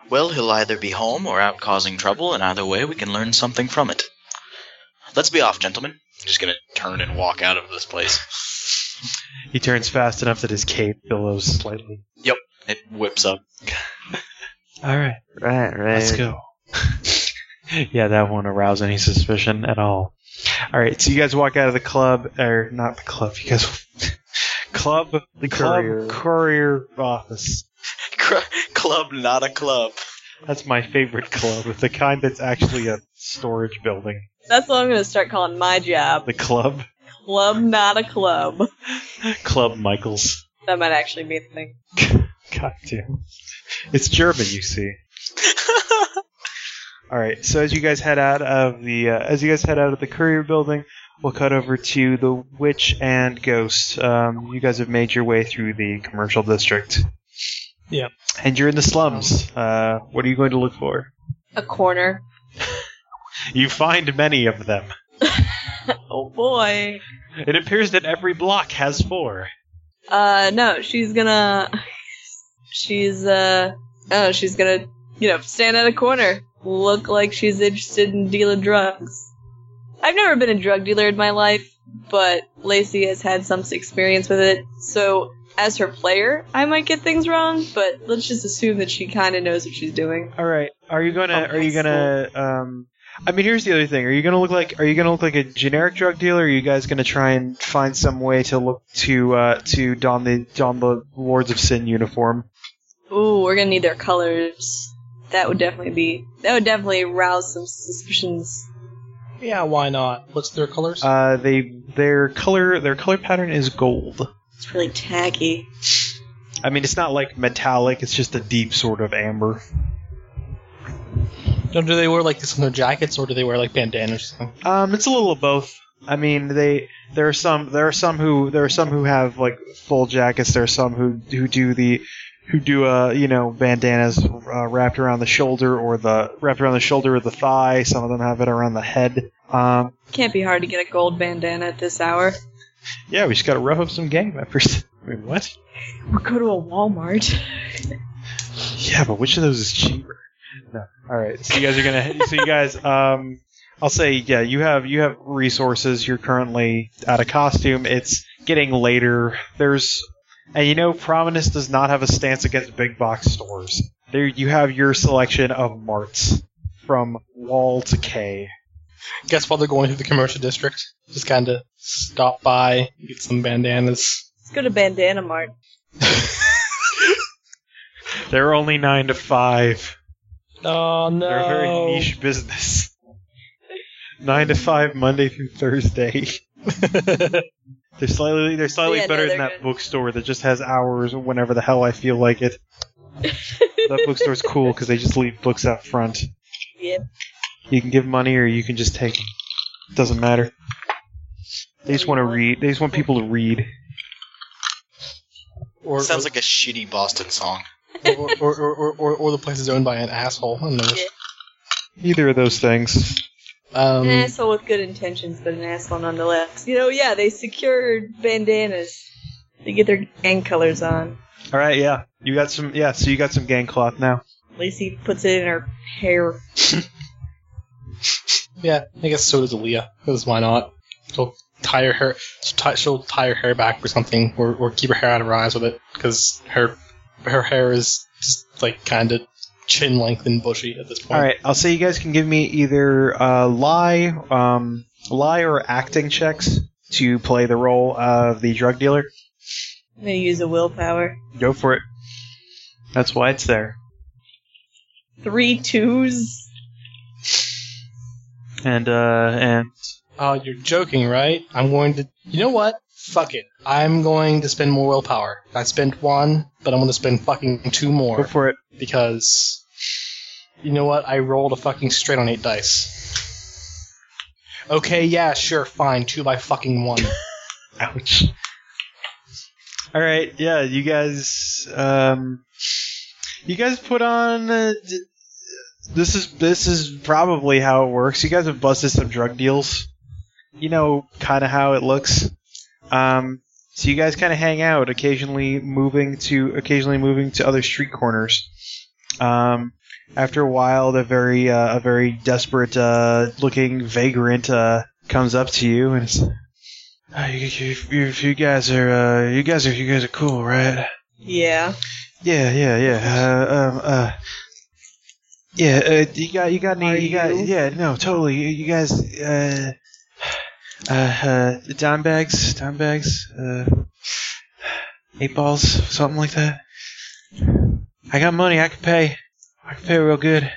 Speaker 2: Well, he'll either be home or out causing trouble, and either way, we can learn something from it. Let's be off, gentlemen. I'm just gonna turn and walk out of this place.
Speaker 1: He turns fast enough that his cape billows slightly.
Speaker 2: It whips up.
Speaker 1: Alright,
Speaker 10: Right, right.
Speaker 1: let's go. yeah, that won't arouse any suspicion at all. Alright, so you guys walk out of the club, or not the club, you guys. club.
Speaker 10: The
Speaker 1: club
Speaker 10: courier.
Speaker 1: courier office.
Speaker 2: Cr- club, not a club.
Speaker 1: That's my favorite club, the kind that's actually a storage building.
Speaker 4: That's what I'm gonna start calling my job.
Speaker 1: The club.
Speaker 4: Club, not a club.
Speaker 1: Club Michaels.
Speaker 4: That might actually be the thing.
Speaker 1: God damn. It's German, you see. All right. So as you guys head out of the uh, as you guys head out of the courier building, we'll cut over to the witch and ghost. Um, you guys have made your way through the commercial district.
Speaker 3: Yeah.
Speaker 1: And you're in the slums. Uh, what are you going to look for?
Speaker 4: A corner.
Speaker 1: You find many of them.
Speaker 4: Oh boy.
Speaker 1: It appears that every block has four.
Speaker 4: Uh, no, she's gonna. She's, uh. Oh, she's gonna, you know, stand at a corner. Look like she's interested in dealing drugs. I've never been a drug dealer in my life, but Lacey has had some experience with it, so as her player, I might get things wrong, but let's just assume that she kinda knows what she's doing.
Speaker 1: All right. Are you gonna?
Speaker 4: Oh,
Speaker 1: are you
Speaker 4: that's
Speaker 1: gonna? Um, I mean, here's the other thing. Are you gonna look like? Are you gonna look like a generic drug dealer? Or are you guys gonna try and find some way to look to uh, to don the don the Lords of Sin uniform?
Speaker 4: Ooh, we're gonna need their colors. That would definitely be. That would definitely rouse some suspicions.
Speaker 3: Yeah, why not? What's their colors?
Speaker 1: Uh, they their color their color pattern is gold.
Speaker 4: It's really tacky.
Speaker 1: I mean, it's not like metallic. It's just a deep sort of amber.
Speaker 3: Don't do they wear like this on their jackets, or do they wear like bandanas? Or something?
Speaker 1: Um, it's a little of both. I mean, they there are some there are some who there are some who have like full jackets. There are some who who do the who do uh you know bandanas uh, wrapped around the shoulder or the wrapped around the shoulder or the thigh. Some of them have it around the head. Um,
Speaker 4: Can't be hard to get a gold bandana at this hour.
Speaker 1: yeah, we just gotta rough up some gang members. I mean, what?
Speaker 4: We'll go to a Walmart.
Speaker 1: Yeah, but which of those is cheaper? No. All right. So you guys are gonna. so you guys, um, I'll say, yeah, you have you have resources. You're currently out of costume. It's getting later. There's, and you know, Prominence does not have a stance against big box stores. There, you have your selection of marts from wall to K.
Speaker 3: Guess while they're going through the commercial district, just kind of stop by, get some bandanas.
Speaker 4: Let's go to Bandana Mart.
Speaker 1: They're only nine to five.
Speaker 3: Oh no!
Speaker 1: They're a very niche business. Nine to five, Monday through Thursday. They're slightly they're slightly
Speaker 4: Yeah, no,
Speaker 1: better than
Speaker 4: they're
Speaker 1: that
Speaker 4: good.
Speaker 1: bookstore that just has hours whenever the hell I feel like it. that bookstore's cool because they just leave books out front.
Speaker 4: Yep.
Speaker 1: You can give money or you can just take them. Doesn't matter. They just want to read. They just want people to read.
Speaker 3: Or,
Speaker 2: Sounds like a shitty Boston song.
Speaker 3: or, or, or, or, or, or the place is owned by an asshole. I don't know.
Speaker 1: Either of those things.
Speaker 3: Um,
Speaker 4: an asshole with good intentions, but an asshole nonetheless. You know, yeah, they secured bandanas. They get their gang colors on.
Speaker 1: All right, yeah. You got some. Yeah, so you got some gang cloth now.
Speaker 4: Lacey puts it in her hair.
Speaker 3: Yeah, I guess so does Aaliyah. Because why not? She'll tie her hair. She'll tie, she'll tie her hair back or something, or, or keep her hair out of her eyes with it, because her her hair is just like kind of chin length and bushy at this point.
Speaker 1: All right, I'll say you guys can give me either uh, lie, um, lie or acting checks to play the role of the drug dealer.
Speaker 4: I'm gonna use a willpower.
Speaker 1: Go for it. That's why it's there.
Speaker 4: Three twos.
Speaker 1: And uh, and
Speaker 3: Oh, you're joking, right? I'm going to. You know what? Fuck it. I'm going to spend more willpower. I spent one, but I'm going to spend fucking two
Speaker 1: go
Speaker 3: more
Speaker 1: for it.
Speaker 3: because. You know what? I rolled a fucking straight on eight dice. Okay, yeah, sure, fine. Two by fucking one.
Speaker 1: Ouch. All right, yeah, you guys, um, you guys put on. Uh, d- this is this is probably how it works. You guys have busted some drug deals. You know, kind of how it looks. Um, so you guys kind of hang out, occasionally moving to occasionally moving to other street corners. Um, after a while, the very uh, a very desperate uh, looking vagrant uh, comes up to you and is uh, you, you, you, you guys are uh, you guys are you guys are cool, right?
Speaker 4: Yeah.
Speaker 1: Yeah, yeah, yeah. Uh, um, uh, yeah, uh, you got you got any? You got yeah, no, totally. You, you guys, uh, uh, uh, dime bags, dime bags, uh, eight balls, something like that. I got money. I can pay. I can pay real good.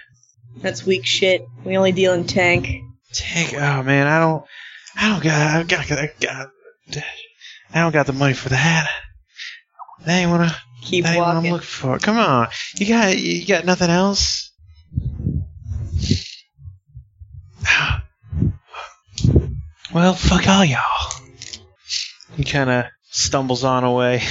Speaker 4: That's weak shit. We only deal in tank.
Speaker 1: Tank. Oh man, I don't. I don't got. I got. I got. I don't got the money for that. That ain't what I.
Speaker 4: Keep
Speaker 1: that ain't what I'm
Speaker 4: walking.
Speaker 1: looking for. Come on. You got. You got nothing else. Well, fuck all y'all. He kind of stumbles on away.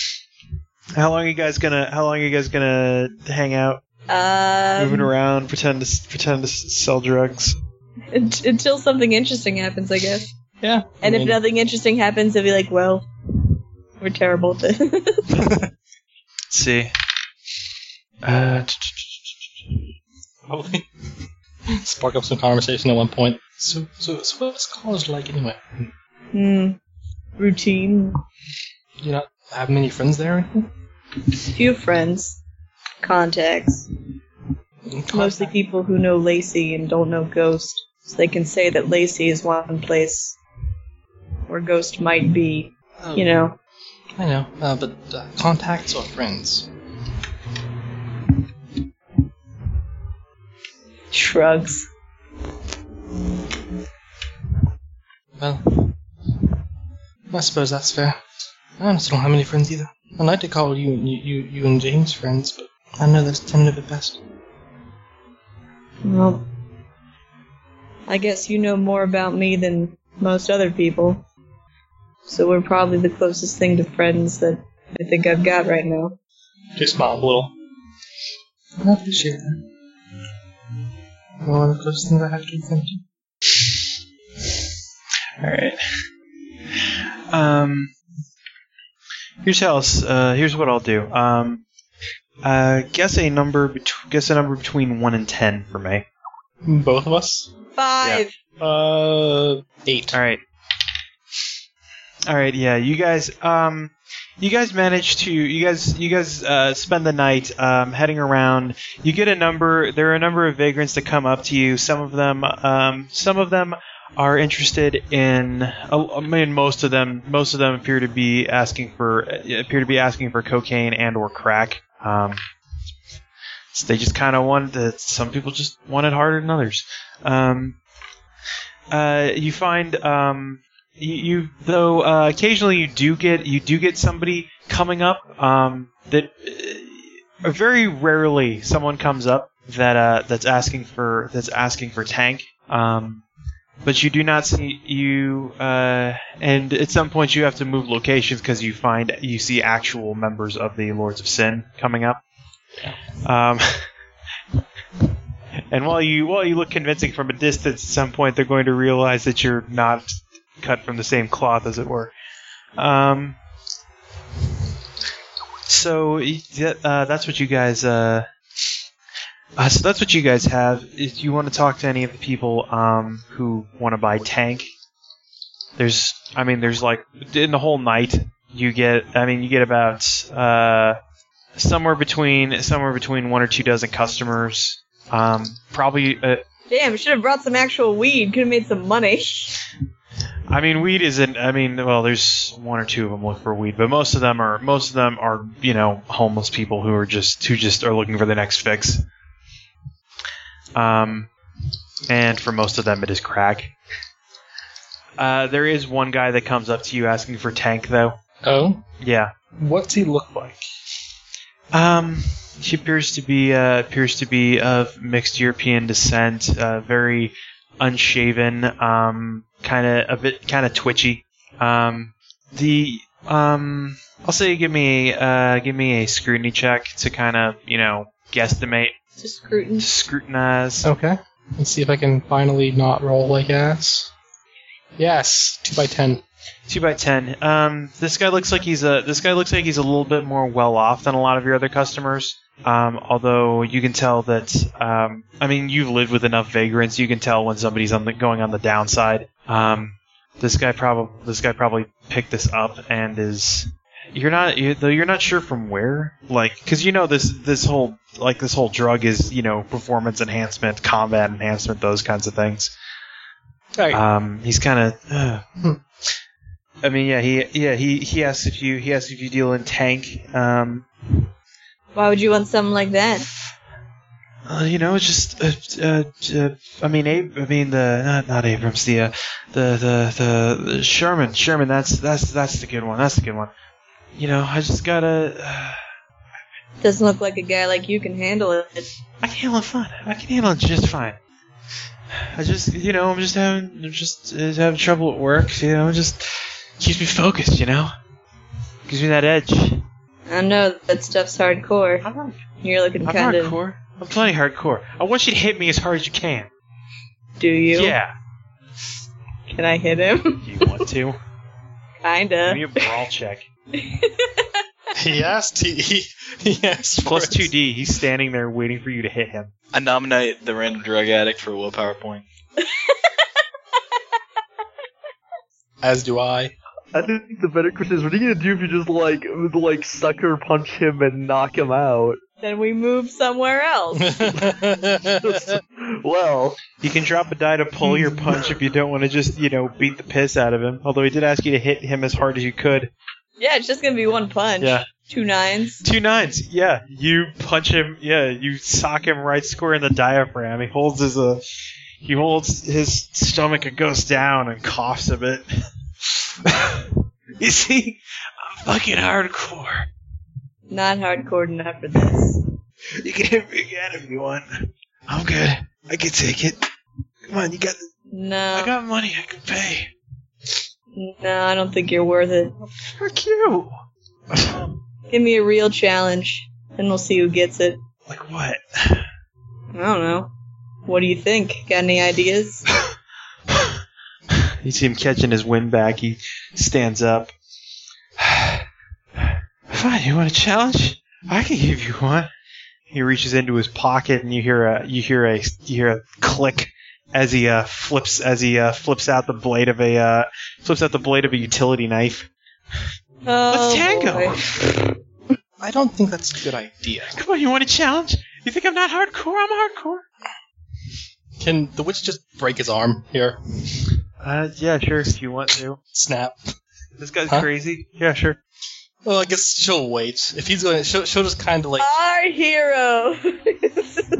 Speaker 1: How long are you guys gonna? How long are you guys gonna hang out, moving
Speaker 4: Um,
Speaker 1: around, pretend to s- pretend to s- sell drugs?
Speaker 4: unt- until something interesting happens, I guess.
Speaker 3: Yeah.
Speaker 4: And
Speaker 3: I
Speaker 4: if
Speaker 3: mean-
Speaker 4: nothing interesting happens, they'll be like, well, we're terrible at this.
Speaker 1: Let's see. Uh,
Speaker 3: probably spark up some conversation at one point. So, so, so what's college like anyway?
Speaker 4: hmm. Routine.
Speaker 3: You not have many friends there? or anything?
Speaker 4: Few friends. Contacts. Mostly people who know Lacey and don't know Ghost. So they can say that Lacey is one place where Ghost might be, you know.
Speaker 3: Oh, I know, uh, but uh, contacts or friends?
Speaker 4: Shrugs.
Speaker 3: Well, I suppose that's fair. I honestly don't have many friends either. I'd like to call you, you, you, you and James friends, but I know that's tentative at best.
Speaker 4: Well, I guess you know more about me than most other people. So we're probably the closest thing to friends that I think I've got right now.
Speaker 3: Just smiled a little. I appreciate that. Well, one of the closest things I have to thank you.
Speaker 1: all right. Um, here's how. else- Uh, here's what I'll do. Um, uh, guess a number. Bet- guess a number between one and ten for me.
Speaker 3: Both of us?
Speaker 4: Five!
Speaker 3: Uh, eight.
Speaker 1: All right. All right. Yeah, you guys. Um, you guys manage to. You guys. You guys uh, spend the night um, heading around. You get a number. There are a number of vagrants that come up to you. Some of them. Um, some of them are interested in. uh, I mean, most of them. Most of them appear to be asking for. uh, Appear to be asking for cocaine and or crack. Um, so they just kind of wanted. To, some people just want it harder than others. Um, uh, you find um, you, you though uh, occasionally you do get you do get somebody coming up um, that uh, very rarely someone comes up that uh, that's asking for that's asking for tank. Um, but you do not see you, uh, and at some point you have to move locations because you find you see actual members of the Lords of Sin coming up. Um, and while you while you look convincing from a distance, at some point they're going to realize that you're not cut from the same cloth, as it were. Um, so yeah, uh, that's what you guys. Uh, uh, so that's what you guys have. If you want to talk to any of the people um, who want to buy tank, there's, I mean, there's like in the whole night you get, I mean, you get about uh, somewhere between somewhere between one or two dozen customers. Um, probably, uh,
Speaker 17: Damn, should have brought some actual weed. Could have made some money.
Speaker 1: I mean, weed isn't. I mean, well, there's one or two of them look for weed, but most of them are most of them are you know homeless people who are just who just are looking for the next fix. Um, and for most of them, it is crack. Uh, there is one guy that comes up to you asking for tank, though.
Speaker 15: Oh,
Speaker 1: Yeah.
Speaker 15: what's he look like?
Speaker 1: Um, she appears to be uh, appears to be of mixed European descent, uh, very unshaven, um, kind of a bit kind of twitchy. Um, the um, I'll say give me uh, give me a scrutiny check to kind of you know guesstimate,
Speaker 17: To scrutin.
Speaker 1: scrutinize.
Speaker 15: Okay, let's see if I can finally not roll like ass. Yes, two by ten.
Speaker 1: Two by ten. Um, this guy looks like he's a this guy looks like he's a little bit more well off than a lot of your other customers. Um, although you can tell that um, I mean you've lived with enough vagrants, you can tell when somebody's on the, going on the downside. Um, this guy probably this guy probably picked this up and is you're not you, though you're not sure from where like because you know this this whole like this whole drug is you know performance enhancement, combat enhancement, those kinds of things.
Speaker 15: Right.
Speaker 1: Um, he's kind of. I mean, yeah, he yeah he he asks if you he asks if you deal in tank. Um,
Speaker 17: Why would you want something like that?
Speaker 1: uh, you know, it's just uh, uh, uh, I mean, Ab- I mean the not, not Abrams, the, uh, the the the the Sherman Sherman. That's that's that's the good one. That's the good one. You know, I just gotta. Uh,
Speaker 17: Doesn't look like a guy like you can handle it.
Speaker 1: I can handle it fine. I can handle it just fine. I just, you know, I'm just having, I'm just uh, having trouble at work. You know, it just keeps me focused. You know, gives me that edge.
Speaker 4: I know that stuff's hardcore.
Speaker 1: I'm not,
Speaker 4: You're looking
Speaker 1: I'm
Speaker 4: kind of.
Speaker 1: hardcore. I'm plenty hardcore. I want you to hit me as hard as you can.
Speaker 4: Do you?
Speaker 1: Yeah.
Speaker 4: Can I hit him?
Speaker 1: You want to? Give
Speaker 4: Kinda.
Speaker 1: me a brawl check.
Speaker 15: he asked. He he, he asked. for
Speaker 1: Plus
Speaker 15: it.
Speaker 1: two D. He's standing there waiting for you to hit him.
Speaker 2: I nominate the random drug addict for willpower point.
Speaker 15: As do I.
Speaker 10: I think the better question is, what are you gonna do if you just like like sucker punch him and knock him out?
Speaker 4: Then we move somewhere else.
Speaker 10: well,
Speaker 1: You can drop a die to pull your punch if you don't want to just, you know, beat the piss out of him. Although he did ask you to hit him as hard as you could.
Speaker 4: Yeah, it's just gonna be one punch.
Speaker 1: Yeah.
Speaker 4: Two nines.
Speaker 1: Two nines. Yeah, you punch him. Yeah, you sock him right square in the diaphragm. He holds his uh, he holds his stomach and goes down and coughs a bit. you see, I'm fucking hardcore.
Speaker 4: Not hardcore enough for this.
Speaker 1: You can hit me again if you want. I'm good. I can take it. Come on, you got.
Speaker 4: No.
Speaker 1: I got money. I can pay.
Speaker 4: No, I don't think you're worth it.
Speaker 1: Fuck you.
Speaker 4: Give me a real challenge, and we'll see who gets it.
Speaker 1: Like what?
Speaker 4: I don't know. What do you think? Got any ideas?
Speaker 1: You see him catching his wind back. He stands up. Fine, you want a challenge? I can give you one. He reaches into his pocket, and you hear a you hear a you hear a click as he uh, flips as he uh, flips out the blade of a uh, flips out the blade of a utility knife.
Speaker 4: Oh,
Speaker 1: Let's tango.
Speaker 4: boy.
Speaker 15: I don't think that's a good idea.
Speaker 1: Come on, you want a challenge? You think I'm not hardcore? I'm hardcore.
Speaker 15: Can the witch just break his arm here?
Speaker 1: Uh, yeah, sure, if you want to.
Speaker 15: Snap.
Speaker 1: This guy's
Speaker 15: Huh?
Speaker 1: crazy. Yeah, sure.
Speaker 15: Well, I guess she'll wait. If he's going, she'll, she'll just kind of like.
Speaker 4: Our hero.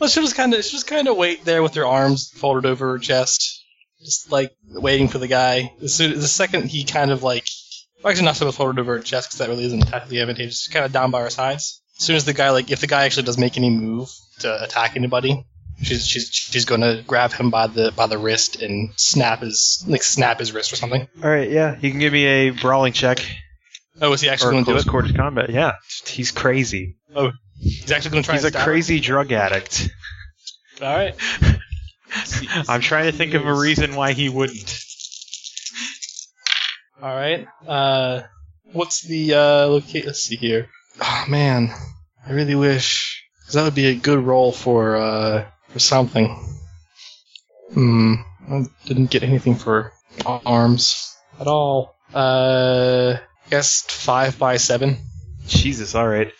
Speaker 15: Well, she was kind of she was kind of wait there with her arms folded over her chest, just like waiting for the guy. As soon, the second he kind of like, well, actually not so much folded over her chest because that really isn't tactically advantageous. She's kind of down by her sides.
Speaker 3: As soon as the guy like if the guy actually does make any move to attack anybody, she's she's she's gonna grab him by the by the wrist and snap his like snap his wrist or something.
Speaker 1: All right, yeah, you can give me a brawling check
Speaker 3: Oh, is he actually
Speaker 1: or
Speaker 3: gonna do
Speaker 1: close
Speaker 3: it?
Speaker 1: quarters combat. Yeah, he's crazy.
Speaker 3: He's actually gonna try.
Speaker 1: He's
Speaker 3: and
Speaker 1: a
Speaker 3: stab
Speaker 1: crazy drug addict.
Speaker 3: Her. All right.
Speaker 1: I'm trying to think of a reason why he wouldn't.
Speaker 3: All right. Uh, what's the uh, locate? Let's see here. Oh man, I really wish because that would be a good role for uh, for something. Hmm. I didn't get anything for arms at all. Uh, guess five by seven.
Speaker 1: Jesus, all right.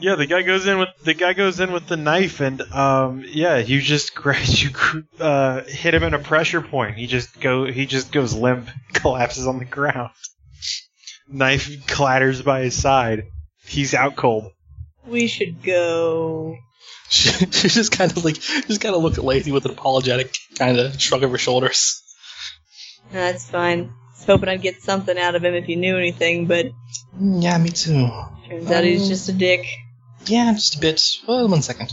Speaker 1: Yeah, the guy goes in with the guy goes in with the knife, and um, yeah, you just gra- you gr- uh, hit him in a pressure point. He just go he just goes limp, collapses on the ground. Knife clatters by his side. He's out cold.
Speaker 4: We should go.
Speaker 3: She, she just kind of like just kind of looked lazy with an apologetic kind of shrug of her shoulders.
Speaker 4: No, that's fine. I was hoping I'd get something out of him if he knew anything, but
Speaker 3: "Mm, Yeah, me too.
Speaker 4: turns out he's
Speaker 3: Um,
Speaker 4: just a dick.
Speaker 3: Yeah, just a bit. Well, one second.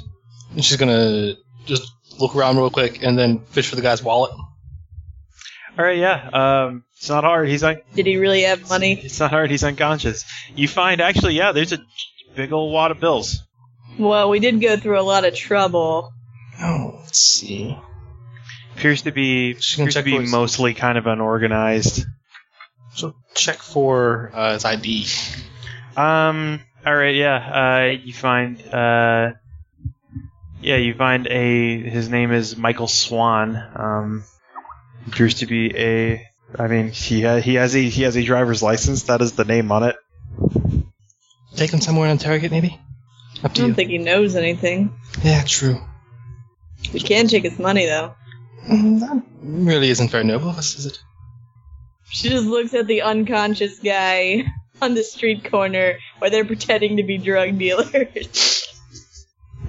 Speaker 3: And she's gonna just look around real quick and then fish for the guy's wallet.
Speaker 1: All right, yeah. Um, it's not hard. He's un-
Speaker 4: Did he really have money?
Speaker 1: it's not hard. He's unconscious. You find actually, yeah, there's a big old wad of bills.
Speaker 4: Well, we did go through a lot of trouble.
Speaker 3: Oh, let's see.
Speaker 1: Appears to be
Speaker 3: She can
Speaker 1: appears to
Speaker 3: check
Speaker 1: be
Speaker 3: for his-
Speaker 1: mostly kind of unorganized.
Speaker 3: So check for uh, his ID.
Speaker 1: Um. All right. Yeah. Uh. You find. Uh. Yeah. You find a. His name is Michael Swan. Um. Appears to be a. I mean, he ha- he has a he has a driver's license. That is the name on it.
Speaker 3: Take him somewhere and interrogate, maybe. Up
Speaker 4: I
Speaker 3: to you.
Speaker 4: don't think he knows anything.
Speaker 3: yeah, true.
Speaker 4: We can take his money though.
Speaker 3: Mm, That really isn't very noble of us, is it?
Speaker 4: She just looks at the unconscious guy on the street corner where they're pretending to be drug dealers.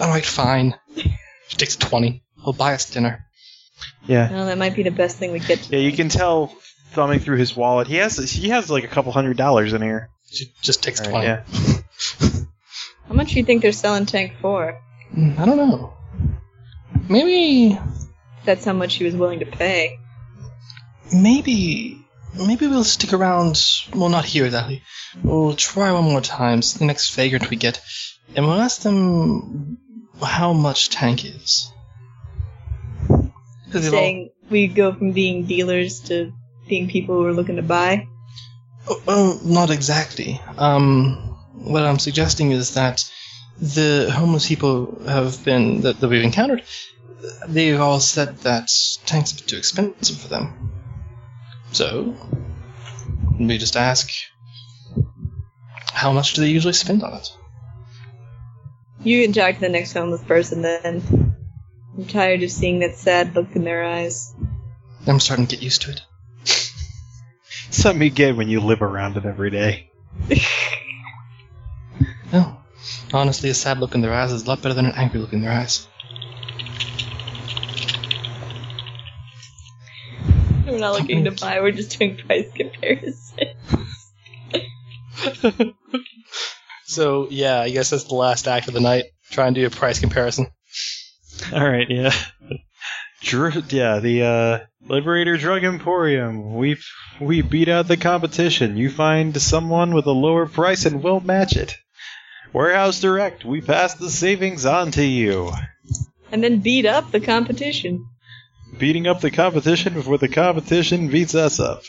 Speaker 3: All right, fine. She takes a twenty. He'll buy us dinner.
Speaker 1: Yeah.
Speaker 4: well, that might be the best thing we get.
Speaker 1: Yeah. You can tell thumbing through his wallet. He has he has like a couple hundred dollars in here.
Speaker 3: She just takes
Speaker 1: All right,
Speaker 3: twenty.
Speaker 1: yeah.
Speaker 4: How much do you think they're selling Tank for?
Speaker 3: Mm, I don't know. Maybe,
Speaker 4: That's how much he was willing to pay.
Speaker 3: maybe, maybe we'll stick around. Well, not here exactly. We'll try one more time. It's the next vagrant we get, and we'll ask them how much tank is. 'Cause they've all-
Speaker 4: Saying we go from being dealers to being people who are looking to buy.
Speaker 3: Oh, oh, not exactly. Um, what I'm suggesting is that the homeless people have been that, that we've encountered, they've all said that tanks are too expensive for them. So we just ask, how much do they usually spend on it?
Speaker 4: You can talk to the next homeless person then. I'm tired of seeing that sad look in their eyes.
Speaker 3: I'm starting to get used to it.
Speaker 1: Something you get when you live around it every day.
Speaker 3: No, Oh, honestly, a sad look in their eyes is a lot better than an angry look in their eyes.
Speaker 4: We're not looking to buy, we're just doing price comparison.
Speaker 3: So yeah, I guess that's the last act of the night. Try and do a price comparison.
Speaker 1: All right. Yeah. Dru- yeah, the uh, Liberator Drug Emporium. We we beat out the competition. You find someone with a lower price and we'll match it. Warehouse Direct. We pass the savings on to you.
Speaker 4: and then beat up the competition.
Speaker 1: Beating up the competition before the competition beats us up.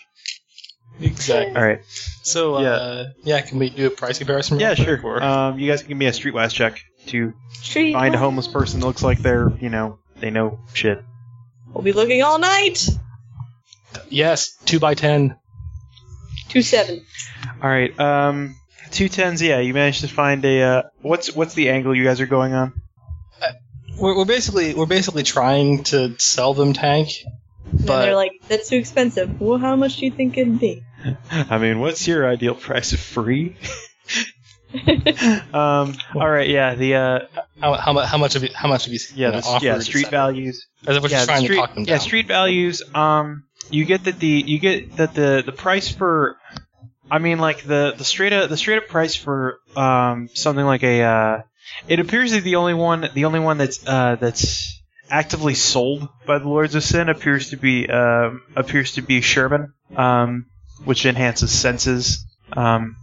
Speaker 3: Exactly.
Speaker 1: All right.
Speaker 3: So yeah. Uh, yeah, can we do a price comparison? real
Speaker 1: Yeah,
Speaker 3: quick,
Speaker 1: sure.
Speaker 3: or-
Speaker 1: Um, you guys can give me a streetwise check to
Speaker 4: Tree
Speaker 1: find a
Speaker 4: line.
Speaker 1: homeless person that looks like they're you know they know shit.
Speaker 4: We'll be looking all night.
Speaker 3: yes, two by ten.
Speaker 4: Two seven.
Speaker 1: All right. Um, two tens. Yeah, you managed to find a. Uh, what's what's the angle you guys are going on?
Speaker 3: We're, we're basically we're basically trying to sell them tank.
Speaker 4: And then
Speaker 3: But-
Speaker 4: they're like, "That's too expensive." Well, how much do you think it'd be?
Speaker 1: I mean, what's your ideal price of free? um, all right, yeah, the uh,
Speaker 3: How, how, mu- how much of you, how much of you
Speaker 1: yeah,
Speaker 3: you know,
Speaker 1: the,
Speaker 3: offered,
Speaker 1: yeah,
Speaker 3: et
Speaker 1: street
Speaker 3: cetera?
Speaker 1: values.
Speaker 3: As if we're
Speaker 1: yeah,
Speaker 3: just
Speaker 1: the
Speaker 3: trying
Speaker 1: street,
Speaker 3: to talk them down.
Speaker 1: yeah, street values. Um, you get that the you get that the the price for I mean, like the the straight up the straight up price for um something like a uh, it appears that the only one the only one that's uh that's actively sold by the Lords of Sin appears to be um appears to be Sherman um which enhances senses um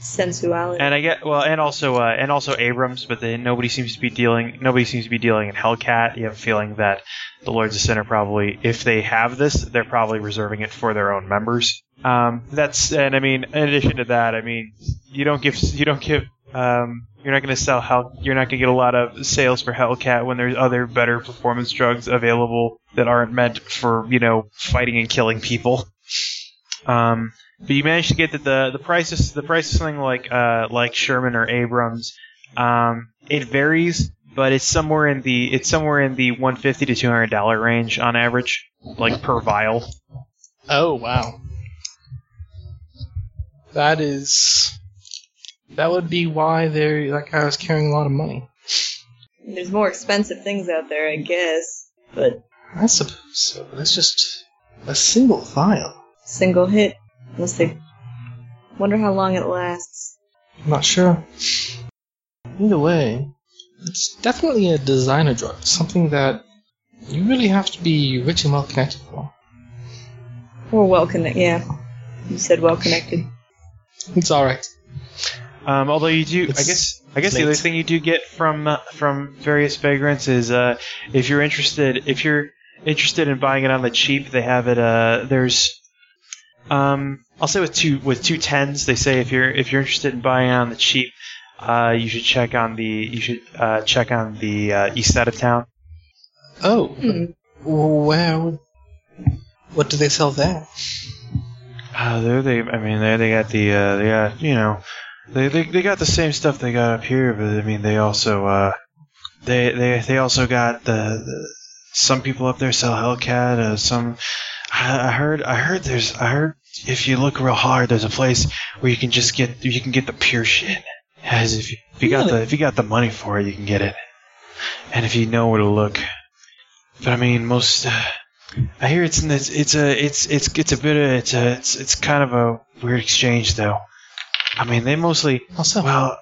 Speaker 4: Sensuality.
Speaker 1: and I get well, and also uh, and also Abrams, but then nobody seems to be dealing. Nobody seems to be dealing in Hellcat. You have a feeling that the Lords of Sin are probably, if they have this, they're probably reserving it for their own members. Um, that's and I mean, in addition to that, I mean, you don't give you don't give. Um, you're not going to sell Hell. You're not going to get a lot of sales for Hellcat when there's other better performance drugs available that aren't meant for you know fighting and killing people. Um, but you managed to get that the the price is the price is something like uh like Sherman or Abrams. Um, it varies, but it's somewhere in the it's somewhere in the one fifty to two hundred dollar range on average, like per vial.
Speaker 15: Oh wow. That is that would be why they that guy was carrying a lot of money.
Speaker 4: There's more expensive things out there, I guess. But
Speaker 15: I suppose so. but That's just a single vial.
Speaker 4: single hit, unless they wonder how long it lasts.
Speaker 15: I'm not sure. Either way, it's definitely a designer drug, something that you really have to be rich and well connected for.
Speaker 4: Or well connected. Yeah, you said well connected.
Speaker 15: It's alright.
Speaker 1: Um, although you do, I
Speaker 15: It's-
Speaker 1: guess, I guess
Speaker 15: late.
Speaker 1: the other thing you do get from uh, from various vagrants is uh, if you're interested, if you're interested in buying it on the cheap, they have it. Uh, there's, um, I'll say with two with two tens, they say if you're if you're interested in buying it on the cheap, uh, you should check on the you should uh, check on the uh, east side of town.
Speaker 15: Oh,
Speaker 4: Hmm.
Speaker 15: where? would- What do they sell there?
Speaker 1: Uh, there they, I mean, there they got the, uh, they got, you know, they, they they got the same stuff they got up here, but I mean, they also, uh, they they they also got the, the some people up there sell Hellcat, uh, some. I, I heard, I heard there's, I heard if you look real hard, there's a place where you can just get, you can get the pure shit. As if you, if you got the, if you got the money for it, you can get it, and if you know where to look. But I mean, most. Uh, I hear it's in this, it's a it's it's it's a bit of it's a it's it's kind of a weird exchange though. I mean, they mostly
Speaker 15: Also,
Speaker 1: well,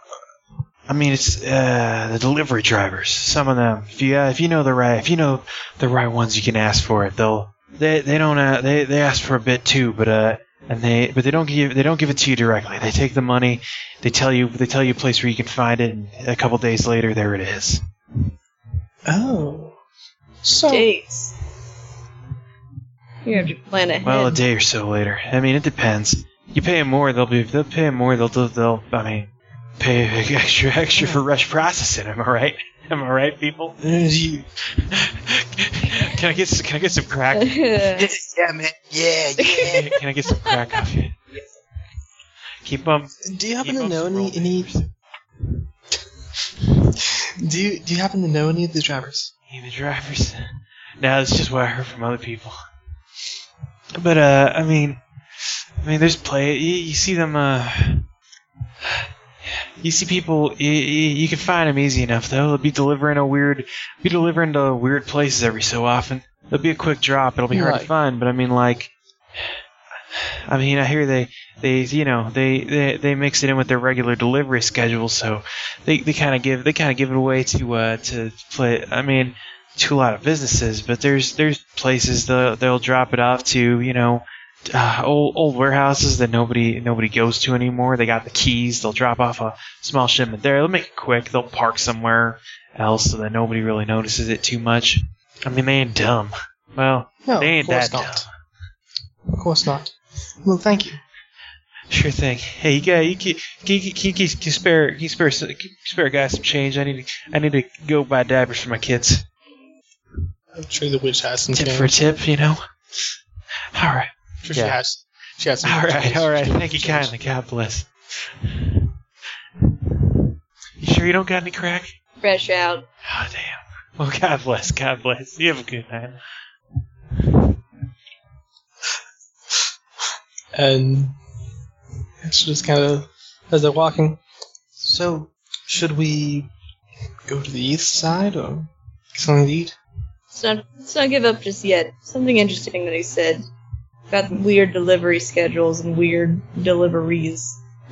Speaker 1: I mean it's uh, the delivery drivers. Some of them, if you uh, if you know the right if you know the right ones, you can ask for it. They'll they they don't uh, they they ask for a bit too, but uh and they but they don't give they don't give it to you directly. They take the money, they tell you they tell you a place where you can find it, and a couple days later there it is.
Speaker 15: oh, so
Speaker 4: Days. You have to plan ahead.
Speaker 1: Well, a day or so later. I mean, it depends. You pay 'em more, they'll be. They'll pay 'em more. They'll. They'll. they'll I mean, pay extra, extra for rush processing. Am I right? Am I right, people?
Speaker 15: you,
Speaker 1: can I get? s- Can I get some crack?
Speaker 2: yeah, man. Yeah, yeah.
Speaker 1: Can I get some crack off you? Keep 'em.
Speaker 15: do you happen
Speaker 1: keep
Speaker 15: to
Speaker 1: 'em
Speaker 15: know
Speaker 1: from
Speaker 15: any,
Speaker 1: rolling.
Speaker 15: any do you do you happen to know any of the drivers?
Speaker 1: Any of the drivers. Now that's just what I heard from other people. But uh, I mean, I mean, there's play. You, you see them. Uh, you see people. You, you, you can find them easy enough though. They'll be delivering a weird, be delivering to weird places every so often. There'll be a quick drop. It'll be hard to
Speaker 15: Right.
Speaker 1: find. But I mean, like, I mean, I hear they, they, you know, they, they, they mix it in with their regular delivery schedule. So they, they kind of give, they kind of give it away to, uh, to play. I mean, to a lot of businesses, but there's there's places that they'll drop it off to, you know, uh, old old warehouses that nobody nobody goes to anymore. They got the keys. They'll drop off a small shipment there. They'll make it quick. They'll park somewhere else so that nobody really notices it too much. I mean, they ain't dumb. Well,
Speaker 15: No,
Speaker 1: They ain't
Speaker 15: of course
Speaker 1: that
Speaker 15: not. Of course not. Well, thank you.
Speaker 1: sure thing. Hey, you got you can, can, can, can, can you spare can you spare some- can you spare a guy some change? I need to I need to go buy diapers for my kids.
Speaker 15: I'm sure the witch has some
Speaker 1: Tip
Speaker 15: change.
Speaker 1: for tip, you know. All right.
Speaker 15: I'm sure she
Speaker 1: yeah.
Speaker 15: has. She has some
Speaker 1: All right,
Speaker 15: change.
Speaker 1: all right.
Speaker 15: She has
Speaker 1: Thank you
Speaker 15: some change.
Speaker 1: kindly. God bless. You sure you don't got any crack?
Speaker 17: Fresh out.
Speaker 1: Oh, damn. Well, God bless. God bless. You have a good night.
Speaker 15: And she just kind of, as they're walking. So, should we go to the east side or get something to eat?
Speaker 4: Let's not, let's not give up just yet. Something interesting that he said. Got weird delivery schedules and weird deliveries.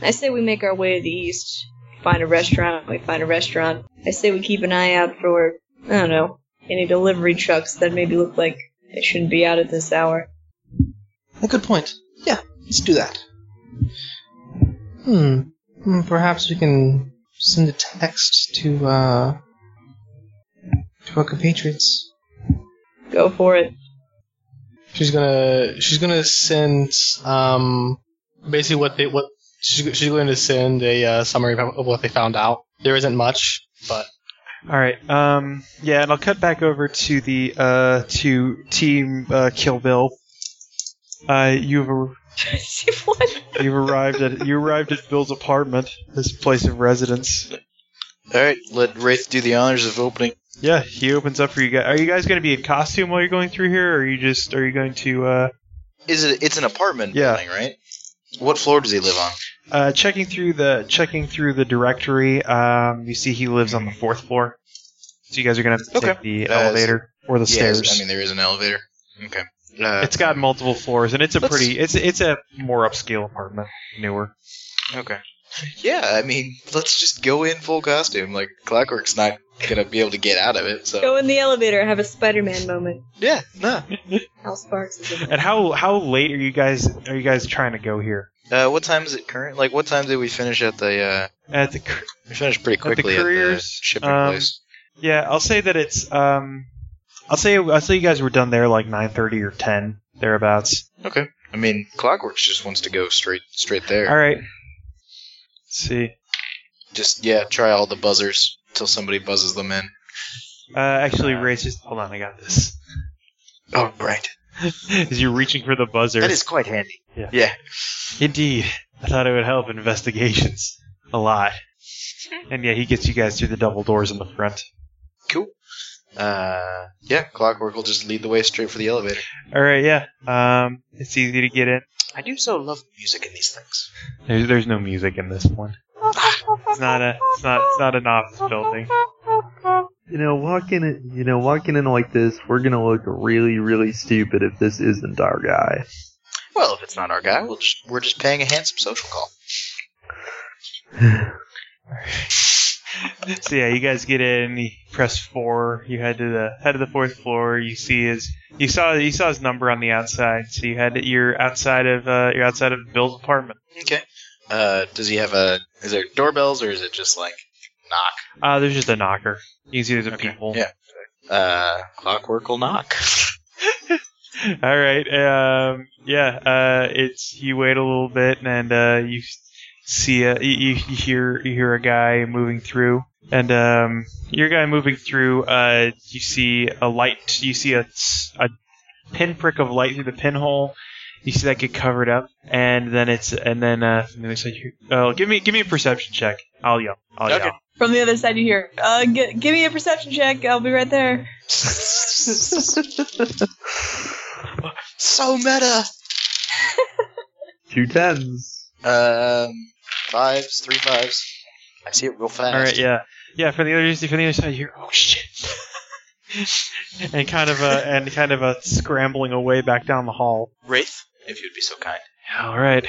Speaker 4: I say we make our way to the east, find a restaurant. We find a restaurant. I say we keep an eye out for I don't know any delivery trucks that maybe look like they shouldn't be out at this hour.
Speaker 3: A good point. Yeah, let's do that. Hmm. Hmm, Perhaps we can send a text to uh to our compatriots.
Speaker 4: Go for it.
Speaker 3: She's gonna she's gonna send um basically what they what she's she's going to send a uh, summary of what they found out. There isn't much, but
Speaker 1: All right. Um, yeah, and I'll cut back over to the uh, to Team uh, Kill Bill. Uh, you've ar-
Speaker 4: what?
Speaker 1: you've arrived at you arrived at Bill's apartment, his place of residence.
Speaker 2: All right, let Wraith do the honors of opening.
Speaker 1: Yeah, he opens up for you guys. Are you guys going to be in costume while you're going through here, or are you just are you going to uh,
Speaker 2: Is it? It's an apartment
Speaker 1: Yeah.
Speaker 2: building, right? What floor does he live on?
Speaker 1: uh, checking through the checking through the directory? Um, you see he lives on the fourth floor, so you guys are going to have to take the
Speaker 2: Uh,
Speaker 1: elevator or the
Speaker 2: Yeah,
Speaker 1: stairs.
Speaker 2: I mean there is an elevator. Okay. Uh,
Speaker 1: it's got multiple floors, and it's a
Speaker 2: Let's-
Speaker 1: pretty it's it's a more upscale apartment, newer.
Speaker 2: Okay. Yeah, I mean, let's just go in full costume. Like Clockwork's not gonna be able to get out of it. So
Speaker 4: Go in the elevator. Have a Spider-Man moment.
Speaker 2: yeah, no.
Speaker 4: Al Sparks is in it.
Speaker 1: And how how late are you guys are you guys trying to go here?
Speaker 2: Uh, what time is it current? Like, what time did we finish at the? uh
Speaker 1: At the cur-
Speaker 2: We finished pretty
Speaker 1: the
Speaker 2: quickly at the,
Speaker 1: couriers,
Speaker 2: shipping
Speaker 1: um,
Speaker 2: place.
Speaker 1: yeah, I'll say that it's um, I'll say I'll say you guys were done there like nine thirty or ten thereabouts.
Speaker 2: Okay. I mean, Clockwork's just wants to go straight straight there.
Speaker 1: All right. Let's see,
Speaker 2: Just yeah, try all the buzzers till somebody buzzes them in.
Speaker 1: uh, actually, Ray's just hold on, I got this.
Speaker 2: Oh right,
Speaker 1: Is you reaching for the buzzer?
Speaker 2: that is quite handy.
Speaker 1: Yeah.
Speaker 2: yeah.
Speaker 1: Indeed, I thought it would help investigations a lot. And yeah, he gets you guys through the double doors in the front.
Speaker 2: Cool. Uh, yeah, Clockwork will just lead the way straight for the elevator.
Speaker 1: All right, yeah. Um, it's easy to get in.
Speaker 2: I do so love music in these things.
Speaker 1: There's, there's no music in this one. It's not a it's not it's not an office building.
Speaker 10: You know, walking in, you know, walking in like this, we're gonna look really, really stupid if this isn't our guy.
Speaker 2: Well, if it's not our guy, we'll just, we're just paying a handsome social call.
Speaker 1: So yeah, you guys get in, you press four, you head to the head to the fourth floor. You see his you saw you saw his number on the outside, so you had you're outside of uh, you're outside of Bill's apartment.
Speaker 2: Okay. Uh, does he have a? Is there doorbells or is it just like knock?
Speaker 1: Uh, there's just a knocker. You can see there's a people.
Speaker 2: Yeah. Uh, clockwork will knock.
Speaker 1: All right. Um, yeah. Uh, it's you wait a little bit and uh, you see a, you, you hear you hear a guy moving through and um, your guy moving through. Uh, you see a light. You see a a pinprick of light through the pinhole. You see that get covered up, and then it's and then uh, and then it's like, oh, give me give me a perception check. I'll yell. I'll
Speaker 2: Okay.
Speaker 1: yell.
Speaker 18: From the other side, you hear, uh, g- give me a perception check. I'll be right there.
Speaker 2: so Oh, meta.
Speaker 10: Two tens.
Speaker 2: Um, fives, three fives. I see it real fast.
Speaker 1: All right, yeah, yeah. From the other from the other side, you hear, "Oh shit!" and kind of a and kind of a scrambling away back down the hall.
Speaker 2: Wraith, if you'd be so kind.
Speaker 1: All right,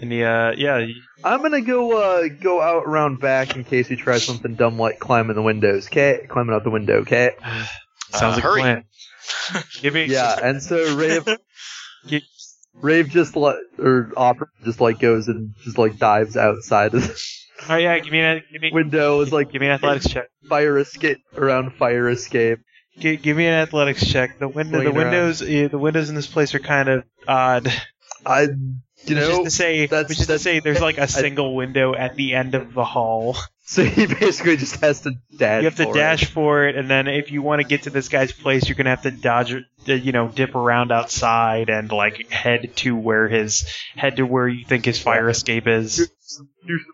Speaker 1: and the uh, yeah, you-
Speaker 10: I'm gonna go uh go out around back in case he tries something dumb like climbing the windows, okay? Climbing out the window, okay?
Speaker 1: sounds
Speaker 2: Uh,
Speaker 1: like
Speaker 2: hurry.
Speaker 1: a plan. Give me
Speaker 10: Yeah, and so Rave
Speaker 1: Ye-
Speaker 10: Rave just like or Opera just like goes and just like dives outside of the
Speaker 1: Oh yeah, give me an give me
Speaker 10: window is like
Speaker 1: give me an athletics check.
Speaker 10: fire escape around fire escape.
Speaker 1: Give, give me an athletics check. The window
Speaker 10: Swing
Speaker 1: the
Speaker 10: it around.
Speaker 1: windows yeah, the windows in this place are kind of odd.
Speaker 10: I you
Speaker 1: Which is
Speaker 10: know
Speaker 1: to say,
Speaker 10: that's-
Speaker 1: which is to
Speaker 10: that's-
Speaker 1: say, there's like a single window at the end of the hall.
Speaker 10: so he basically just has to dash.
Speaker 1: you have to
Speaker 10: for it.
Speaker 1: dash for it, and then if you want to get to this guy's place, you're gonna have to dodge, uh, you know, dip around outside and like head to where his head to where you think his fire escape is.
Speaker 10: Do some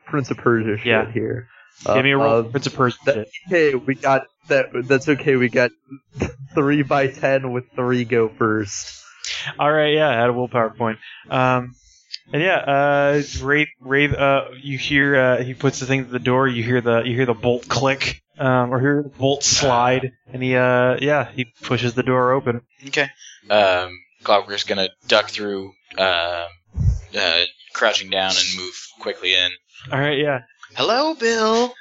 Speaker 10: Prince of Persia shit
Speaker 1: Yeah.
Speaker 10: here.
Speaker 1: Give me a roll,
Speaker 10: Uh,
Speaker 1: Prince of Persia.
Speaker 10: that- Hey, we got that. That's okay. We got three by ten with three gophers.
Speaker 1: All right, yeah, I had a willpower point. Um, and yeah, uh, Wraith, Wraith, uh, you hear uh, he puts the thing to the door. You hear the you hear the bolt click, um, or hear the bolt slide, and he uh, yeah, he pushes the door open.
Speaker 2: Okay. Um, Clockwork's gonna duck through, uh, uh, crouching down and move quickly in.
Speaker 1: All right, yeah.
Speaker 2: Hello, Bill.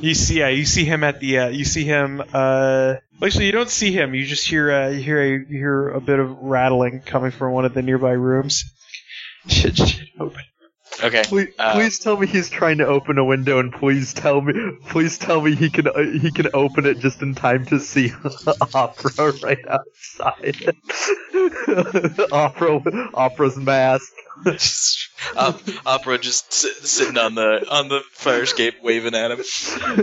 Speaker 1: You see, yeah, you see him at the, uh, you see him. Uh, actually, you don't see him. You just hear, uh, you hear, a, you hear a bit of rattling coming from one of the nearby rooms. Shit, shit, open.
Speaker 2: Okay.
Speaker 10: Please,
Speaker 2: Uh,
Speaker 10: please tell me he's trying to open a window, and please tell me, please tell me he can uh, he can open it just in time to see opera right outside. opera, opera's mask.
Speaker 2: Op- Um, Opera just si- sitting on the on the fire escape, waving at him.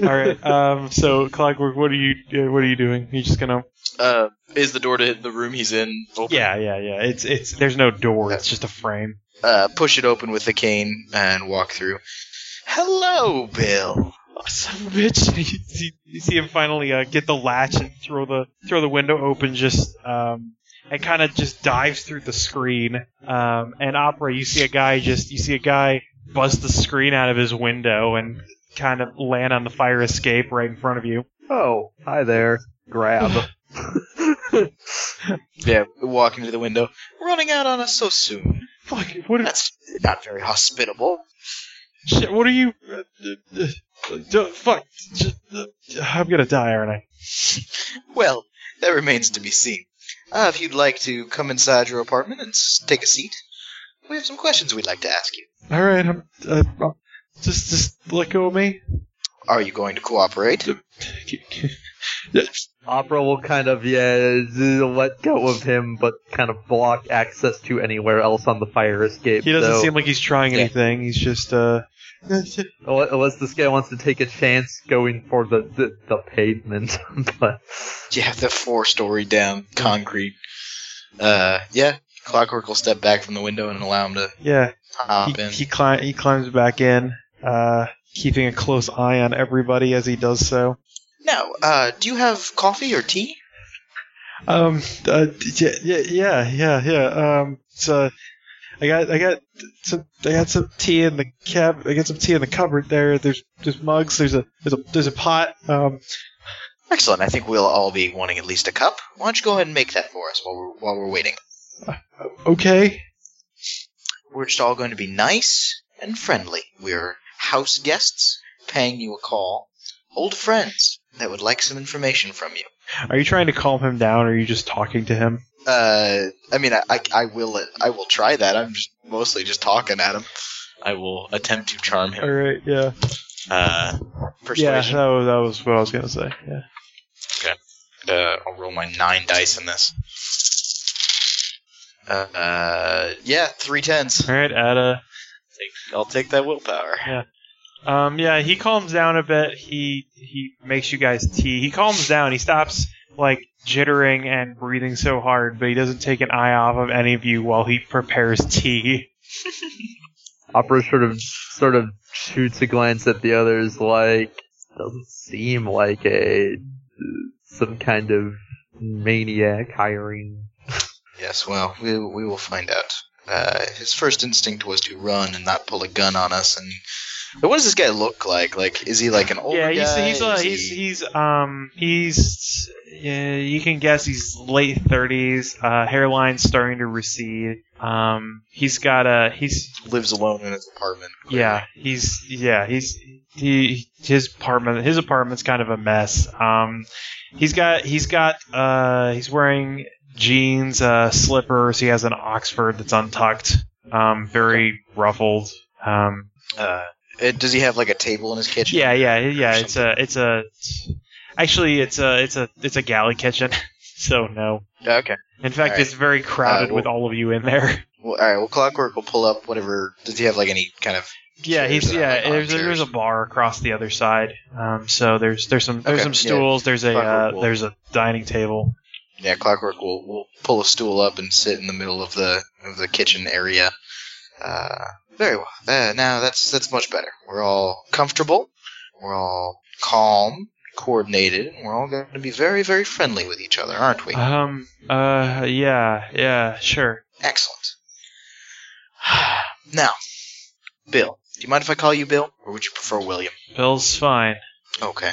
Speaker 1: All right. Um. So, Clockwork, what are you, uh, what are you doing? You just gonna?
Speaker 2: Uh, is the door to the room he's in open?
Speaker 1: Yeah, yeah, yeah. It's, it's. There's no door. It's just a frame.
Speaker 2: Uh, push it open with the cane and walk through. Hello, Bill.
Speaker 1: Oh, son of a bitch! you, see, you see him finally uh, get the latch and throw the throw the window open. Just um, and kind of just dives through the screen. Um, and opera, you see a guy just you see a guy bust the screen out of his window and kind of land on the fire escape right in front of you.
Speaker 10: Oh, hi there. Grab.
Speaker 2: Yeah, walking to the window. Running out on us so soon.
Speaker 1: Fuck! What? Are,
Speaker 2: That's not very hospitable.
Speaker 1: shit! What are you? Uh, uh, uh, don't- fuck! Just, uh, I'm gonna die, aren't I?
Speaker 2: Well, that remains to be seen. Uh, if you'd like to come inside your apartment and s- take a seat, we have some questions we'd like to ask you.
Speaker 1: All right, I'm, uh, I'm- just just let go of me.
Speaker 2: Are you going to cooperate?
Speaker 10: Opera will kind of yeah z- let go of him, but kind of block access to anywhere else on the fire escape.
Speaker 1: He doesn't
Speaker 10: so,
Speaker 1: seem like he's trying
Speaker 2: Yeah.
Speaker 1: anything. He's just uh.
Speaker 10: unle- unless this guy wants to take a chance going for the the, the pavement, but
Speaker 2: Yeah, the four story down concrete. Uh, yeah. Clockwork will step back from the window and allow him to
Speaker 1: Yeah,
Speaker 2: hop
Speaker 1: he
Speaker 2: in.
Speaker 1: he, cli- he climbs back in, uh, keeping a close eye on everybody as he does so.
Speaker 2: Now, uh, do you have coffee or tea?
Speaker 1: Um, uh, yeah, yeah, yeah, yeah. Um, so I got, I got, some, I got some tea in the cab. I got some tea in the cupboard there. There's, there's mugs. There's a, there's a, there's a pot. Um,
Speaker 2: Excellent. I think we'll all be wanting at least a cup. Why don't you go ahead and make that for us while we're, while we're waiting?
Speaker 1: okay.
Speaker 2: We're just all going to be nice and friendly. We're house guests paying you a call, old friends that would like some information from you.
Speaker 1: Are you trying to calm him down, or are you just talking to him?
Speaker 2: Uh, I mean, I, I, I will I will try that. I'm just mostly just talking at him. I will attempt to charm
Speaker 1: All right. Yeah.
Speaker 2: Uh,
Speaker 1: Yeah.
Speaker 2: persuasion.
Speaker 1: That was, that was what I was gonna say. Yeah.
Speaker 2: Uh, I'll roll my nine dice in this. Uh, uh, yeah, three tens.
Speaker 1: All right. Add a.
Speaker 2: I'll take that willpower.
Speaker 1: Um, yeah, he calms down a bit. He he makes you guys tea. He calms down. He stops like jittering and breathing so hard, but he doesn't take an eye off of any of you while he prepares tea.
Speaker 10: Opera sort of sort of shoots a glance at the others, like doesn't seem like a some kind of maniac hiring.
Speaker 2: Yes, well, we, we will find out. Uh, his first instinct was to run and not pull a gun on us. And but what does this guy look like? Like, is he like an
Speaker 1: yeah,
Speaker 2: older
Speaker 1: he's
Speaker 2: guy?
Speaker 1: he's, uh,
Speaker 2: Is
Speaker 1: he's
Speaker 2: he-
Speaker 1: he's um he's yeah, you can guess he's late thirties. Uh, hairline's starting to recede. Um, he's got a he's
Speaker 2: lives alone in his apartment. clearly.
Speaker 1: Yeah, he's yeah he's he his apartment his apartment's kind of a mess. Um, he's got he's got uh he's wearing jeans, uh, slippers. He has an Oxford that's untucked, um, very ruffled. Um,
Speaker 2: Uh, it, does he have like a table in his kitchen?
Speaker 1: yeah, yeah, yeah. It's a it's a actually it's a it's a it's a galley kitchen. so no.
Speaker 2: Yeah, Okay.
Speaker 1: In fact,
Speaker 2: All right.
Speaker 1: it's very crowded
Speaker 2: Uh,
Speaker 1: with all of you in there.
Speaker 2: Well, all right. Well, Clockwork will pull up whatever. Does he have like any kind of?
Speaker 1: Yeah,
Speaker 2: Chairs
Speaker 1: he's
Speaker 2: that are
Speaker 1: yeah.
Speaker 2: like
Speaker 1: There's, there's a
Speaker 2: armchairs.
Speaker 1: bar across the other side. Um, so there's there's some there's
Speaker 2: Okay,
Speaker 1: some
Speaker 2: yeah.
Speaker 1: stools. There's a
Speaker 2: Fine,
Speaker 1: uh,
Speaker 2: cool.
Speaker 1: there's a dining table.
Speaker 2: Yeah, Clockwork will will pull a stool up and sit in the middle of the of the kitchen area. Uh, very well. Uh, now that's that's much better. We're all comfortable. We're all calm, coordinated, and we're all going to be very very friendly with each other, aren't we?
Speaker 1: Um. Uh. Yeah. Yeah. Sure.
Speaker 2: Excellent. Now, Bill, do you mind if I call you Bill, or would you prefer William?
Speaker 1: Bill's fine.
Speaker 2: Okay.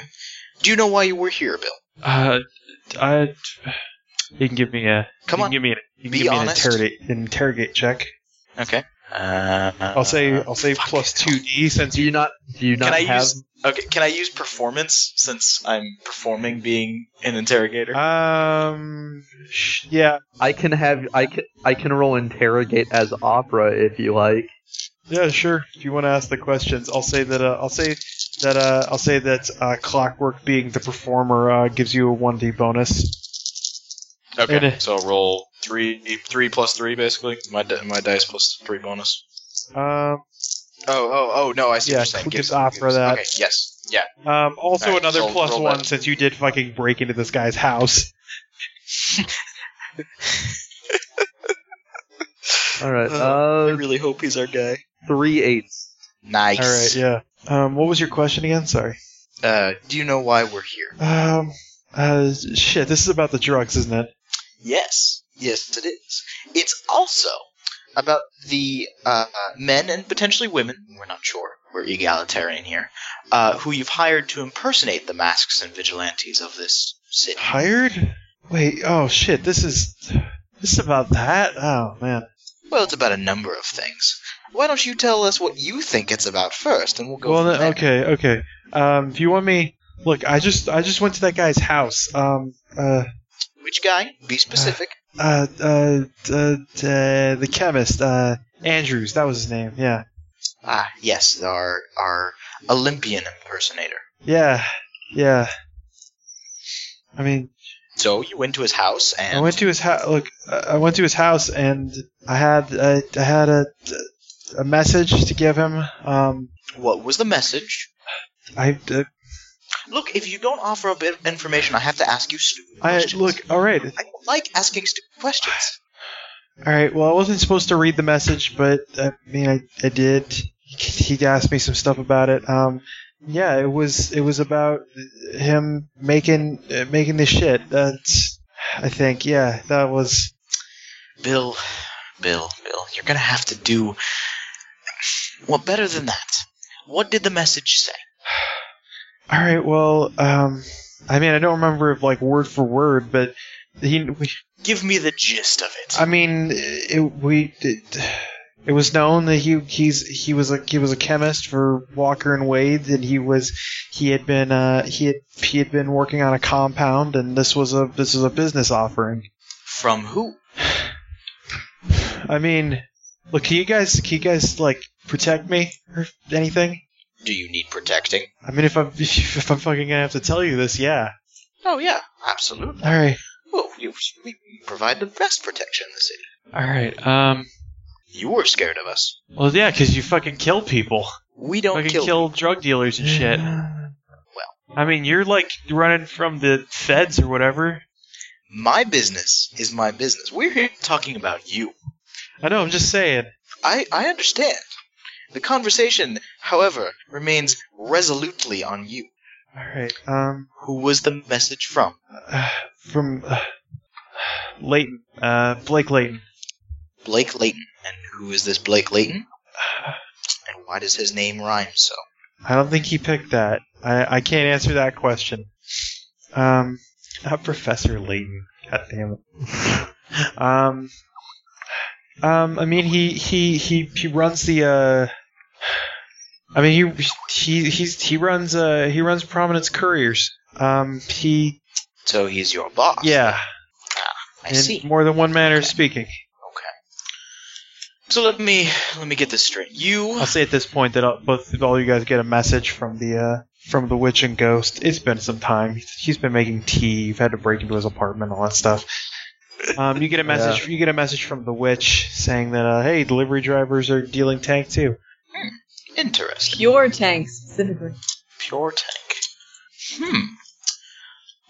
Speaker 2: Do you know why you were here, Bill?
Speaker 1: Uh. I. You can give me a.
Speaker 2: Come
Speaker 1: you
Speaker 2: on.
Speaker 1: Can give me an, you can
Speaker 2: Be
Speaker 1: give me an
Speaker 2: honest.
Speaker 1: interrogate, an interrogate check.
Speaker 2: Okay. Uh,
Speaker 1: I'll say I'll say plus two D since
Speaker 10: Do you not? Do you not
Speaker 2: Can I
Speaker 10: have?
Speaker 2: use okay? Can I use performance since I'm performing being an interrogator?
Speaker 1: Um. sh- Yeah.
Speaker 10: I can have. I can. I can roll interrogate as opera if you like.
Speaker 1: Yeah. Sure. If you want to ask the questions, I'll say that. Uh, I'll say that. Uh, I'll say that uh, clockwork being the performer uh, gives you a one D bonus.
Speaker 2: okay.
Speaker 15: Okay.
Speaker 2: So I'll roll three, three plus three, basically. My di- my dice plus three bonus.
Speaker 1: Um.
Speaker 2: Oh, oh, oh! No, I see
Speaker 1: Yeah,
Speaker 2: what you're saying.
Speaker 1: who gives opera that?
Speaker 2: Okay. Yes. Yeah.
Speaker 1: um also,
Speaker 2: Alright,
Speaker 1: another
Speaker 2: roll-
Speaker 1: plus
Speaker 2: roll
Speaker 1: one
Speaker 2: that.
Speaker 1: since you did fucking break into this guy's house.
Speaker 10: All right. Uh,
Speaker 2: really hope he's our guy.
Speaker 10: three eights.
Speaker 1: All right.
Speaker 2: Nice.
Speaker 1: Yeah. Um. What was your question again? Sorry.
Speaker 2: Uh, do you know why we're here?
Speaker 1: Um. Uh. Shit. This is about the drugs, isn't it?
Speaker 2: Yes. Yes, it is. It's also about the uh, men and potentially women, we're not sure, we're egalitarian here, uh, who you've hired to impersonate the masks and vigilantes of this city.
Speaker 1: Hired? Wait. Oh shit. This is. This is about that. Oh man.
Speaker 2: Well, it's about a number of things. Why don't you tell us what you think it's about first, and we'll go
Speaker 1: well,
Speaker 2: from
Speaker 1: no-
Speaker 2: there.
Speaker 1: okay, okay. Um, if you want me, look, I just, I just went to that guy's house. Um, uh,
Speaker 2: Which guy? Be specific.
Speaker 1: uh, uh, uh, uh the chemist, uh, Andrews. That was his name. Yeah,
Speaker 2: ah, yes, our our Olympian impersonator.
Speaker 1: yeah, yeah. I mean,
Speaker 2: So you went to his house and
Speaker 1: I went to his house. Look, uh, I went to his house, and I had, I, I had a, a message to give him. Um,
Speaker 2: what was the message?
Speaker 1: I, uh,
Speaker 2: Look, if you don't offer up in- information, I have to ask you stupid
Speaker 1: I
Speaker 2: questions.
Speaker 1: look. All right,
Speaker 2: I don't like asking stupid questions.
Speaker 1: All right. Well, I wasn't supposed to read the message, but I mean, I, I did. He he asked me some stuff about it. Um, yeah, it was it was about him making uh, making this shit. That's I think. Yeah, that was.
Speaker 2: Bill, Bill, Bill, you're gonna have to do well better than that. What did the message say?
Speaker 1: All right. Well, um, I mean, I don't remember if like word for word, but he. We,
Speaker 2: Give me the gist of it.
Speaker 1: I mean, it, we. It, it was known that he he's he was a he was a chemist for Walker and Wade, and he was he had been uh he had he had been working on a compound, and this was a this was a business offering.
Speaker 2: From who?
Speaker 1: I mean, look, can you guys can you guys like protect me or anything?
Speaker 2: Do you need protecting?
Speaker 1: I mean, if I'm if I'm fucking gonna have to tell you this, yeah.
Speaker 2: Oh yeah, absolutely.
Speaker 1: All right,
Speaker 2: Well, you, we provide the best protection in the city.
Speaker 19: All right. Um.
Speaker 2: You were scared of us.
Speaker 19: Well, yeah, because you fucking kill people.
Speaker 2: We don't
Speaker 19: fucking
Speaker 2: kill.
Speaker 19: kill, drug dealers and shit. Well, I mean, you're like running from the feds or whatever.
Speaker 2: My business is my business. We're here talking about you.
Speaker 1: I know. I'm just saying.
Speaker 2: I, I understand. The conversation, however, remains resolutely on you.
Speaker 1: All right. Um.
Speaker 2: Who was the message from?
Speaker 1: uh, from uh, Leighton, uh, Blake Leighton.
Speaker 2: Blake Layton. And who is this Blake Layton? And why does his name rhyme so?
Speaker 1: I don't think he picked that. I, I can't answer that question. Um, not Professor Layton. God damn it. um, um, I mean, he he he he runs the. Uh, I mean, he he he's, he runs uh he runs Prominence Couriers. Um, he
Speaker 2: So he's your boss.
Speaker 1: yeah,
Speaker 2: I
Speaker 1: in
Speaker 2: see.
Speaker 1: more than one manner of speaking.
Speaker 2: So let me let me get this straight. You
Speaker 1: I'll say at this point that I'll- both of all you guys get a message from the uh, from the witch and ghost. It's been some time. He's been making tea. You've had to break into his apartment, all that stuff. Um, you get a message. You get a message from the witch saying that uh, hey, delivery drivers are dealing tank too.
Speaker 2: interesting.
Speaker 17: Pure tank specifically.
Speaker 2: Pure tank. Hmm.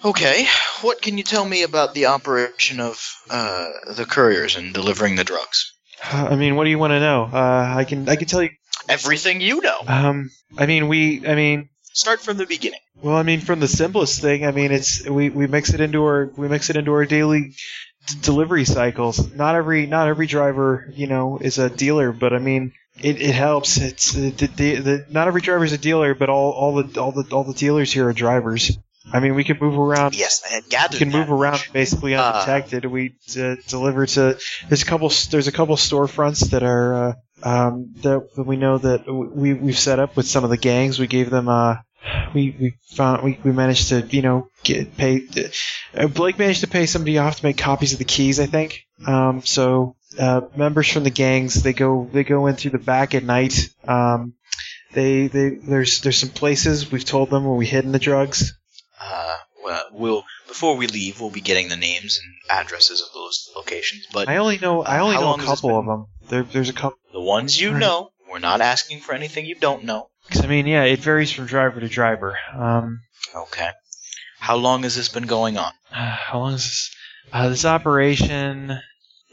Speaker 2: Okay. What can you tell me about the operation of uh, the couriers and delivering the drugs?
Speaker 1: Uh, I mean, what do you want to know? Uh, I can I can tell you.
Speaker 2: Everything you know.
Speaker 1: Um, I mean, we. I mean,
Speaker 2: Start from the beginning.
Speaker 1: Well, I mean, from the simplest thing, I mean, it's we, we mix it into our we mix it into our daily d- delivery cycles. Not every not every driver, you know, is a dealer, but I mean, it, it helps. It's the, the, the, not every driver is a dealer, but all, all the all the all the dealers here are drivers. I mean, we can move around.
Speaker 2: Yes, I had gathered.
Speaker 1: We Um, can move
Speaker 2: that.
Speaker 1: around basically
Speaker 2: Uh,
Speaker 1: undetected. we uh, deliver to. There's a couple. There's a couple storefronts that are uh, um, that that we know that we we've set up with some of the gangs. We gave them. Uh, we we found we, we managed to you know get pay. Uh, Blake managed to pay somebody off to make copies of the keys. I think. Um, so uh, members from the gangs they go they go in through the back at night. Um, they, they there's there's some places we've told them where we hidden the drugs.
Speaker 2: Uh, well, we'll before we leave, we'll be getting the names and addresses of those locations. But
Speaker 1: I only know I only
Speaker 2: How
Speaker 1: know a
Speaker 2: long has this
Speaker 1: couple of them. There, there's a couple.
Speaker 2: the ones you
Speaker 1: Right.
Speaker 2: know, we're not asking for anything you don't know.
Speaker 1: Cause, I mean, yeah, it varies from driver to driver. Um,
Speaker 2: Okay. How long has this been going on?
Speaker 1: how long is this? Uh, this operation.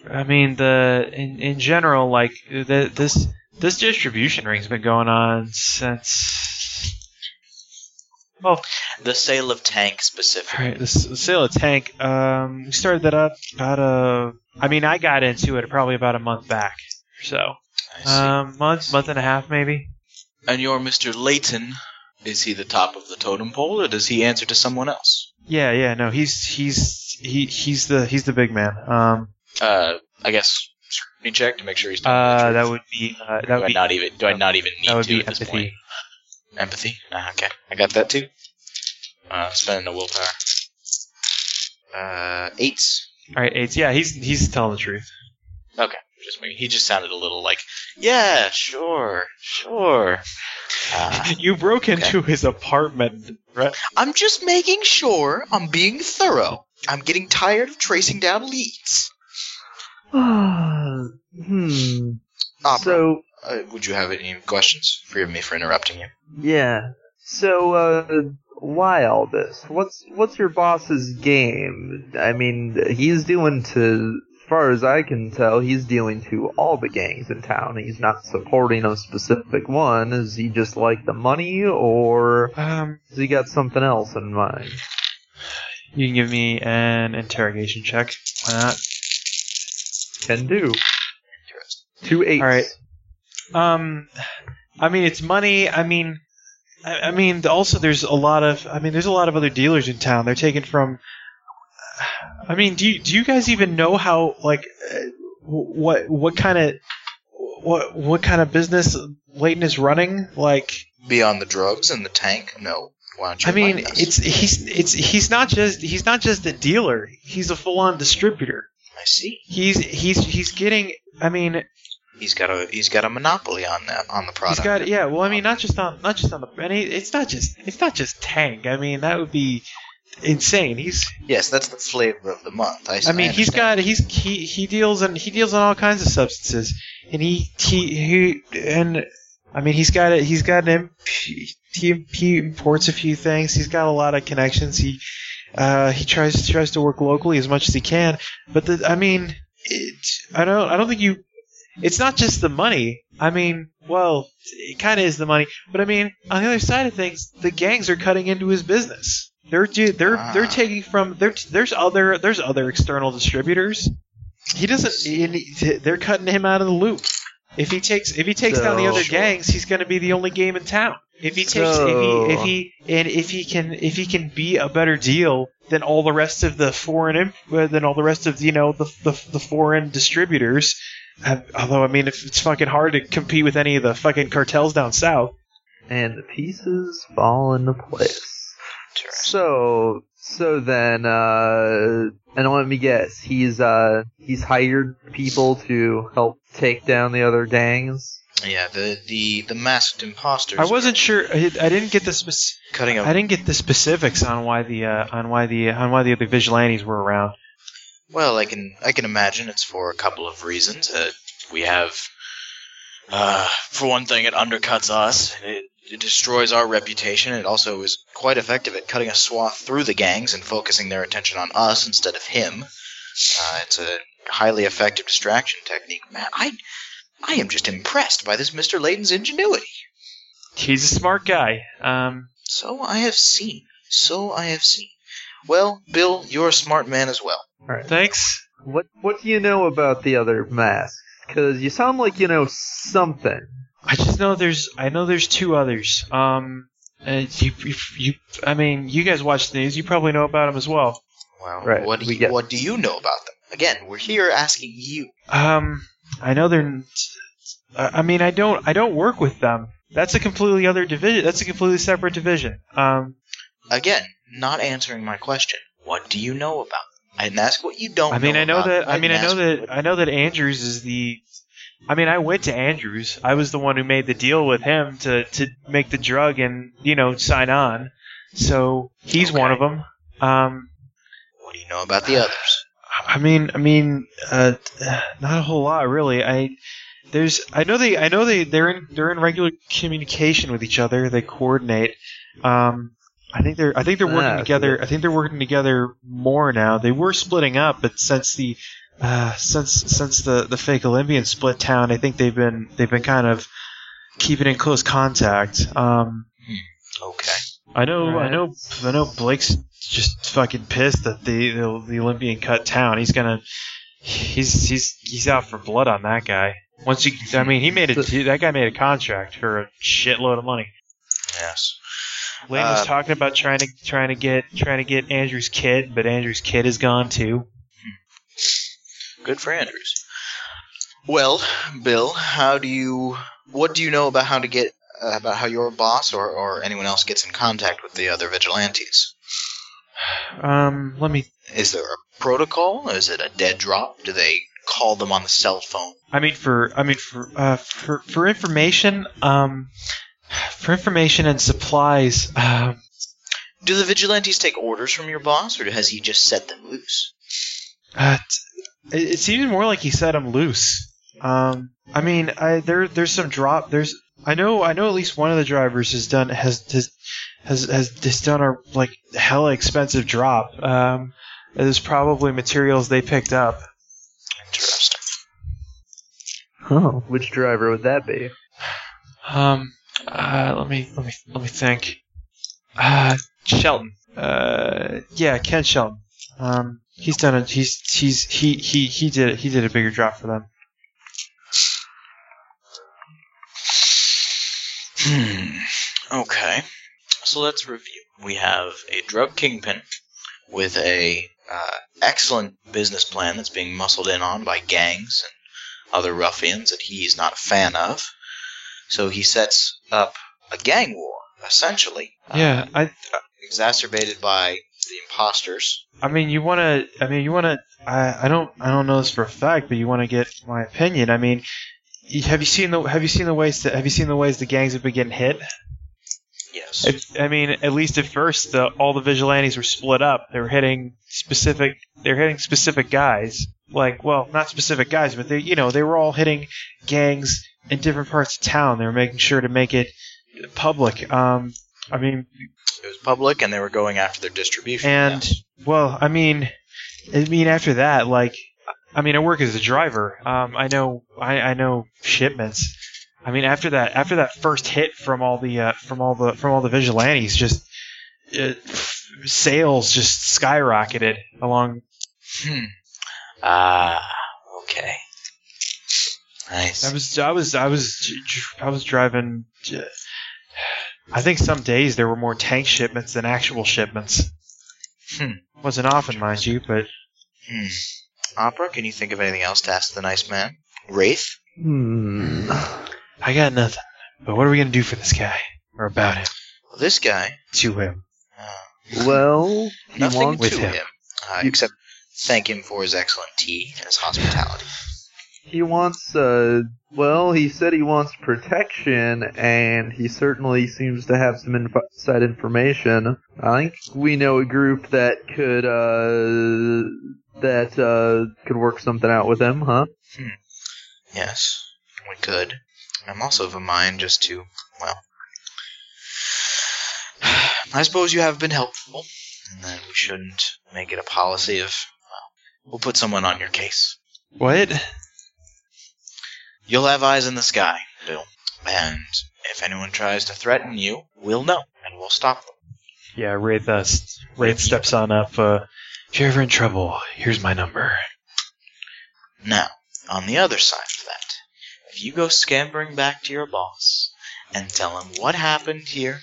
Speaker 1: I mean, the in in general, like the, this this distribution ring's been going on since. Well,
Speaker 2: The sale of tank
Speaker 1: all
Speaker 2: specifically.
Speaker 1: right, this the sale of tank. Um, we started that up about a. I mean, I got into it probably about a month back, or so
Speaker 2: I see.
Speaker 1: um, month month and a half maybe.
Speaker 2: and your Mr. Layton, is he the top of the totem pole, or does he answer to someone else?
Speaker 1: Yeah, yeah, no, he's he's he he's the he's the big man. Um,
Speaker 2: Uh, I guess scrutiny check to make sure he's. Telling
Speaker 1: uh,
Speaker 2: the
Speaker 1: that
Speaker 2: truth.
Speaker 1: would be uh, that
Speaker 2: do
Speaker 1: would
Speaker 2: I
Speaker 1: be
Speaker 2: not even? Do I not even need
Speaker 1: that would
Speaker 2: to
Speaker 1: be
Speaker 2: at this
Speaker 1: empathy.
Speaker 2: point? Empathy. Nah, okay, I got that too. Uh, spending a willpower. Uh, eights.
Speaker 1: All right, eights. Yeah, he's he's telling the truth.
Speaker 2: Just maybe he just sounded a little like, yeah, sure, sure. Uh,
Speaker 1: You broke
Speaker 2: into
Speaker 1: his apartment, right?
Speaker 2: I'm just making sure I'm being thorough. I'm getting tired of tracing down leads.
Speaker 10: hmm.
Speaker 2: Opera.
Speaker 10: So
Speaker 2: Uh, would you have any questions? Forgive me for interrupting you.
Speaker 10: yeah. So uh, why all this? What's what's your boss's game? I mean, he's doing to, as far as I can tell, he's dealing to all the gangs in town. He's not supporting a specific one. Is he just like the money, or
Speaker 1: Um,
Speaker 10: has he got something else in mind?
Speaker 1: you can give me an interrogation check. Why not?
Speaker 10: Can do. Two eights.
Speaker 1: All right. Um, I mean, it's money. I mean, I, I mean, also there's a lot of. I mean, there's a lot of other dealers in town. They're taken from. I mean, do you, do you guys even know how like uh, what what kind of what what kind of business Layton is running? Like,
Speaker 2: Beyond the drugs and the tank? No. Why don't you
Speaker 1: I mean,
Speaker 2: enlighten us?
Speaker 1: it's he's it's he's not just he's not just a dealer. He's a full on distributor.
Speaker 2: I see.
Speaker 1: He's he's he's getting. I mean,
Speaker 2: He's got a he's got a monopoly on that on the product.
Speaker 1: He's got yeah. Well, I mean, not just on not just on the and he, it's not just it's not just tank. I mean, that would be insane. He's
Speaker 2: yes, that's the flavor of the month. I,
Speaker 1: I mean, he's
Speaker 2: understand.
Speaker 1: got he's he he deals in he deals in all kinds of substances, and he he he and I mean, he's got a, he's got an imp- he he imports a few things. He's got a lot of connections. He uh he tries tries to work locally as much as he can. But the, I mean, it, I don't I don't think you. It's not just the money. I mean, well, it kind of is the money, but I mean, on the other side of things, the gangs are cutting into his business. They're do- they're
Speaker 2: Ah.
Speaker 1: they're taking from there. There's other there's other external distributors. He doesn't. and he- They're cutting him out of the loop. If he takes if he takes down the
Speaker 10: So-
Speaker 1: other gangs, he's going to be the only game in town. If he takes
Speaker 10: So-
Speaker 1: if he if he and if he can if he can be a better deal than all the rest of the foreign imp- uh, than all the rest of you know the the, the foreign distributors. Uh, although I mean, if it's fucking hard to compete with any of the fucking cartels down south.
Speaker 10: and the pieces fall into place.
Speaker 2: Interesting.
Speaker 10: So, so then, uh, and let me guess, he's uh, he's hired people to help take down the other gangs.
Speaker 2: yeah the the the masked imposters.
Speaker 1: I wasn't sure. I, I didn't get the spec-
Speaker 2: are cutting
Speaker 1: I
Speaker 2: up.
Speaker 1: didn't get the specifics on why the uh, on why the on why the other vigilantes were around.
Speaker 2: Well, I can I can imagine it's for a couple of reasons. Uh, we have, uh, for one thing, it undercuts us. It, it destroys our reputation. It also is quite effective at cutting a swath through the gangs and focusing their attention on us instead of him. Uh, it's a highly effective distraction technique. Man, I I am just impressed by this Mister Layton's ingenuity.
Speaker 1: He's a smart guy. Um,
Speaker 2: So I have seen. So I have seen. Well, Bill, you're a smart man as well.
Speaker 10: All right.
Speaker 1: thanks.
Speaker 10: What what do you know about the other masks? Because you sound like you know something.
Speaker 1: I just know there's I know there's two others. Um, Uh, you, you, you, I mean, you guys watch the news. You probably know about them as well.
Speaker 2: Well,
Speaker 10: Right,
Speaker 2: what, do
Speaker 10: we
Speaker 2: you,
Speaker 10: get-
Speaker 2: what do you know about them? Again, we're here asking you.
Speaker 1: Um, I know they're. n- I I mean, I don't. I don't work with them. That's a completely other division. That's a completely separate division. Um,
Speaker 2: Again, not answering my question. What do you know about them? I didn't ask what you don't.
Speaker 1: I mean, I know
Speaker 2: about them.
Speaker 1: that. I mean, I
Speaker 2: didn't
Speaker 1: know
Speaker 2: ask
Speaker 1: that.
Speaker 2: what-
Speaker 1: I know that Andrews is the. I mean, I went to Andrews. I was the one who made the deal with him to to make the drug and you know sign on. So he's one of them. Um,
Speaker 2: What do you know about the others?
Speaker 1: I mean, I mean, uh, not a whole lot really. I there's. I know they. I know they. They're in. They're in regular communication with each other. They coordinate. Um, I think they're. I think they're working
Speaker 10: Ah, so
Speaker 1: together. I think they're working together more now. They were splitting up, but since the uh, since since the the fake Olympian split town, I think they've been they've been kind of keeping in close contact. Um,
Speaker 2: Okay.
Speaker 1: I know, I
Speaker 10: Right.
Speaker 1: know, I know. Blake's just fucking pissed that the, the the Olympian cut town. He's gonna, he's he's he's out for blood on that guy. Once you, I mean, he made a that guy made a contract for a shitload of money.
Speaker 2: Yes.
Speaker 1: Lane was
Speaker 2: Uh,
Speaker 1: talking about trying to trying to get trying to get Andrew's kid, but Andrew's kid is gone too.
Speaker 2: Good for Andrews. Well, Bill, how do you? What do you know about how to get uh, about how your boss or, or anyone else gets in contact with the other vigilantes?
Speaker 1: Um, let me.
Speaker 2: Is there a protocol? Is it a dead drop? Do they call them on the cell phone?
Speaker 1: I mean, for I mean for uh, for for information, um, for information and supplies, um.
Speaker 2: Do the vigilantes take orders from your boss, or has he just set them loose?
Speaker 1: Uh, t- it, it seems more like he set him loose. Um, I mean, I there there's some drop. There's I know I know at least one of the drivers has done has has has, has, has done a like hella expensive drop. Um, there's probably materials they picked up.
Speaker 2: Interesting.
Speaker 10: Huh? Which driver would that be?
Speaker 1: Um, uh, let me let me let me think. Uh, Shelton. Uh, yeah, Ken Shelton. Um, he's done a he's he's he he he did he did a bigger drop for them.
Speaker 2: Hmm. Okay. So let's review. We have a drug kingpin with a uh, excellent business plan that's being muscled in on by gangs and other ruffians that he's not a fan of. So he sets up a gang war, essentially. uh,
Speaker 1: Yeah, I
Speaker 2: exacerbated by the imposters.
Speaker 1: I mean, you want to. I mean, you want to. I, I don't. I don't know this for a fact, but you want to get my opinion. I mean, y- have you seen the Have you seen the ways that Have you seen the ways the gangs have been getting hit?
Speaker 2: Yes.
Speaker 1: If, I mean, at least at first, the, all the vigilantes were split up. They were hitting specific. They're hitting specific guys. Like, well, not specific guys, but they, you know, they were all hitting gangs in different parts of town. They were making sure to make it public. Um, I mean,
Speaker 2: It was public, and they were going after their distribution.
Speaker 1: and well, I mean, I mean after that, like, I mean, I work as a driver. Um, I know, I, I know shipments. I mean, after that, after that first hit from all the uh, from all the from all the vigilantes, just uh, sales just skyrocketed along.
Speaker 2: Hmm. Ah, okay. Nice.
Speaker 1: I was I was I was I was driving. I think some days there were more tank shipments than actual shipments.
Speaker 2: Hmm.
Speaker 1: Wasn't often, mind you, but
Speaker 2: Hmm. Opera, can you think of anything else to ask the nice man? Wraith?
Speaker 10: Hmm.
Speaker 1: I got nothing. But what are we gonna do for this guy? Or about him?
Speaker 2: Well, this guy.
Speaker 1: To him.
Speaker 2: Uh,
Speaker 10: Well, he
Speaker 2: nothing
Speaker 10: wants
Speaker 2: to
Speaker 1: with
Speaker 2: him,
Speaker 1: him.
Speaker 2: uh, except thank him for his excellent tea and his hospitality.
Speaker 10: he wants uh well he said he wants protection and he certainly seems to have some inside information i think we know a group that could uh that uh could work something out with him huh
Speaker 2: Yes, we could. I'm also of a mind just to, well. I suppose you have been helpful, and that we shouldn't make it a policy of, well, we'll put someone on your case.
Speaker 1: What?
Speaker 2: You'll have eyes in the sky, Bill. And if anyone tries to threaten you, we'll know, and we'll stop them.
Speaker 1: Yeah, Wraith uh, s- Wraith steps on up, uh if you're ever in trouble, here's my number.
Speaker 2: Now, on the other side of that, if you go scampering back to your boss and tell him what happened here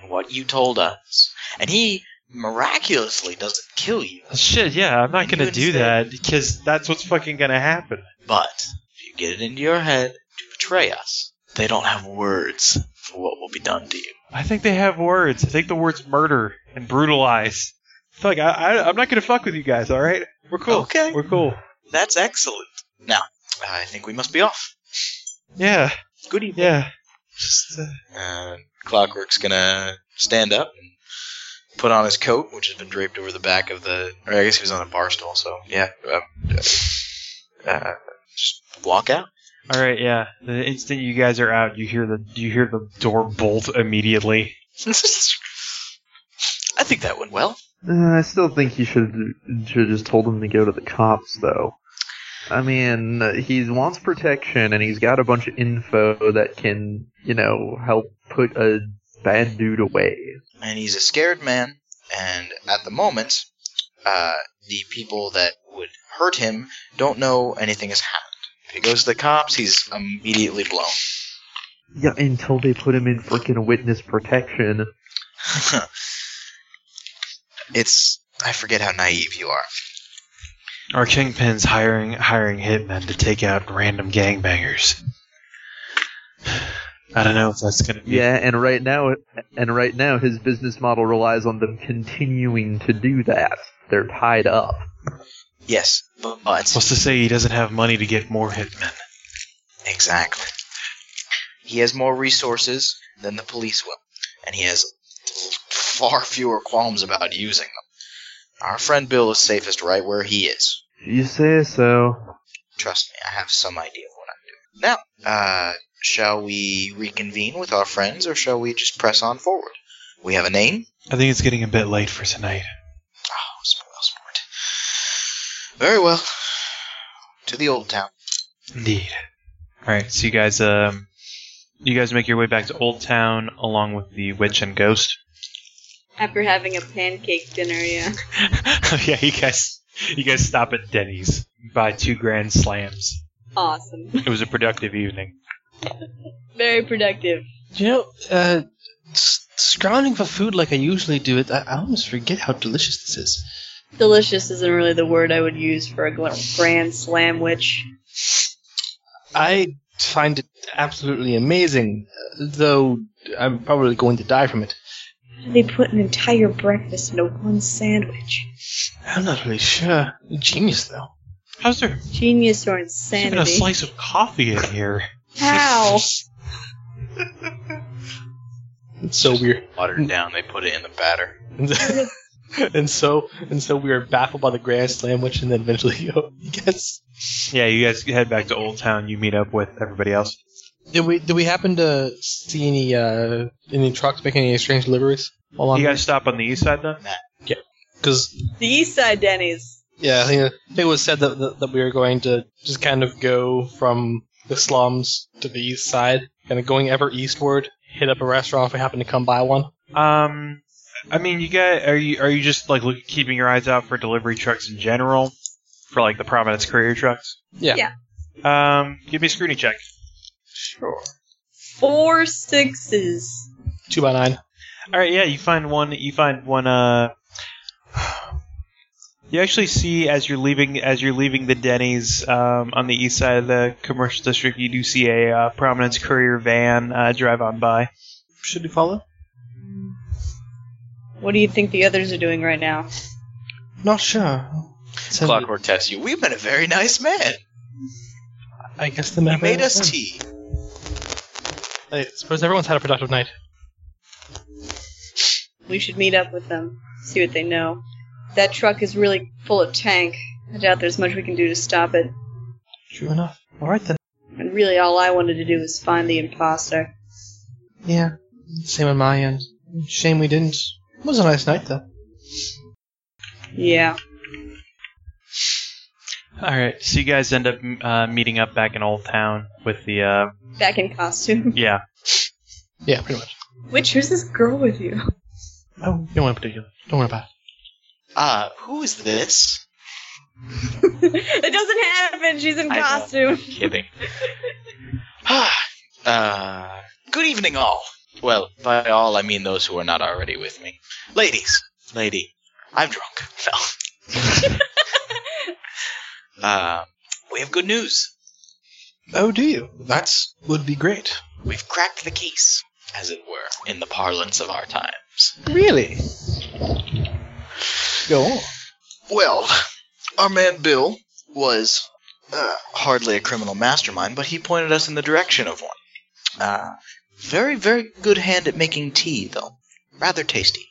Speaker 2: and what you told us. And he miraculously doesn't kill you,
Speaker 1: Shit, yeah, I'm not
Speaker 2: And
Speaker 1: gonna
Speaker 2: you
Speaker 1: do
Speaker 2: instead-
Speaker 1: that because that's what's fucking gonna happen.
Speaker 2: but if you get it into your head to betray us, they don't have words for what will be done to you.
Speaker 1: I think they have words. I think the words murder and brutalize.
Speaker 20: Fuck, I, I, I'm not gonna fuck with you guys. All right, we're cool.
Speaker 2: Okay.
Speaker 20: we're cool.
Speaker 2: That's excellent. Now, I think we must be off.
Speaker 1: Yeah,
Speaker 2: Good evening.
Speaker 1: yeah.
Speaker 2: Uh, Clockwork's gonna stand up and put on his coat, which has been draped over the back of the. Or I guess he was on a bar stool, so yeah. Uh, uh, just walk out.
Speaker 1: All right, yeah. The instant you guys are out, you hear the you hear the door bolt immediately.
Speaker 2: I think that went well.
Speaker 10: Uh, I still think you should should just told him to go to the cops, though. I mean, uh, he wants protection, and he's got a bunch of info that can, you know, help put a bad dude away.
Speaker 2: And he's a scared man, and at the moment, uh, the people that would hurt him don't know anything has happened. If he goes to the cops, he's immediately blown.
Speaker 10: Yeah, until they put him in freaking witness protection.
Speaker 2: it's. I forget how naive you are.
Speaker 1: Our kingpin's hiring hiring hitmen to take out random gangbangers. I don't know if that's gonna be.
Speaker 10: Yeah, and right now, and right now, his business model relies on them continuing to do that. They're tied up.
Speaker 2: Yes, but
Speaker 1: What's to say he doesn't have money to get more hitmen?
Speaker 2: Exactly. He has more resources than the police will, and he has far fewer qualms about using them. Our friend Bill is safest right where he is.
Speaker 10: You say so.
Speaker 2: Trust me, I have some idea of what I'm doing. Now, uh, shall we reconvene with our friends, or shall we just press on forward? We have a name?
Speaker 1: I think it's getting a bit late for tonight.
Speaker 2: Oh, smart, smart. Very well. To the old town.
Speaker 1: Indeed. All right, so you guys, um, you guys make your way back to Old Town along with the witch and ghost.
Speaker 21: After having a pancake dinner, yeah.
Speaker 1: yeah, you guys, you guys stop at Denny's, buy two grand slams.
Speaker 21: Awesome.
Speaker 1: It was a productive evening.
Speaker 4: Very productive.
Speaker 3: You know, uh, s- scrounging for food like I usually do, it I, I almost forget how delicious this is.
Speaker 4: Delicious isn't really the word I would use for a gl- grand slam witch.
Speaker 3: I find it absolutely amazing, though I'm probably going to die from it.
Speaker 4: They put an entire breakfast into one sandwich.
Speaker 3: I'm not really sure. Genius, though.
Speaker 1: How's there
Speaker 4: Genius or
Speaker 1: even a
Speaker 4: insanity?
Speaker 1: slice of coffee in here?
Speaker 4: How?
Speaker 3: It's so weird.
Speaker 2: Watered down, they put it in the batter.
Speaker 3: and so, and so we are baffled by the Grand Slam, which, and then eventually, oh, I guess.
Speaker 1: Yeah, you guys head back to Old Town. You meet up with everybody else.
Speaker 3: Did we did we happen to see any uh any trucks making any strange deliveries? While
Speaker 1: You
Speaker 3: on
Speaker 1: guys stop on the east side then.
Speaker 3: because
Speaker 21: The East Side Denny's.
Speaker 3: yeah, I think, I think it was said that, that that we were going to just kind of go from the slums to the east side, kind of going ever eastward. Hit up a restaurant if we happen to come by one.
Speaker 1: Um, I mean, you guys, are you are you just like look, keeping your eyes out for delivery trucks in general, for like the Providence courier trucks?
Speaker 3: Yeah.
Speaker 21: Yeah.
Speaker 1: Um, give me a scrutiny check.
Speaker 3: Sure.
Speaker 21: Four sixes.
Speaker 3: Two by nine.
Speaker 1: All right, yeah, you find one. You find one. Uh, you actually see as you're leaving as you're leaving the Denny's um, on the east side of the commercial district. You do see a uh, Prominence courier van uh, drive on by.
Speaker 3: Should we follow?
Speaker 4: What do you think the others are doing right now?
Speaker 3: Not sure. So
Speaker 2: Clockwork tests you. We've been a very nice man.
Speaker 3: I guess the
Speaker 2: He
Speaker 3: map
Speaker 2: made us tea.
Speaker 3: I suppose everyone's had a productive night.
Speaker 4: We should meet up with them, see what they know. That truck is really full of tank. I doubt there's much we can do to stop it.
Speaker 3: True enough. All right then.
Speaker 4: And really, all I wanted to do was find the imposter.
Speaker 3: Yeah. Same on my end. Shame we didn't. It was a nice night though.
Speaker 4: Yeah.
Speaker 1: All right, so you guys end up uh, meeting up back in Old Town with the uh,
Speaker 4: Back in costume.
Speaker 1: yeah.
Speaker 3: Yeah, pretty much.
Speaker 4: Witch, who's this girl with you?
Speaker 3: Oh, no one in particular. Don't worry about it.
Speaker 2: Uh, who is this?
Speaker 21: it doesn't happen. She's in
Speaker 2: I know.
Speaker 21: costume.
Speaker 2: Kidding. uh, good evening, all. Well, by all I mean those who are not already with me. Ladies, lady, I'm drunk. Fell. uh, we have good news.
Speaker 15: Oh, do you? That's would be great.
Speaker 2: We've cracked the case, as it were, in the parlance of our times.
Speaker 15: Really? Go on.
Speaker 2: Well, our man Bill was uh, hardly a criminal mastermind, but he pointed us in the direction of one. Uh, very, very good hand at making tea, though. Rather tasty.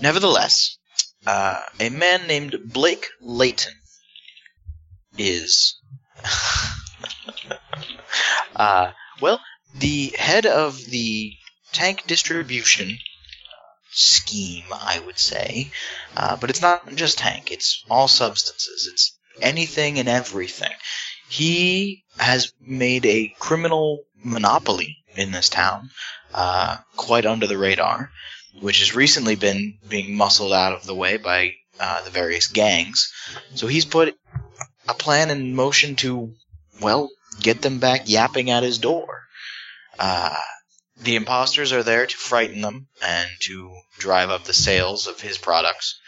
Speaker 2: Nevertheless, uh, a man named Blake Layton is. uh, well, the head of the tank distribution scheme, I would say. Uh, but it's not just tank, it's all substances, it's anything and everything. He has made a criminal monopoly in this town, uh, quite under the radar, which has recently been being muscled out of the way by uh, the various gangs. So he's put a plan in motion to, well, get them back yapping at his door. Uh, the imposters are there to frighten them and to drive up the sales of his products,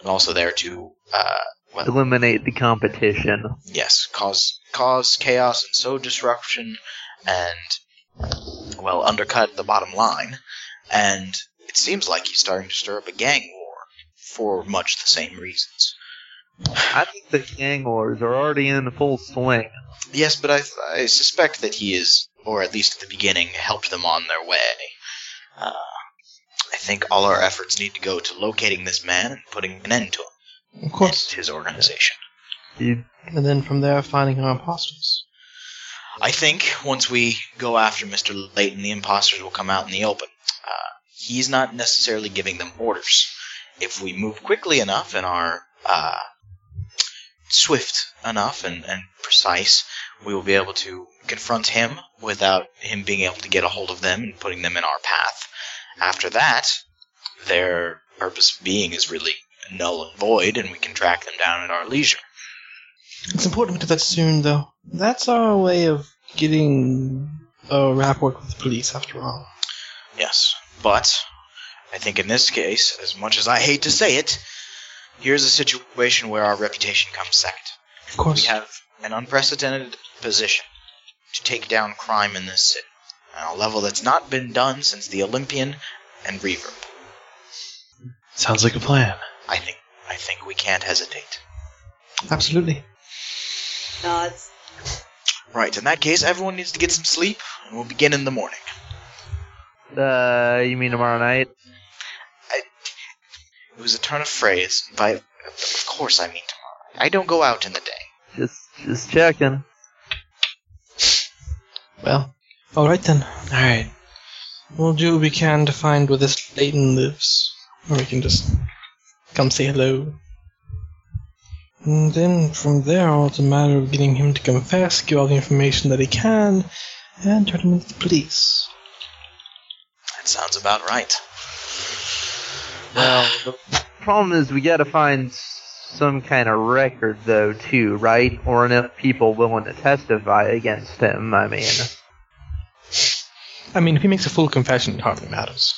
Speaker 2: and also there to, uh, well,
Speaker 10: Eliminate the competition.
Speaker 2: yes, cause cause chaos and sow disruption, and well, undercut the bottom line. And it seems like he's starting to stir up a gang war for much the same reasons.
Speaker 10: I think the gang wars are already in full swing.
Speaker 2: Yes, but I, I suspect that he is, or at least at the beginning, helped them on their way. Uh, I think all our efforts need to go to locating this man and putting an end to him
Speaker 15: Of
Speaker 2: and
Speaker 15: course.
Speaker 2: his organization.
Speaker 10: You,
Speaker 15: And then from there, finding our imposters.
Speaker 2: I think once we go after Mr. Layton, the imposters will come out in the open. Uh, he's not necessarily giving them orders. If we move quickly enough and are uh, swift enough and, and precise, we will be able to confront him without him being able to get a hold of them and putting them in our path. After that, their purpose being is really null and void, and we can track them down at our leisure.
Speaker 15: It's important we do that soon, though. That's our way of getting a rap work with the police, after all.
Speaker 2: Yes, but I think in this case, as much as I hate to say it, here's a situation where our reputation comes second.
Speaker 15: Of
Speaker 2: We
Speaker 15: course.
Speaker 2: have an unprecedented position to take down crime in this city, on a level that's not been done since the Olympian and Reverb.
Speaker 16: Sounds like a plan.
Speaker 2: I think I think we can't hesitate.
Speaker 15: Absolutely.
Speaker 4: Nods.
Speaker 2: Right, in that case, everyone needs to get some sleep, and we'll begin in the morning.
Speaker 10: uh, you mean tomorrow night?
Speaker 2: It was a turn of phrase, but of course I mean tomorrow. I don't go out in the day.
Speaker 10: Just, just checking.
Speaker 15: Well, alright then. Alright. We'll do what we can to find where this Layton lives. Or we can just come say hello. And then from there, all it's a matter of getting him to confess, give all the information that he can, and turn him into the police.
Speaker 2: That sounds about right.
Speaker 10: Well, the problem is we gotta find some kind of record, though, too, right? Or enough people willing to testify against him, I mean.
Speaker 15: I mean, if he makes a full confession, it hardly matters.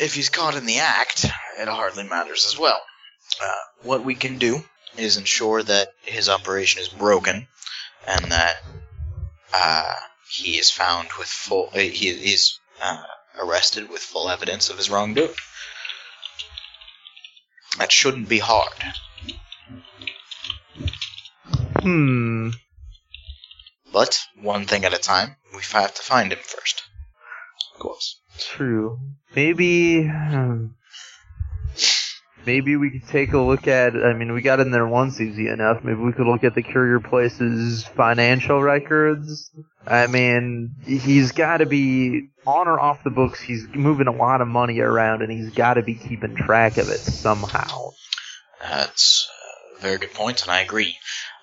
Speaker 2: if he's caught in the act, it hardly matters as well. Uh, what we can do is ensure that his operation is broken and that uh, he is found with full. Uh, he is uh, arrested with full evidence of his wrongdoing. That shouldn't be hard.
Speaker 10: Hmm.
Speaker 2: But one thing at a time, we have to find him first. Of course.
Speaker 10: True. Maybe. hmm. Maybe we could take a look at. I mean, we got in there once easy enough. Maybe we could look at the courier place's financial records. I mean, he's got to be on or off the books. He's moving a lot of money around, and he's got to be keeping track of it somehow.
Speaker 2: That's a very good point, and I agree.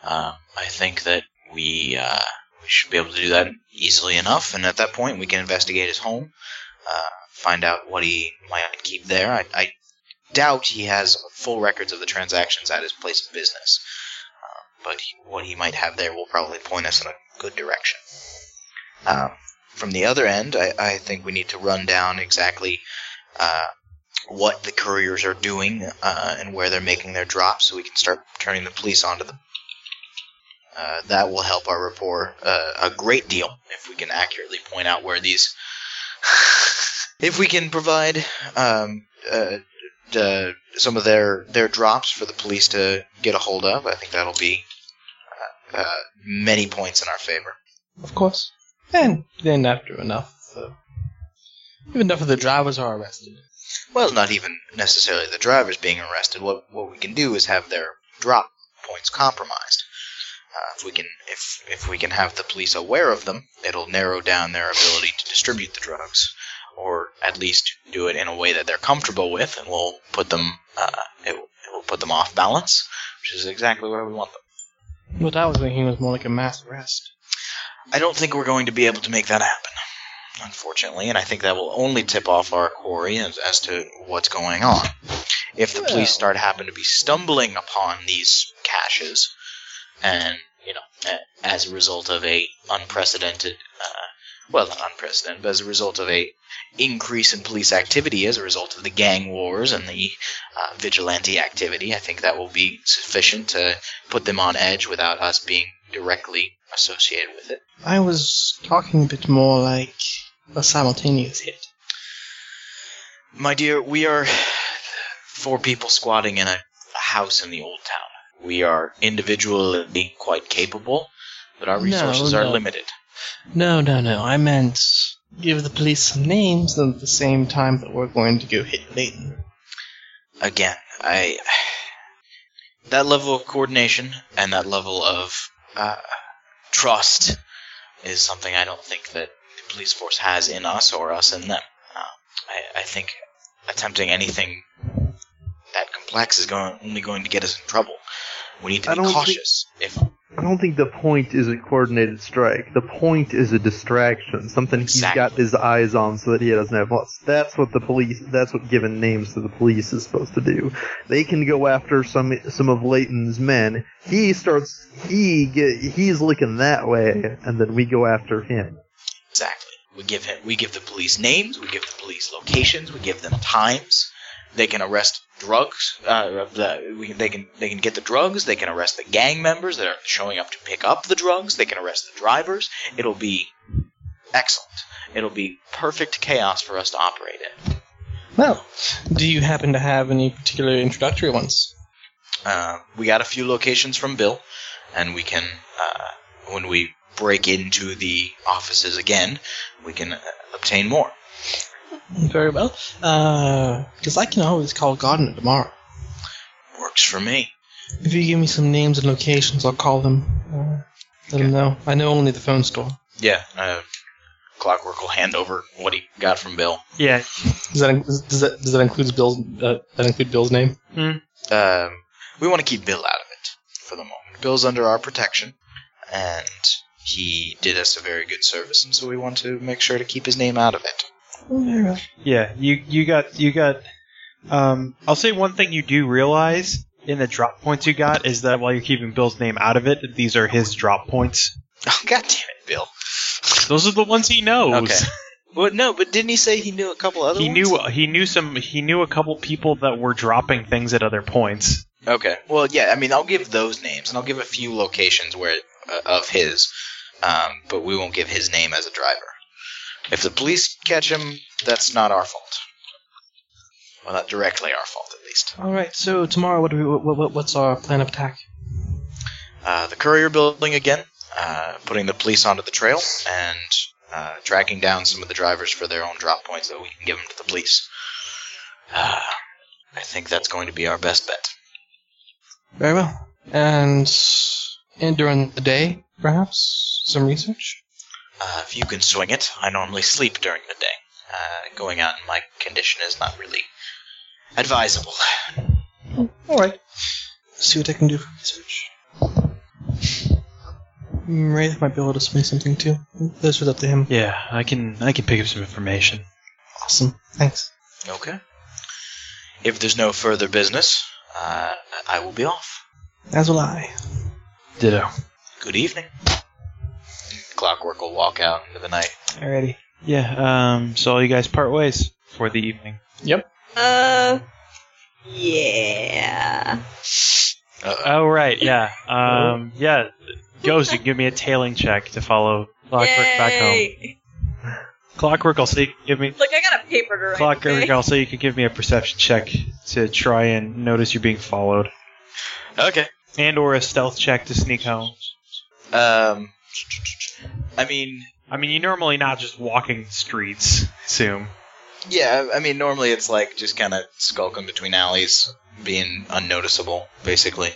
Speaker 2: Um, I think that we uh, we should be able to do that easily enough, and at that point, we can investigate his home, uh, find out what he might keep there. I, I doubt he has full records of the transactions at his place of business, uh, but he, what he might have there will probably point us in a good direction. Um, from the other end, I, I think we need to run down exactly uh, what the couriers are doing uh, and where they're making their drops, so we can start turning the police onto them. Uh, that will help our rapport uh, a great deal if we can accurately point out where these. if we can provide um, uh, uh, some of their their drops for the police to get a hold of, I think that'll be uh, uh, many points in our favor.
Speaker 3: of course. And then after enough, uh, if enough of the drivers are arrested,
Speaker 2: Well, not even necessarily the drivers being arrested. What what we can do is have their drop points compromised. Uh, if we can if if we can have the police aware of them, it'll narrow down their ability to distribute the drugs, or at least do it in a way that they're comfortable with, and we'll put them uh, it, will- it will put them off balance, which is exactly where we want them.
Speaker 3: what I was thinking was more like a mass arrest.
Speaker 2: I don't think we're going to be able to make that happen, unfortunately, and I think that will only tip off our quarry as, as to what's going on. If the
Speaker 3: Well.
Speaker 2: police start happen to be stumbling upon these caches, and you know, a- as a result of a unprecedented, uh, well, not unprecedented, but as a result of a increase in police activity as a result of the gang wars and the uh, vigilante activity, I think that will be sufficient to put them on edge without us being directly associated with it.
Speaker 3: I was talking a bit more like a simultaneous hit.
Speaker 2: My dear, we are four people squatting in a, a house in the old town. We are individually quite capable, but our
Speaker 3: No,
Speaker 2: resources are
Speaker 3: no.
Speaker 2: limited.
Speaker 3: No, no, no. I meant give the police some names and at the same time that we're going to go hit Leighton.
Speaker 2: Again, I that level of coordination and that level of uh, trust is something I don't think that the police force has in us or us in them. Uh, I, I think attempting anything that complex is going only going to get us in trouble. We need to
Speaker 10: I
Speaker 2: be
Speaker 10: don't think-
Speaker 2: cautious. If
Speaker 10: I don't think the point is a coordinated strike. The point is a distraction, something
Speaker 2: Exactly.
Speaker 10: he's got his eyes on so that he doesn't have lots. That's what the police. That's what giving names to the police is supposed to do. They can go after some some of Leighton's men. He starts. He get, he's looking that way, and then we go after him.
Speaker 2: Exactly. We give him, we give the police names, we give the police locations, we give them times. They can arrest drugs. Uh, the, we, they can they can get the drugs. They can arrest the gang members that are showing up to pick up the drugs. They can arrest the drivers. It'll be excellent. It'll be perfect chaos for us to operate in.
Speaker 3: Well, do you happen to have any particular introductory ones?
Speaker 2: Uh, we got a few locations from Bill, and we can uh, when we break into the offices again, we can uh, obtain more.
Speaker 3: Very well. Because I can always call Gardner tomorrow.
Speaker 2: Works for me.
Speaker 3: If you give me some names and locations, I'll call them. Uh, let them know. I know only the phone store.
Speaker 2: Yeah, uh, Clockwork will hand over what he got from Bill.
Speaker 22: Yeah,
Speaker 3: Does that does that does that include Bill's uh, that include Bill's name?
Speaker 2: Um, we want to keep Bill out of it for the moment. Bill's under our protection, and he did us a very good service, and so we want to make sure to keep his name out of it.
Speaker 3: Very well.
Speaker 1: Yeah, you you got you got. Um, I'll say one thing you do realize in the drop points you got is that while you're keeping Bill's name out of it, these are his drop points.
Speaker 2: Oh, God damn it, Bill.
Speaker 22: those are the ones he knows.
Speaker 2: Okay. Well, no, but didn't he say he knew a couple other
Speaker 1: He
Speaker 2: ones?
Speaker 1: knew he knew some he knew a couple people that were dropping things at other points.
Speaker 2: Okay. Well, yeah, I mean, I'll give those names, and I'll give a few locations where uh, of his, um, but we won't give his name as a driver. If the police catch him, that's not our fault. Well, not directly our fault, at least.
Speaker 3: All right. So tomorrow, what do we, what, what what's our plan of attack?
Speaker 2: Uh, the courier building again, uh, putting the police onto the trail, and uh, tracking down some of the drivers for their own drop points that we can give them to the police. Uh, I think that's going to be our best bet.
Speaker 3: Very well. And and during the day, perhaps some research.
Speaker 2: Uh, if you can swing it, I normally sleep during the day. Uh, going out in my condition is not really advisable.
Speaker 3: All right. See what I can do for research. Mm, Wraith might be able to send me something too. Those was up to him.
Speaker 1: Yeah, I can I can pick up some information.
Speaker 3: Awesome. Thanks.
Speaker 2: Okay. If there's no further business, uh, I will be off.
Speaker 3: As will I.
Speaker 1: Ditto.
Speaker 2: Good evening. Clockwork will walk out into the night.
Speaker 1: Alrighty. Yeah. Um. So all you guys part ways for the evening.
Speaker 4: Uh, yeah.
Speaker 23: Oh right, yeah. Um, yeah. Ghost, you can give me a tailing check to follow Clockwork back home.
Speaker 4: Yay!
Speaker 1: Clockwork, I'll say give me.
Speaker 4: Look, I got a paper to write.
Speaker 1: Clockwork,
Speaker 4: okay?
Speaker 1: I'll say you could give me a perception check to try and notice you're being followed,
Speaker 2: Okay.
Speaker 1: and or a stealth check to sneak home.
Speaker 2: Um. I mean,
Speaker 1: I mean, you're normally not just walking streets. Assume.
Speaker 2: yeah. I mean, normally it's like just kind of skulking between alleys, being unnoticeable, basically.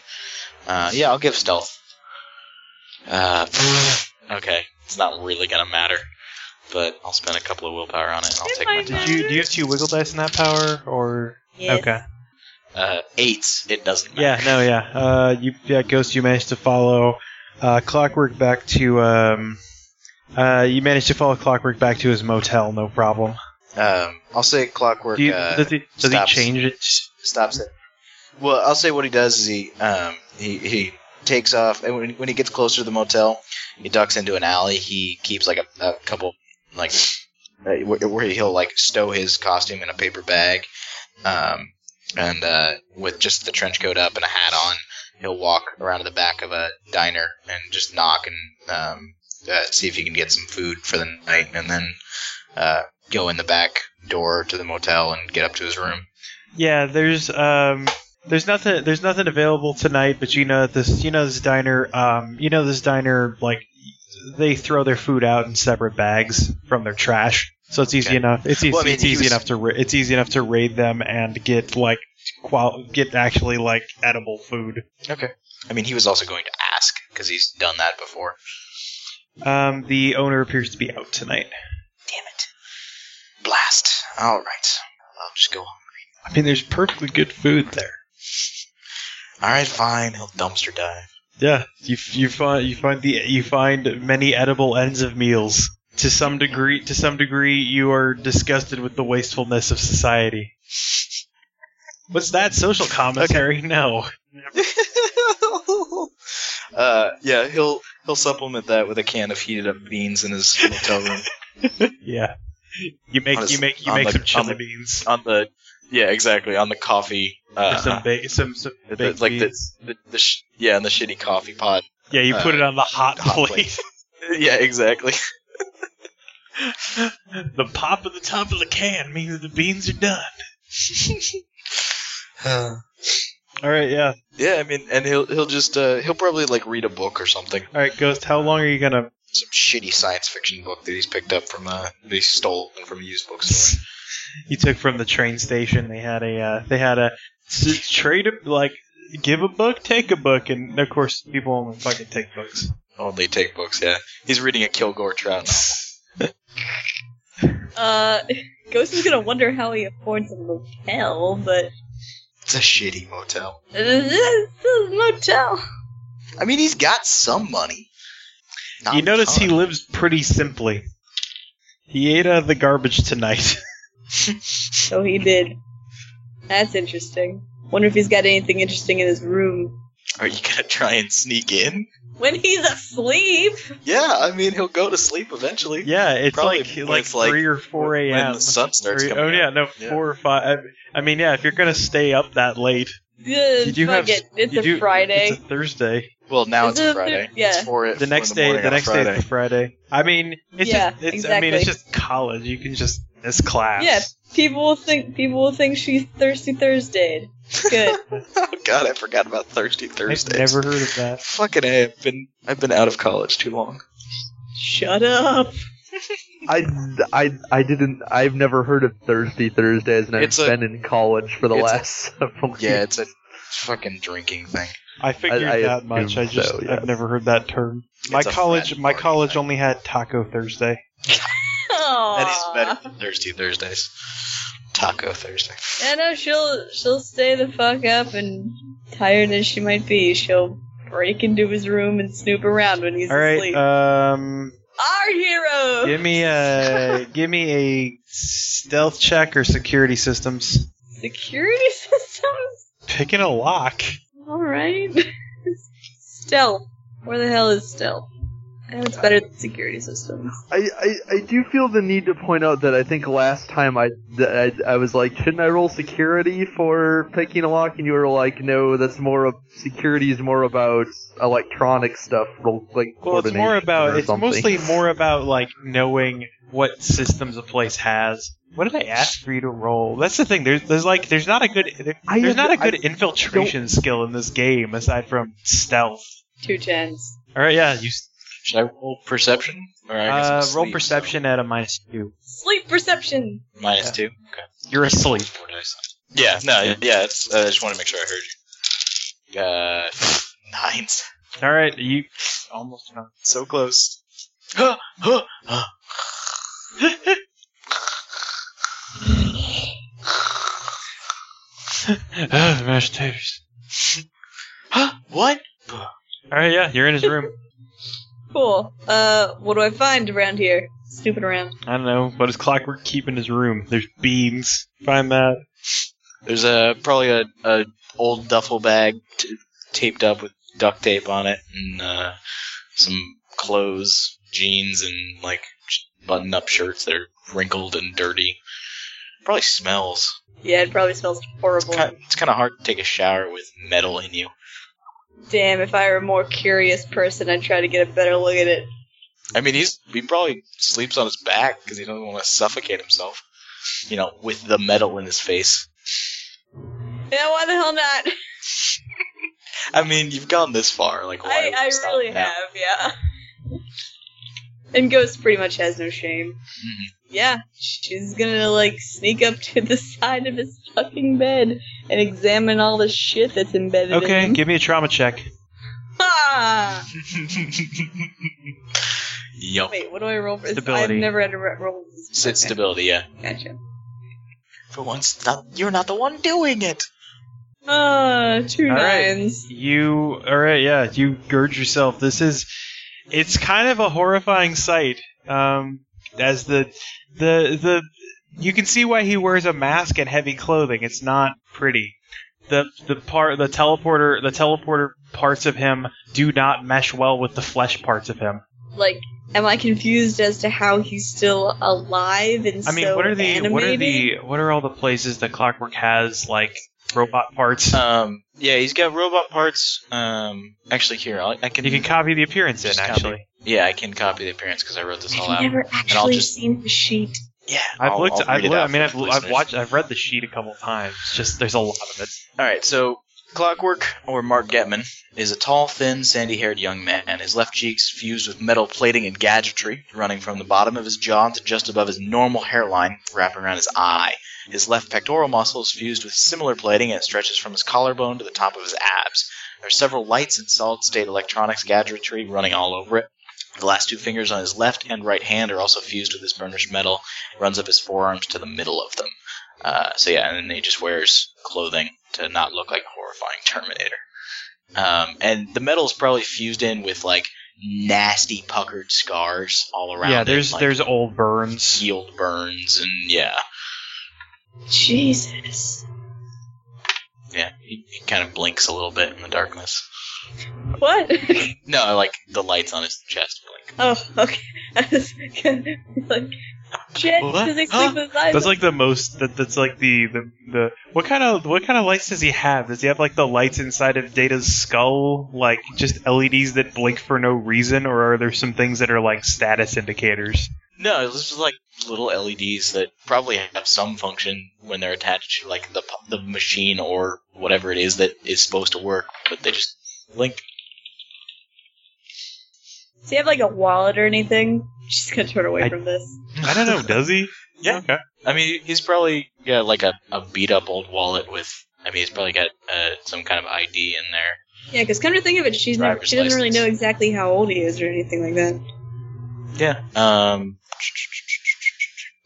Speaker 2: Uh, yeah, I'll give stealth. Uh, okay, it's not really gonna matter, but I'll spend a couple of willpower on it, and I'll
Speaker 4: It
Speaker 2: take my
Speaker 4: might
Speaker 2: time.
Speaker 1: Do you do you have two wiggle dice in that power or?
Speaker 4: Yes.
Speaker 1: Okay.
Speaker 2: Uh, eight. It doesn't matter.
Speaker 1: Yeah, no, yeah. Uh, you, yeah, Ghost, you managed to follow uh, Clockwork back to. Um, uh, you managed to follow Clockwork back to his motel, no problem.
Speaker 2: Um, I'll say clockwork.
Speaker 1: Do you,
Speaker 2: uh,
Speaker 1: does he, does he
Speaker 2: stops.
Speaker 1: change it?
Speaker 2: stops it. Well, I'll say what he does is he um, he he takes off, and when, when he gets closer to the motel, he ducks into an alley. He keeps like a, a couple like uh, where where he'll like stow his costume in a paper bag, um, and uh, with just the trench coat up and a hat on, he'll walk around to the back of a diner and just knock and um, uh, see if he can get some food for the night, and then uh, go in the back door to the motel and get up to his room.
Speaker 1: Yeah, there's um, there's nothing there's nothing available tonight, but you know that this you know this diner um, you know this diner like they throw their food out in separate bags from their trash, so it's easy
Speaker 2: Okay.
Speaker 1: enough. It's easy,
Speaker 2: Well, I mean,
Speaker 1: it's
Speaker 2: he
Speaker 1: easy
Speaker 2: was-
Speaker 1: enough to ra- it's easy enough to raid them and get like qual get actually like edible food.
Speaker 2: Okay. I mean, he was also going to ask because he's done that before.
Speaker 1: Um, the owner appears to be out tonight.
Speaker 2: Damn it! Blast! All right, I'll just go. All
Speaker 1: I mean, there's perfectly good food there.
Speaker 2: right, fine. He'll dumpster dive.
Speaker 1: Yeah, you f- you find you find the you find many edible ends of meals. To some degree, to some degree, you are disgusted with the wastefulness of society. What's that social commentary? No.
Speaker 2: uh, yeah, he'll he'll supplement that with a can of heated up beans in his motel room.
Speaker 1: Yeah. You make
Speaker 2: On his-
Speaker 1: you make you
Speaker 2: on
Speaker 1: make
Speaker 2: the-
Speaker 1: some chili
Speaker 2: on the-
Speaker 1: beans.
Speaker 2: on the yeah, exactly on the coffee.
Speaker 1: or some
Speaker 2: Uh,
Speaker 1: ba- some some
Speaker 2: the-
Speaker 1: baked
Speaker 2: like the-
Speaker 1: beans.
Speaker 2: the, the sh- yeah, and the shitty coffee pot.
Speaker 1: yeah, you put
Speaker 2: uh,
Speaker 1: it on the hot,
Speaker 2: hot
Speaker 1: plate.
Speaker 2: yeah, exactly.
Speaker 1: the pop of the top of the can means the beans are done. All right, yeah.
Speaker 2: yeah, I mean, and he'll he'll just uh, he'll probably like read a book or something.
Speaker 1: All right, Ghost. How long are you gonna
Speaker 2: some shitty science fiction book that he's picked up from uh that he stole from a used bookstore.
Speaker 1: he took from the train station. They had a uh, they had a s- trade a, like give a book, take a book, and of course people only fucking take books.
Speaker 2: Only take books, yeah. He's reading a Kilgore Trout novel.
Speaker 4: Uh, Ghost is gonna wonder how he affords a motel, but uh,
Speaker 2: It's a shitty motel.
Speaker 4: this is a motel.
Speaker 2: I mean, he's got some money. Not
Speaker 1: you notice
Speaker 2: a
Speaker 1: he
Speaker 2: ton.
Speaker 1: lives pretty simply. He ate out of the garbage tonight.
Speaker 4: So he did. That's interesting. Wonder if he's got anything interesting in his room
Speaker 2: Are you gonna try and sneak in?
Speaker 4: when he's asleep.
Speaker 2: Yeah, I mean, he'll go to sleep eventually.
Speaker 1: yeah, it's
Speaker 2: Probably
Speaker 1: like
Speaker 2: when
Speaker 1: like
Speaker 2: it's like
Speaker 1: three or four
Speaker 2: when
Speaker 1: a.m.
Speaker 2: the sun starts
Speaker 1: Three-
Speaker 2: coming
Speaker 1: oh
Speaker 2: up.
Speaker 1: yeah, no,
Speaker 2: Yeah.
Speaker 1: four or five. I, I mean, yeah, if you're gonna stay up that late,
Speaker 4: Good.
Speaker 1: you do
Speaker 4: fuck
Speaker 1: have
Speaker 4: it. It's
Speaker 1: you
Speaker 4: a
Speaker 1: do-
Speaker 4: Friday.
Speaker 1: It's a Thursday.
Speaker 2: Well, now it's
Speaker 4: Is it-
Speaker 2: Friday.
Speaker 4: yeah.
Speaker 2: It's four,
Speaker 1: The next day, the next day is the Friday. I mean, it's
Speaker 4: Yeah,
Speaker 1: just, it's, I mean, it's
Speaker 4: exactly.
Speaker 1: just college. You can just miss class.
Speaker 4: Yeah. people will think people will think she's thirsty Thursday. Good.
Speaker 2: oh God, I forgot about Thirsty
Speaker 1: I've
Speaker 2: Thursdays.
Speaker 1: never heard of that.
Speaker 2: Fucking, A, I've been I've been out of college too long.
Speaker 4: Shut up.
Speaker 10: I, I, I didn't. I've never heard of Thursday Thursdays, and I've
Speaker 2: It's a-
Speaker 10: been in college for the
Speaker 2: it's a-
Speaker 10: last several
Speaker 2: Yeah,
Speaker 10: years.
Speaker 2: it's a fucking drinking thing.
Speaker 1: I figured
Speaker 10: I
Speaker 1: that
Speaker 10: assume
Speaker 1: much. I just
Speaker 10: so, yes.
Speaker 1: I've never heard that term. my
Speaker 2: It's a
Speaker 1: college
Speaker 2: frat
Speaker 1: my
Speaker 2: party
Speaker 1: college
Speaker 2: thing.
Speaker 1: only had Taco Thursday.
Speaker 2: That is better than Thirsty Thursdays. Taco Thursday.
Speaker 4: I know she'll she'll stay the fuck up and tired as she might be, she'll break into his room and snoop around when he's
Speaker 1: All right,
Speaker 4: asleep.
Speaker 1: um,
Speaker 4: Our hero.
Speaker 1: give me a give me a stealth check or security systems.
Speaker 4: Security systems.
Speaker 1: Picking a lock.
Speaker 4: All right. stealth. Where the hell is stealth? And it's better than security systems.
Speaker 10: I, I, I do feel the need to point out that I think last time I, that I I was like, shouldn't I roll security for picking a lock? And you were like, no, that's more of security is more about electronic stuff, ro- like
Speaker 1: Well, it's more
Speaker 10: coordination
Speaker 1: about
Speaker 10: or
Speaker 1: it's
Speaker 10: something.
Speaker 1: mostly more about like knowing what systems a place has. What did I ask for you to roll? That's the thing. There's there's like there's not a good there-
Speaker 10: I
Speaker 1: there's not a
Speaker 10: have-
Speaker 1: good infiltration skill in this game aside from stealth.
Speaker 4: Two tens.
Speaker 1: All right, yeah, you s-
Speaker 2: Should I roll perception? Or I guess
Speaker 1: uh,
Speaker 2: it's
Speaker 1: roll
Speaker 2: sleep,
Speaker 1: perception at a minus two.
Speaker 4: Sleep perception.
Speaker 2: so minus two. Okay.
Speaker 1: You're asleep.
Speaker 2: Four dice. Yeah. No. Yeah. It's, uh, I just want to make sure I heard you. Uh, nines.
Speaker 1: All right, you almost not.
Speaker 2: So close.
Speaker 1: Ah, mashed taters.
Speaker 2: what?
Speaker 1: All right, yeah, you're in his room.
Speaker 4: Cool. Uh, what do I find around here? Snooping around.
Speaker 1: I don't know, but his clockwork keep in his room. There's beans. Find that.
Speaker 2: There's a probably a, a old duffel bag t- taped up with duct tape on it, and uh, some clothes, jeans, and like button-up shirts that are wrinkled and dirty. Probably smells.
Speaker 4: Yeah, it probably smells horrible.
Speaker 2: Ki- It's kind of hard to take a shower with metal in you.
Speaker 4: Damn, if I were a more curious person, I'd try to get a better look at it.
Speaker 2: I mean, he's he probably sleeps on his back because he doesn't want to suffocate himself. You know, with the metal in his face.
Speaker 4: Yeah, why the hell not?
Speaker 2: I mean, you've gone this far. Like, why
Speaker 4: I, I
Speaker 2: stop
Speaker 4: really
Speaker 2: now?
Speaker 4: have, yeah. And Ghost pretty much has no shame.
Speaker 2: Mm-hmm.
Speaker 4: Yeah, she's gonna like sneak up to the side of his fucking bed and examine all the shit that's embedded in
Speaker 1: Okay,
Speaker 4: him.
Speaker 1: give me a trauma check.
Speaker 4: Ah!
Speaker 2: Yup.
Speaker 4: Wait, what do I roll for?
Speaker 1: Stability.
Speaker 4: I've never had to re- roll this.
Speaker 2: Sit stability, yeah.
Speaker 4: Gotcha.
Speaker 2: For once, not, you're not the one doing it.
Speaker 4: Ah, two
Speaker 1: All right.
Speaker 4: nines.
Speaker 1: You all right? Yeah, you gird yourself. This is it's kind of a horrifying sight. Um, as the the the you can see why he wears a mask and heavy clothing. It's not pretty. The the part the teleporter the teleporter parts of him do not mesh well with the flesh parts of him.
Speaker 4: Like, am I confused as to how he's still alive and
Speaker 1: I mean,
Speaker 4: so
Speaker 1: what are the what are
Speaker 4: animated?
Speaker 1: the what are all the places that Clockwork has like robot parts?
Speaker 2: Um, yeah, he's got robot parts. Um, actually, here I'll, I can,
Speaker 1: you can copy the appearance in
Speaker 2: Just copy.
Speaker 1: actually.
Speaker 2: Yeah, I can copy the appearance because I wrote this all
Speaker 4: I've
Speaker 2: out.
Speaker 4: never
Speaker 2: I'll
Speaker 4: actually
Speaker 2: just-
Speaker 4: seen the sheet.
Speaker 2: Yeah,
Speaker 1: I've
Speaker 2: I'll-
Speaker 1: looked.
Speaker 2: I'll
Speaker 1: I've
Speaker 2: read it
Speaker 1: looked I
Speaker 2: out
Speaker 1: mean, I've,
Speaker 2: for the
Speaker 1: I've
Speaker 2: listeners.
Speaker 1: watched. I've read the sheet a couple times. Just there's a lot of it.
Speaker 2: All right, so Clockwork, or Mark Getman, is a tall, thin, sandy haired young man, his left cheeks fused with metal plating and gadgetry, running from the bottom of his jaw to just above his normal hairline, wrapping around his eye. His left pectoral muscle is fused with similar plating and stretches from his collarbone to the top of his abs. There are several lights and solid state electronics gadgetry running all over it. The last two fingers on his left and right hand are also fused with this burnished metal, runs up his forearms to the middle of them. Uh, so yeah, and then he just wears clothing to not look like a horrifying Terminator. Um, and the metal's probably fused in with like nasty puckered scars all around.
Speaker 1: Yeah,
Speaker 2: it,
Speaker 1: there's
Speaker 2: like,
Speaker 1: there's old burns.
Speaker 2: healed burns and yeah,
Speaker 4: Jesus.
Speaker 2: yeah. He, he kind of blinks a little bit in the darkness.
Speaker 4: What?
Speaker 2: No, like the lights on his chest blink.
Speaker 4: oh, okay. I was like, shit,
Speaker 1: What?
Speaker 4: does he sleep
Speaker 1: Huh?
Speaker 4: with his eyes
Speaker 1: That's
Speaker 4: open?
Speaker 1: like the most. That, that's like the, the the what kind of what kind of lights does he have? Does he have like the lights inside of Data's skull, like just LEDs that blink for no reason, or are there some things that are like status indicators?
Speaker 2: No, this is like little LEDs that probably have some function when they're attached to like the pu- the machine or whatever it is that is supposed to work, but they just blink.
Speaker 4: Does he have like a wallet or anything? She's gonna turn away
Speaker 1: I-
Speaker 4: from this.
Speaker 1: I don't know. Does he?
Speaker 2: Yeah.
Speaker 1: Okay.
Speaker 2: I mean, he's probably yeah, like a, a beat up old wallet with. I mean, he's probably got uh, some kind of ID in there.
Speaker 4: Yeah, because come to think of it, she's never,
Speaker 2: Driver's
Speaker 4: she doesn't really
Speaker 2: license.
Speaker 4: know exactly how old he is or anything like that.
Speaker 2: Yeah. Um,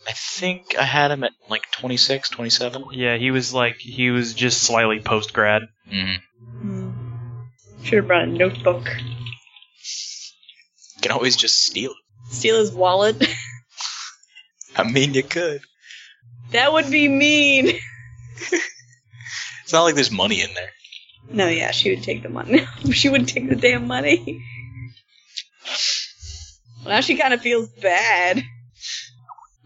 Speaker 2: I think I had him at like 26, 27.
Speaker 1: Yeah, he was like he was just slightly post grad.
Speaker 2: Mm.
Speaker 4: Should have Hmm. brought a notebook.
Speaker 2: You can always just steal it.
Speaker 4: Steal his wallet.
Speaker 2: I mean, you could.
Speaker 4: that would be mean.
Speaker 2: It's not like there's money in there.
Speaker 4: No, yeah, she would take the money. she would take the damn money.
Speaker 17: Well, now she kind of feels bad.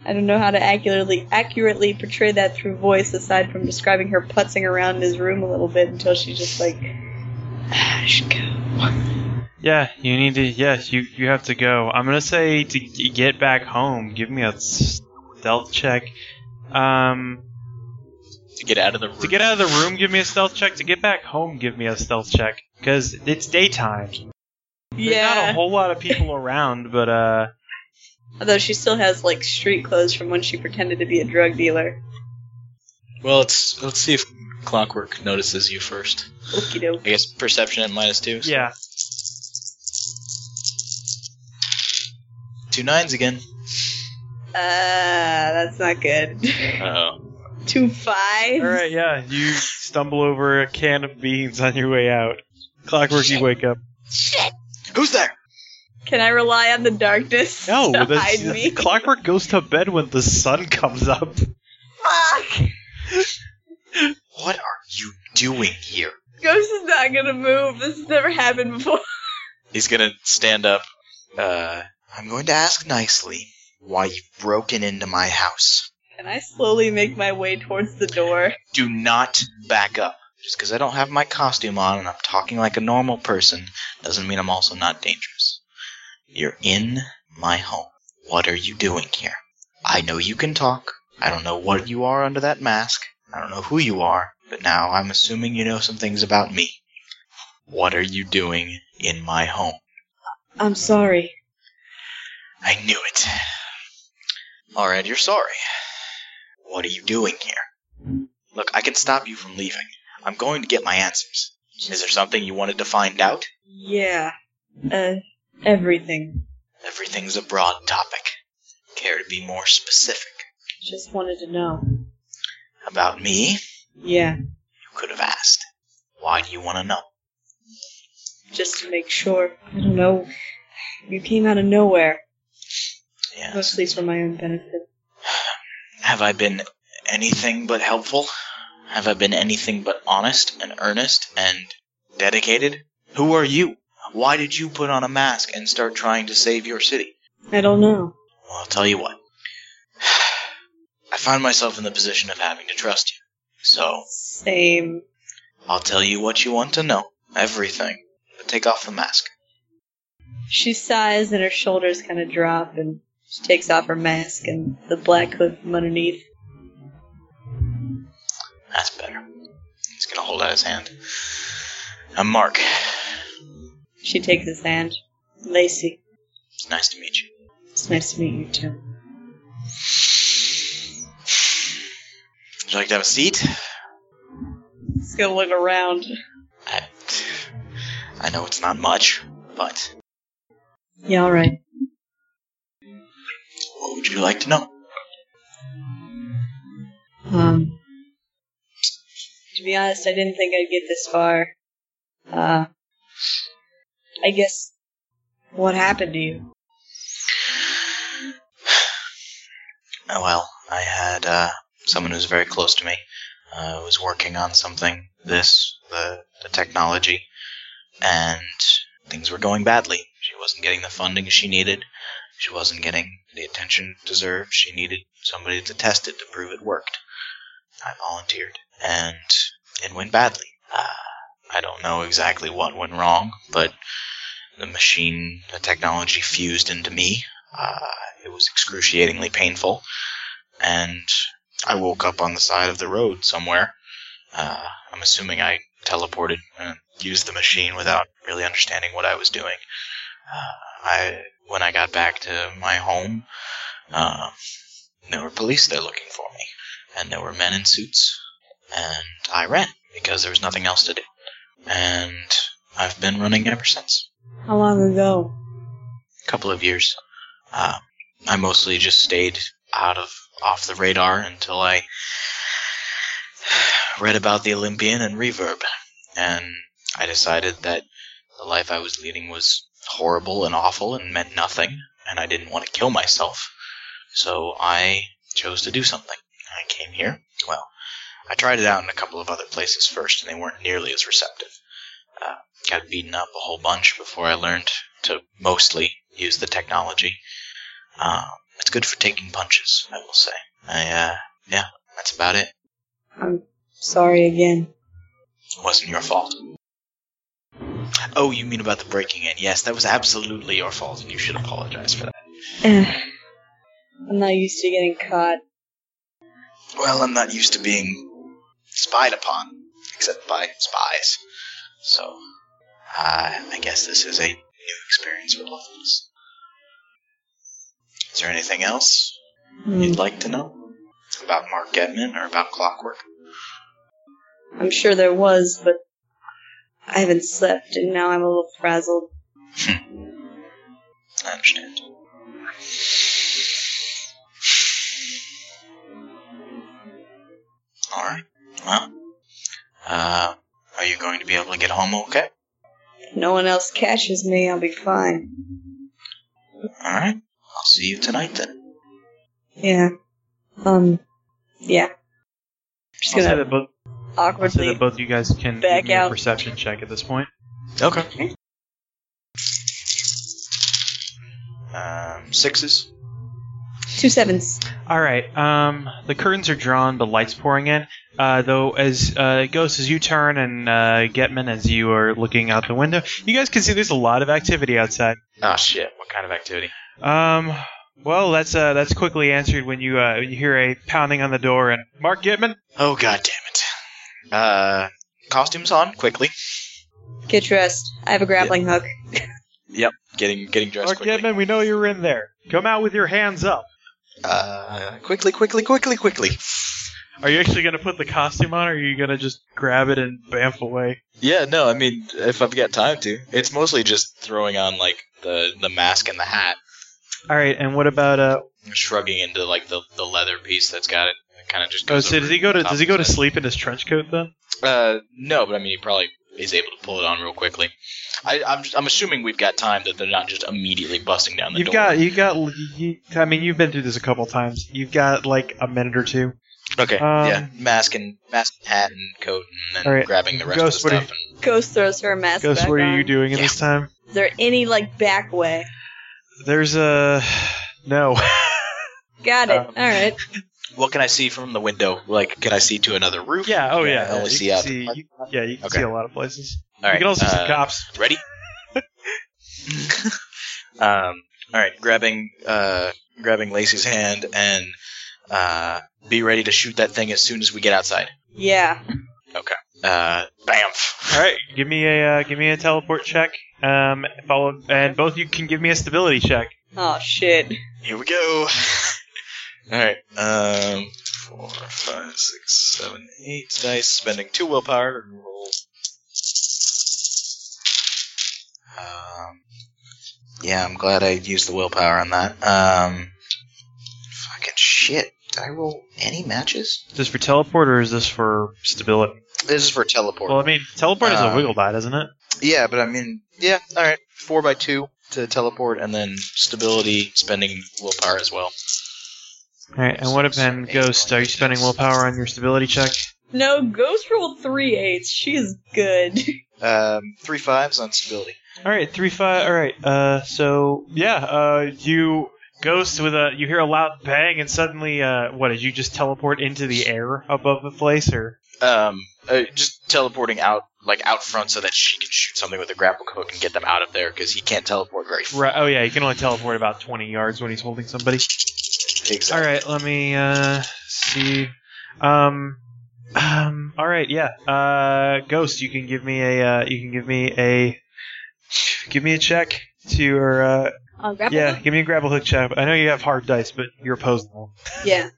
Speaker 17: I don't know how to accurately accurately portray that through voice, aside from describing her putzing around in his room a little bit until she's just like, "Ah, I should go."
Speaker 19: Yeah, you need to. Yes, you you have to go. I'm gonna say to g- get back home. Give me a stealth check. Um,
Speaker 2: to get out of the room.
Speaker 19: to get out of the room, give me a stealth check. To get back home, give me a stealth check. Cause it's daytime. There's not a
Speaker 17: Yeah.
Speaker 19: whole lot of people around, but uh,
Speaker 17: Although she still has like street clothes from when she pretended to be a drug dealer.
Speaker 2: Well, let's let's see if Clockwork notices you first.
Speaker 17: Okie doke.
Speaker 2: I guess perception at minus two. so-
Speaker 19: yeah.
Speaker 2: Two nines again.
Speaker 17: Uh, that's not good.
Speaker 2: Oh.
Speaker 17: Two five.
Speaker 19: All right, yeah. You stumble over a can of beans on your way out.
Speaker 1: Clockwork, you wake up.
Speaker 17: Shit.
Speaker 2: Who's there?
Speaker 17: Can I rely on the darkness
Speaker 1: No,
Speaker 17: to
Speaker 1: the,
Speaker 17: hide
Speaker 1: the
Speaker 17: me?
Speaker 1: clockwork goes to bed when the sun comes up.
Speaker 17: Fuck!
Speaker 2: What are you doing here?
Speaker 17: Ghost is not gonna move. This has never happened before.
Speaker 2: He's gonna stand up. Uh, I'm going to ask nicely why you've broken into my house.
Speaker 17: And I slowly make my way towards the door.
Speaker 2: Do not back up. Just because I don't have my costume on and I'm talking like a normal person doesn't mean I'm also not dangerous. You're in my home. What are you doing here? I know you can talk. I don't know what you are under that mask. I don't know who you are, but now I'm assuming you know some things about me. What are you doing in my home?
Speaker 4: I'm sorry.
Speaker 2: I knew it. Alright, you're sorry. What are you doing here? Look, I can stop you from leaving. I'm going to get my answers. Is there something you wanted to find out?
Speaker 4: Yeah. Uh, everything.
Speaker 2: Everything's a broad topic. Care to be more specific?
Speaker 4: Just wanted to know.
Speaker 2: About me? You
Speaker 4: Yeah,
Speaker 2: could have asked. Why do you want to know?
Speaker 4: just to make sure. I don't know. You came out of nowhere,
Speaker 2: Yes.
Speaker 4: mostly for my own benefit.
Speaker 2: Have I been anything but helpful? Have I been anything but honest and earnest and dedicated? Who are you? Why did you put on a mask and start trying to save your city?
Speaker 4: I don't know.
Speaker 2: Well, I'll tell you what. I find myself in the position of having to trust you. So,
Speaker 4: Same.
Speaker 2: I'll tell you what you want to know. Everything. But take off the mask.
Speaker 4: She sighs and her shoulders kind of drop and she takes off her mask and the black hood from underneath.
Speaker 2: That's better. He's gonna hold out his hand. I'm Mark.
Speaker 4: She takes his hand. Lacey,
Speaker 2: It's nice to meet you.
Speaker 4: it's nice to meet you too.
Speaker 2: Would you like to have a seat?
Speaker 4: He's gonna look around.
Speaker 2: I, I know it's not much, but
Speaker 4: Yeah, alright.
Speaker 2: what would you like to know?
Speaker 4: Um, to be honest, I didn't think I'd get this far. Uh, I guess what happened to you?
Speaker 2: Oh well, I had uh, someone who's very close to me uh, was working on something. This the the technology, and things were going badly. She wasn't getting the funding she needed. She wasn't getting the attention deserved. She needed somebody to test it to prove it worked. I volunteered, and it went badly. Uh, I don't know exactly what went wrong, but the machine, the technology fused into me. Uh, it was excruciatingly painful, and I woke up on the side of the road somewhere. Uh, I'm assuming I teleported and used the machine without really understanding what I was doing. Uh, I when I got back to my home, uh, there were police there looking for me, and there were men in suits, and I ran because there was nothing else to do, and I've been running ever since
Speaker 4: How long ago?
Speaker 2: couple of years. Uh, I mostly just stayed out of off the radar until I read about the Olympian and Reverb, and I decided that the life I was leading was horrible and awful and meant nothing, and I didn't want to kill myself, so I chose to do something. I came here. Well, I tried it out in a couple of other places first, and they weren't nearly as receptive. Uh, got beaten up a whole bunch before I learned to mostly use the technology. Uh, it's good for taking punches, I will say. I, uh, yeah, that's about it.
Speaker 4: I'm sorry again.
Speaker 2: It wasn't your fault. Oh, you mean about the breaking in? Yes, that was absolutely your fault, and you should apologize for that.
Speaker 4: I'm not used to getting caught.
Speaker 2: Well, I'm not used to being spied upon, except by spies. So, uh, I guess this is a new experience for both of us. Is there anything else
Speaker 4: Mm.
Speaker 2: you'd like to know about Mark Getman or about Clockwork?
Speaker 4: I'm sure there was, but I haven't slept and now I'm a little frazzled.
Speaker 2: I understand. Alright, well, uh, are you going to be able to get home okay?
Speaker 4: If no one else catches me, I'll be fine.
Speaker 2: Alright, I'll see you tonight then.
Speaker 4: Yeah. Um, yeah. Just
Speaker 1: I'll say
Speaker 4: gonna
Speaker 1: that both, I'll say
Speaker 4: awkwardly.
Speaker 1: that both of you guys can
Speaker 4: back
Speaker 1: give me a
Speaker 4: out.
Speaker 1: perception check at this point.
Speaker 2: Okay. Um, sixes?
Speaker 4: Two sevens.
Speaker 1: All right. Um, the curtains are drawn, the lights pouring in. Uh, though, as uh, Ghost, as you turn and uh, Getman, as you are looking out the window, you guys can see there's a lot of activity outside.
Speaker 2: Oh shit, what kind of activity?
Speaker 1: Um, well, that's uh, that's quickly answered when you uh, when you hear a pounding on the door and Mark Getman.
Speaker 2: Oh god damn it. Uh, costumes on, quickly.
Speaker 4: Get dressed. I have a grappling hook.
Speaker 2: Getting, getting dressed
Speaker 1: Mark
Speaker 2: quickly.
Speaker 1: Getman, we know you're in there. Come out with your hands up.
Speaker 2: Uh, quickly, quickly, quickly, quickly.
Speaker 1: Are you actually gonna put the costume on, or are you gonna just grab it and bamf away?
Speaker 2: Yeah, no, I mean, if I've got time to, it's mostly just throwing on like the the mask and the hat,
Speaker 1: All right. And what about uh?
Speaker 2: shrugging into like the, the leather piece that's got it. It kind of just.
Speaker 1: Oh,
Speaker 2: Goes
Speaker 1: so
Speaker 2: over
Speaker 1: does he go to
Speaker 2: top
Speaker 1: does he go to
Speaker 2: of his
Speaker 1: sleep in his trench coat then?
Speaker 2: head. Uh, no, but I mean, he probably is able to pull it on real quickly. I, I'm I'm assuming we've got time that they're not just immediately busting down the
Speaker 1: You've
Speaker 2: door.
Speaker 1: got, you got, you, I mean, you've been through this a couple times. You've got like a minute or two.
Speaker 2: okay,
Speaker 1: um,
Speaker 2: yeah, mask and mask, and hat, and coat, and then
Speaker 1: All right,
Speaker 2: grabbing the rest
Speaker 1: Ghost,
Speaker 2: of
Speaker 1: what
Speaker 2: the
Speaker 1: are
Speaker 2: stuff. and-
Speaker 4: Ghost throws her mask
Speaker 1: Ghost,
Speaker 4: back
Speaker 1: what are you
Speaker 4: on.
Speaker 1: doing in
Speaker 2: Yeah.
Speaker 1: this time?
Speaker 4: Is there any like back way?
Speaker 1: There's a no.
Speaker 4: Got it.
Speaker 1: Um,
Speaker 4: All right.
Speaker 2: What can I see from the window? Like, can I see to another roof? E
Speaker 1: yeah. Oh
Speaker 2: Can
Speaker 1: yeah.
Speaker 2: I only
Speaker 1: you
Speaker 2: see
Speaker 1: can
Speaker 2: out.
Speaker 1: see-
Speaker 2: All
Speaker 1: you- yeah, you can
Speaker 2: Okay.
Speaker 1: see a lot of places.
Speaker 2: right,
Speaker 1: you can also see
Speaker 2: uh,
Speaker 1: cops.
Speaker 2: Ready? um, all right, grabbing uh, grabbing Lacey's hand and uh, be ready to shoot that thing as soon as we get outside.
Speaker 4: Yeah.
Speaker 2: Uh, bamf.
Speaker 1: All right, give me a uh, give me a teleport check. Um, follow, and both you can give me a stability check.
Speaker 4: Oh shit.
Speaker 2: Here we go. all right. Um, four, five, six, seven, eight dice. Spending two willpower to roll. Um, yeah, I'm glad I used the willpower on that. Um, fucking shit. Did I roll any matches?
Speaker 1: Is this for teleport or is this for stability?
Speaker 2: This is for teleport.
Speaker 1: Well, I mean, teleport is a
Speaker 2: Uh,
Speaker 1: wiggle dot, isn't it?
Speaker 2: Yeah, but I mean, yeah, all right, four by two to teleport, and then stability, spending willpower as well.
Speaker 1: All right, and what have been
Speaker 2: eight,
Speaker 1: Ghost? Are you spending willpower on your stability check?
Speaker 4: No, Ghost rolled three eights. She is good.
Speaker 2: Um, three fives on stability.
Speaker 1: All right, three five. All right, uh, so yeah, uh, you ghost with a you hear a loud bang and suddenly, uh, what did you just teleport into the air above the place or?
Speaker 2: Um, uh, just teleporting out, like out front, so that she can shoot something with a grapple hook and get them out of there because he can't teleport very far.
Speaker 1: Right, oh yeah, you can only teleport about twenty yards when he's holding somebody. All
Speaker 2: Exactly.
Speaker 1: right, let me uh see. Um, um. All right, yeah. Uh, ghost, you can give me a uh, you can give me a give me a check to your uh
Speaker 4: Uh, grapple
Speaker 1: yeah
Speaker 4: hook?
Speaker 1: give me a grapple hook check. I know you have hard dice, but you're opposed
Speaker 4: Yeah.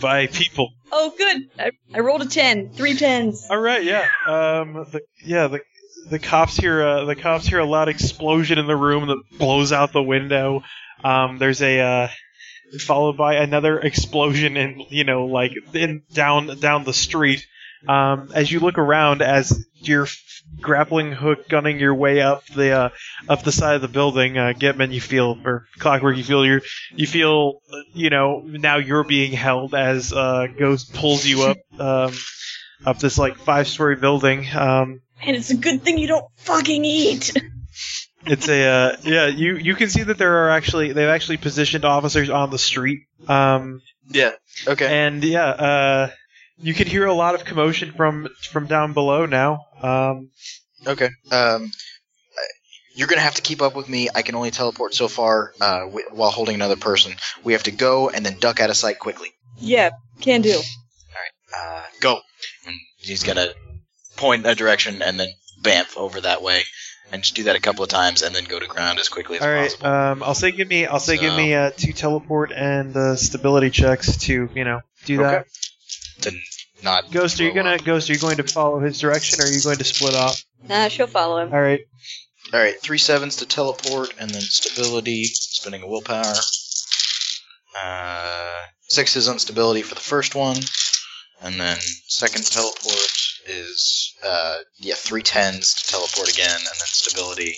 Speaker 1: by people.
Speaker 4: Oh, good. I, I rolled a ten. Three tens.
Speaker 1: All right, yeah. Um, the, yeah, the the cops hear uh, the cops hear a loud explosion in the room that blows out the window. Um, there's a uh, followed by another explosion in you know like in down down the street. Um, as you look around, as you're f- grappling hook gunning your way up the uh, up the side of the building, uh, Getman, you feel or Clockwork, you feel you're you feel uh, you know now you're being held as uh, Ghost pulls you up. Um, up this like five story building. Um,
Speaker 4: And it's a good thing you don't fucking eat.
Speaker 1: It's a uh, yeah. You you can see that there are actually they've actually positioned officers on the street. Um,
Speaker 2: Yeah. Okay.
Speaker 1: and yeah, uh, you can hear a lot of commotion from from down below now. Um,
Speaker 2: Okay. Um, uh, you're gonna have to keep up with me. I can only teleport so far uh, wi while holding another person. We have to go and then duck out of sight quickly.
Speaker 24: Yeah, can do.
Speaker 2: Uh, go. And he's gonna point a direction and then bamf over that way, and just do that a couple of times, and then go to ground as quickly as
Speaker 1: all right.
Speaker 2: possible.
Speaker 1: Um, I'll say give me I'll say give me uh, two teleport and uh, stability checks to you know do that.
Speaker 2: Okay. To not
Speaker 1: Ghost, are you
Speaker 2: blow
Speaker 1: gonna
Speaker 2: up.
Speaker 1: Ghost? Are you going to follow his direction, or are you going to split off?
Speaker 4: Nah, Uh, she'll follow him.
Speaker 1: All right.
Speaker 2: All right, three sevens to teleport, and then stability, spinning a willpower. Uh, six is unstability for the first one, and then second teleport is uh, yeah three tens to teleport again, and then stability.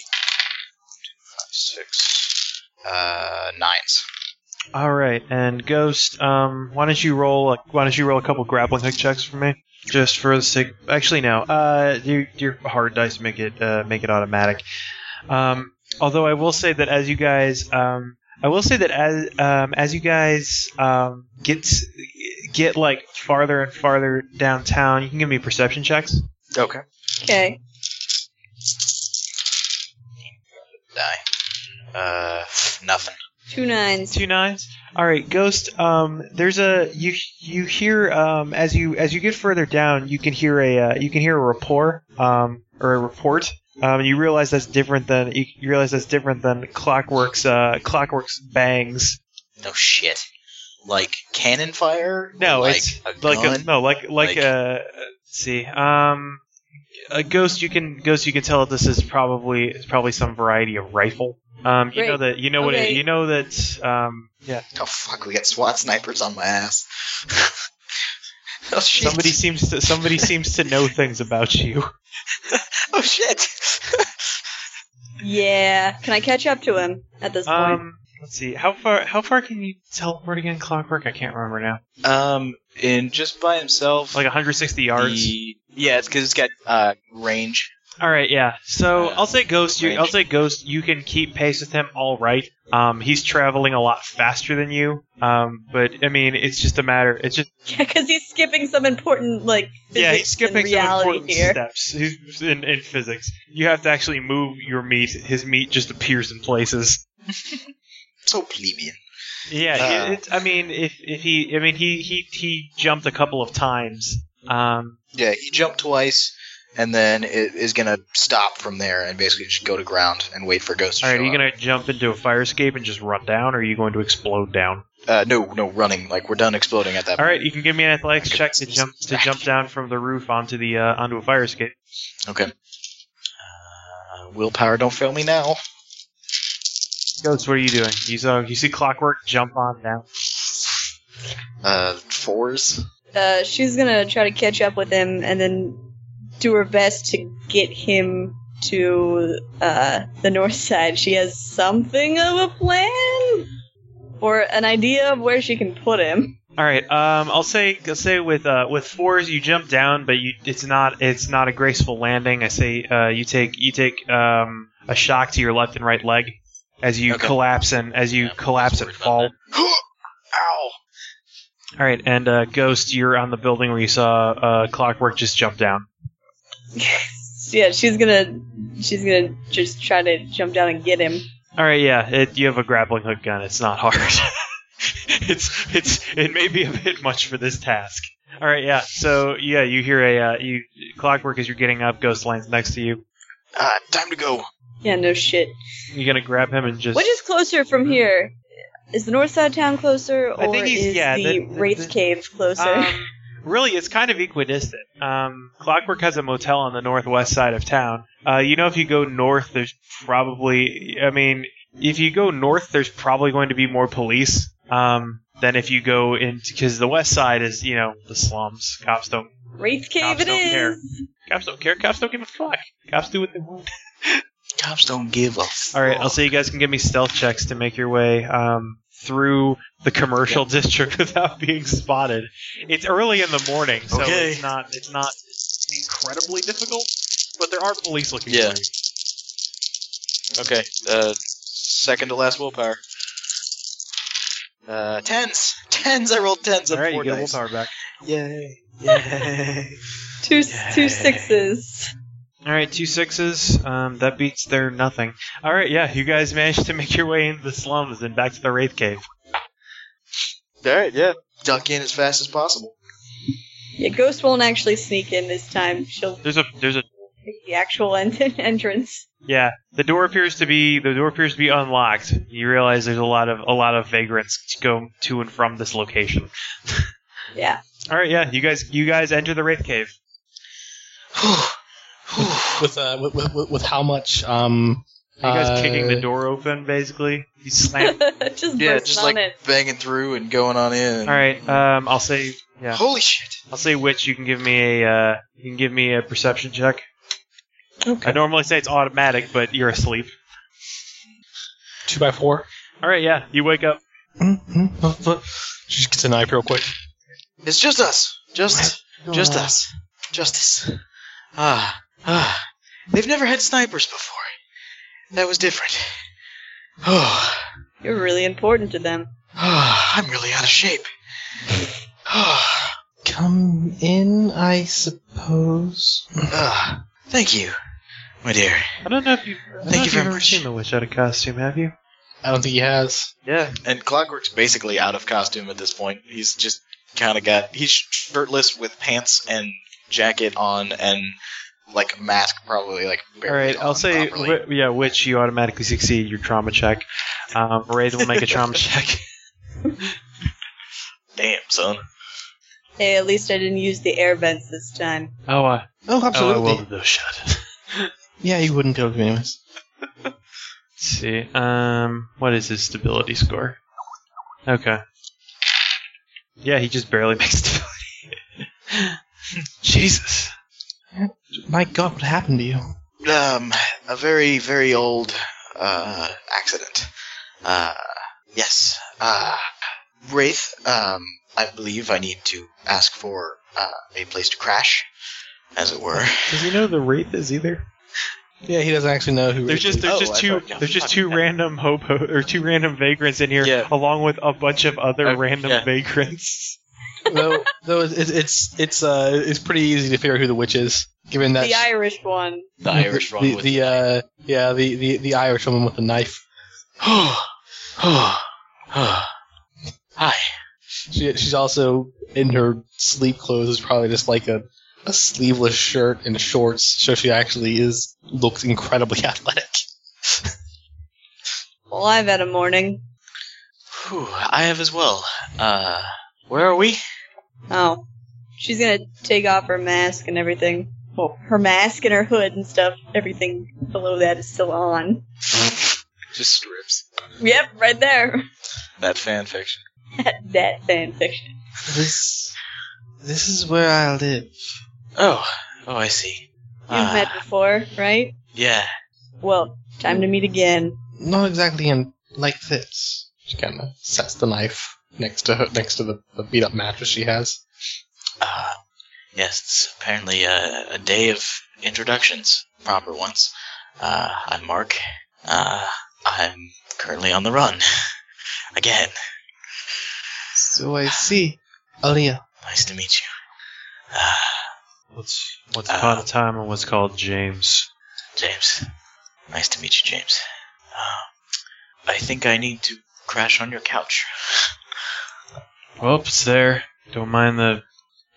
Speaker 2: Five, six, uh, nines.
Speaker 1: All right, and Ghost, um, why don't you roll? A, why don't you roll a couple grappling hook checks for me, just for the sake? Actually, no. Uh, your your hard dice make it uh, make it automatic. Um, although I will say that as you guys, um, I will say that as um, as you guys um, get get like farther and farther downtown, you can give me perception checks.
Speaker 2: Okay.
Speaker 4: Okay.
Speaker 2: Die. Uh, nothing.
Speaker 4: Two nines.
Speaker 1: two nines. All right, Ghost. Um, there's a you you hear um as you as you get further down, you can hear a uh, you can hear a rapport um or a report. Um, you realize that's different than you you realize that's different than Clockwork's uh Clockwork's bangs.
Speaker 2: No shit. Like cannon fire?
Speaker 1: No,
Speaker 2: like
Speaker 1: it's
Speaker 2: a
Speaker 1: like
Speaker 2: gun?
Speaker 1: a, no like like,
Speaker 2: Like-
Speaker 1: uh let's see um a ghost you can ghost you can tell that this is probably it's probably some variety of rifle. Um, you know that you know what it,
Speaker 4: Okay.
Speaker 1: you know that um yeah
Speaker 2: Oh fuck, we got SWAT snipers on my ass. oh shit.
Speaker 1: somebody seems to somebody seems to know things about you.
Speaker 2: Oh shit.
Speaker 4: Yeah. Can I catch up to him at this point?
Speaker 1: Um, let's see. How far? How far can you teleport again? Clockwork? I can't remember now.
Speaker 2: um, and just by himself.
Speaker 1: Like 160 yards.
Speaker 2: the- yeah, it's because it's got uh range.
Speaker 1: All right. Yeah. So
Speaker 2: Uh,
Speaker 1: I'll say ghost. You,
Speaker 2: range.
Speaker 1: I'll say ghost. You can keep pace with him. All right. Um, he's traveling a lot faster than you. Um, but I mean, it's just a matter. It's just
Speaker 4: yeah, because he's skipping some important like physics
Speaker 1: yeah. He's
Speaker 4: and
Speaker 1: skipping some
Speaker 4: reality
Speaker 1: important
Speaker 4: here.
Speaker 1: steps He's in, in physics. You have to actually move your meat. His meat just appears in places.
Speaker 2: So plebeian.
Speaker 1: Yeah,
Speaker 2: Uh,
Speaker 1: it, it, I mean, if if he, I mean, he he he jumped a couple of times. Um,
Speaker 2: Yeah, he jumped twice, and then it is gonna stop from there and basically just go to ground and wait for Ghost. To
Speaker 1: All right,
Speaker 2: show
Speaker 1: are you
Speaker 2: up.
Speaker 1: gonna jump into a fire escape and just run down, or are you going to explode down?
Speaker 2: Uh, no, no, running. Like we're done exploding at that.
Speaker 1: All right, you can give me an athletics check to jump to jump down from the roof onto the uh, onto a fire escape.
Speaker 2: Okay. Uh, willpower, don't fail me now.
Speaker 1: Ghost, what are you doing? You saw you see clockwork jump on down.
Speaker 2: Uh, fours.
Speaker 4: Uh, she's gonna try to catch up with him and then do her best to get him to uh, the north side. She has something of a plan or an idea of where she can put him.
Speaker 1: All right, um, I'll say I'll say with uh, with fours you jump down, but you it's not it's not a graceful landing. I say uh, you take you take um, a shock to your left and right leg as you
Speaker 2: Okay.
Speaker 1: collapse and as you
Speaker 2: Yeah, I'm
Speaker 1: collapse
Speaker 2: just
Speaker 1: and
Speaker 2: worried about
Speaker 1: fall.
Speaker 2: Ow!
Speaker 1: All right, and uh, Ghost, you're on the building where you saw uh, Clockwork just jump down.
Speaker 4: So, yeah, she's gonna she's gonna just try to jump down and get him.
Speaker 1: All right, yeah, it, you have a grappling hook gun. It's not hard. it's it's it may be a bit much for this task. All right, yeah. So yeah, you hear a uh, you Clockwork as you're getting up. Ghost lands next to you.
Speaker 2: Ah, time to go.
Speaker 4: Yeah, no shit.
Speaker 1: You're gonna grab him and just.
Speaker 4: Which is closer from here? Is the north side town closer,
Speaker 1: I
Speaker 4: or
Speaker 1: think he's-
Speaker 4: is
Speaker 1: yeah,
Speaker 4: the,
Speaker 1: the- the-
Speaker 4: Wraith
Speaker 1: the-
Speaker 4: Cave closer?
Speaker 1: Um, really, it's kind of equidistant. Um, Clockwork has a motel on the northwest side of town. Uh, you know, if you go north, there's probably, I mean, if you go north, there's probably going to be more police um, than if you go into, because the west side is, you know, the slums. Cops don't,
Speaker 4: Wraith Cave,
Speaker 1: cops
Speaker 4: it
Speaker 1: don't care.
Speaker 4: is.
Speaker 1: cops don't care. Cops don't give a fuck. Cops do what they want.
Speaker 2: Cops don't give a.
Speaker 1: All right, I'll say you guys can give me stealth checks to make your way um, through the commercial district without being spotted. It's early in the morning, so
Speaker 2: Okay.
Speaker 1: it's not it's not incredibly difficult, but there are police looking
Speaker 2: Yeah.
Speaker 1: for you.
Speaker 2: Okay. Uh, second to last willpower. Uh, tens. Tens. I rolled tens on
Speaker 1: All right,
Speaker 2: four
Speaker 1: you get a
Speaker 2: dice.
Speaker 1: willpower back.
Speaker 2: Yay! Yay!
Speaker 17: Two two sixes.
Speaker 1: All right, two sixes. Um, that beats their nothing. All right, yeah, you guys managed to make your way into the slums and back to the wraith cave.
Speaker 2: All right. Yeah. Duck in as fast as possible.
Speaker 17: Yeah, Ghost won't actually sneak in this time. She'll
Speaker 19: There's a there's a
Speaker 17: pick the actual en- entrance.
Speaker 1: Yeah, the door appears to be the door appears to be unlocked. You realize there's a lot of a lot of vagrants to go to and from this location.
Speaker 17: Yeah.
Speaker 1: All right, yeah, you guys you guys enter the wraith cave.
Speaker 3: with, uh, with, with, with how much um
Speaker 1: Are you guys
Speaker 3: uh,
Speaker 1: kicking the door open basically? You slam.
Speaker 17: just
Speaker 2: Yeah,
Speaker 17: burst
Speaker 2: just
Speaker 17: on
Speaker 2: like
Speaker 17: it.
Speaker 2: banging through and going on in.
Speaker 1: All right, um, I'll say yeah,
Speaker 2: Holy shit!
Speaker 1: I'll say which. You can give me a uh, you can give me a perception check.
Speaker 3: Okay.
Speaker 1: I normally say it's automatic, but you're asleep.
Speaker 3: two by four?
Speaker 1: All right, yeah, you wake up.
Speaker 3: Mm-hmm. Just gets a knife real quick.
Speaker 2: It's just us. Just, just us. Justice. Ah, ah. They've never had snipers before. That was different. Oh,
Speaker 17: You're really important to them.
Speaker 2: oh I'm really out of shape. Oh,
Speaker 3: Come in, I suppose.
Speaker 1: Oh,
Speaker 2: ah. Thank you, my dear.
Speaker 1: I don't know if you
Speaker 2: Thank you very much.
Speaker 1: the witch out of costume, have you?
Speaker 3: I don't think he has.
Speaker 1: Yeah.
Speaker 2: And Clockwork's basically out of costume at this point. He's just kind of got he's shirtless with pants and jacket on and like mask probably like.
Speaker 1: All right,
Speaker 2: barely
Speaker 1: I'll
Speaker 2: on
Speaker 1: say
Speaker 2: properly.
Speaker 1: wi- yeah, which you automatically succeed your trauma check. Um, Wraith will make a trauma check.
Speaker 2: Damn son.
Speaker 17: Hey, at least I didn't use the air vents this time.
Speaker 1: Oh, uh,
Speaker 3: Oh,
Speaker 1: oh, I
Speaker 3: absolutely.
Speaker 1: will do those shut.
Speaker 3: yeah, you wouldn't be able to anyways.
Speaker 1: Let's see, um, what is his stability score? Okay. Yeah, he just barely makes stability. Jesus.
Speaker 3: My God, what happened to you?
Speaker 2: Um, a very, very old uh, accident. Uh, yes. Uh, Wraith, um, I believe I need to ask for uh, a place to crash, as it were.
Speaker 1: Does he know the wraith is either?
Speaker 3: Yeah, he doesn't actually know who.
Speaker 1: There's just there's
Speaker 2: Oh,
Speaker 1: just
Speaker 2: I
Speaker 1: two
Speaker 2: thought- yeah.
Speaker 1: there's just two random hobo or two random vagrants in here,
Speaker 2: Yeah.
Speaker 1: along with a bunch of other
Speaker 2: Uh,
Speaker 1: random
Speaker 2: yeah.
Speaker 1: vagrants.
Speaker 3: though. Though it, it, it's it's uh it's pretty easy to figure out who the witch is, given that
Speaker 17: the Irish one.
Speaker 2: The Irish one
Speaker 3: the,
Speaker 2: with
Speaker 3: the uh yeah the, the the Irish woman with the knife.
Speaker 2: Hi.
Speaker 3: She, she's also in her sleep clothes is probably just like a, a sleeveless shirt and shorts, so she actually is looks incredibly athletic.
Speaker 17: Well, I've had a morning.
Speaker 2: Whew, I have as well. Uh, where are we?
Speaker 17: Oh. She's gonna take off her mask and everything. Well, her mask and her hood and stuff. Everything below that is still on.
Speaker 2: Just strips.
Speaker 17: Yep, right there.
Speaker 2: That fan fiction.
Speaker 17: that fanfiction.
Speaker 3: This this is where I live.
Speaker 2: Oh, oh, I see.
Speaker 17: You've
Speaker 2: Ah,
Speaker 17: met before, right?
Speaker 2: Yeah.
Speaker 17: Well, time to meet again.
Speaker 3: Not exactly in like this. She kind of sets the knife next to her next to the, the beat up mattress she has.
Speaker 2: Uh, yes, it's apparently a, a day of introductions, proper ones. Uh, I'm Mark. Uh, I'm currently on the run. Again,
Speaker 3: So I see, Alia.
Speaker 2: nice to meet you. Uh,
Speaker 1: What's what's
Speaker 2: Ah.
Speaker 1: upon a time and what's called James.
Speaker 2: James. Nice to meet you, James. Uh, I think I need to crash on your couch.
Speaker 1: Well, it's there. Don't mind the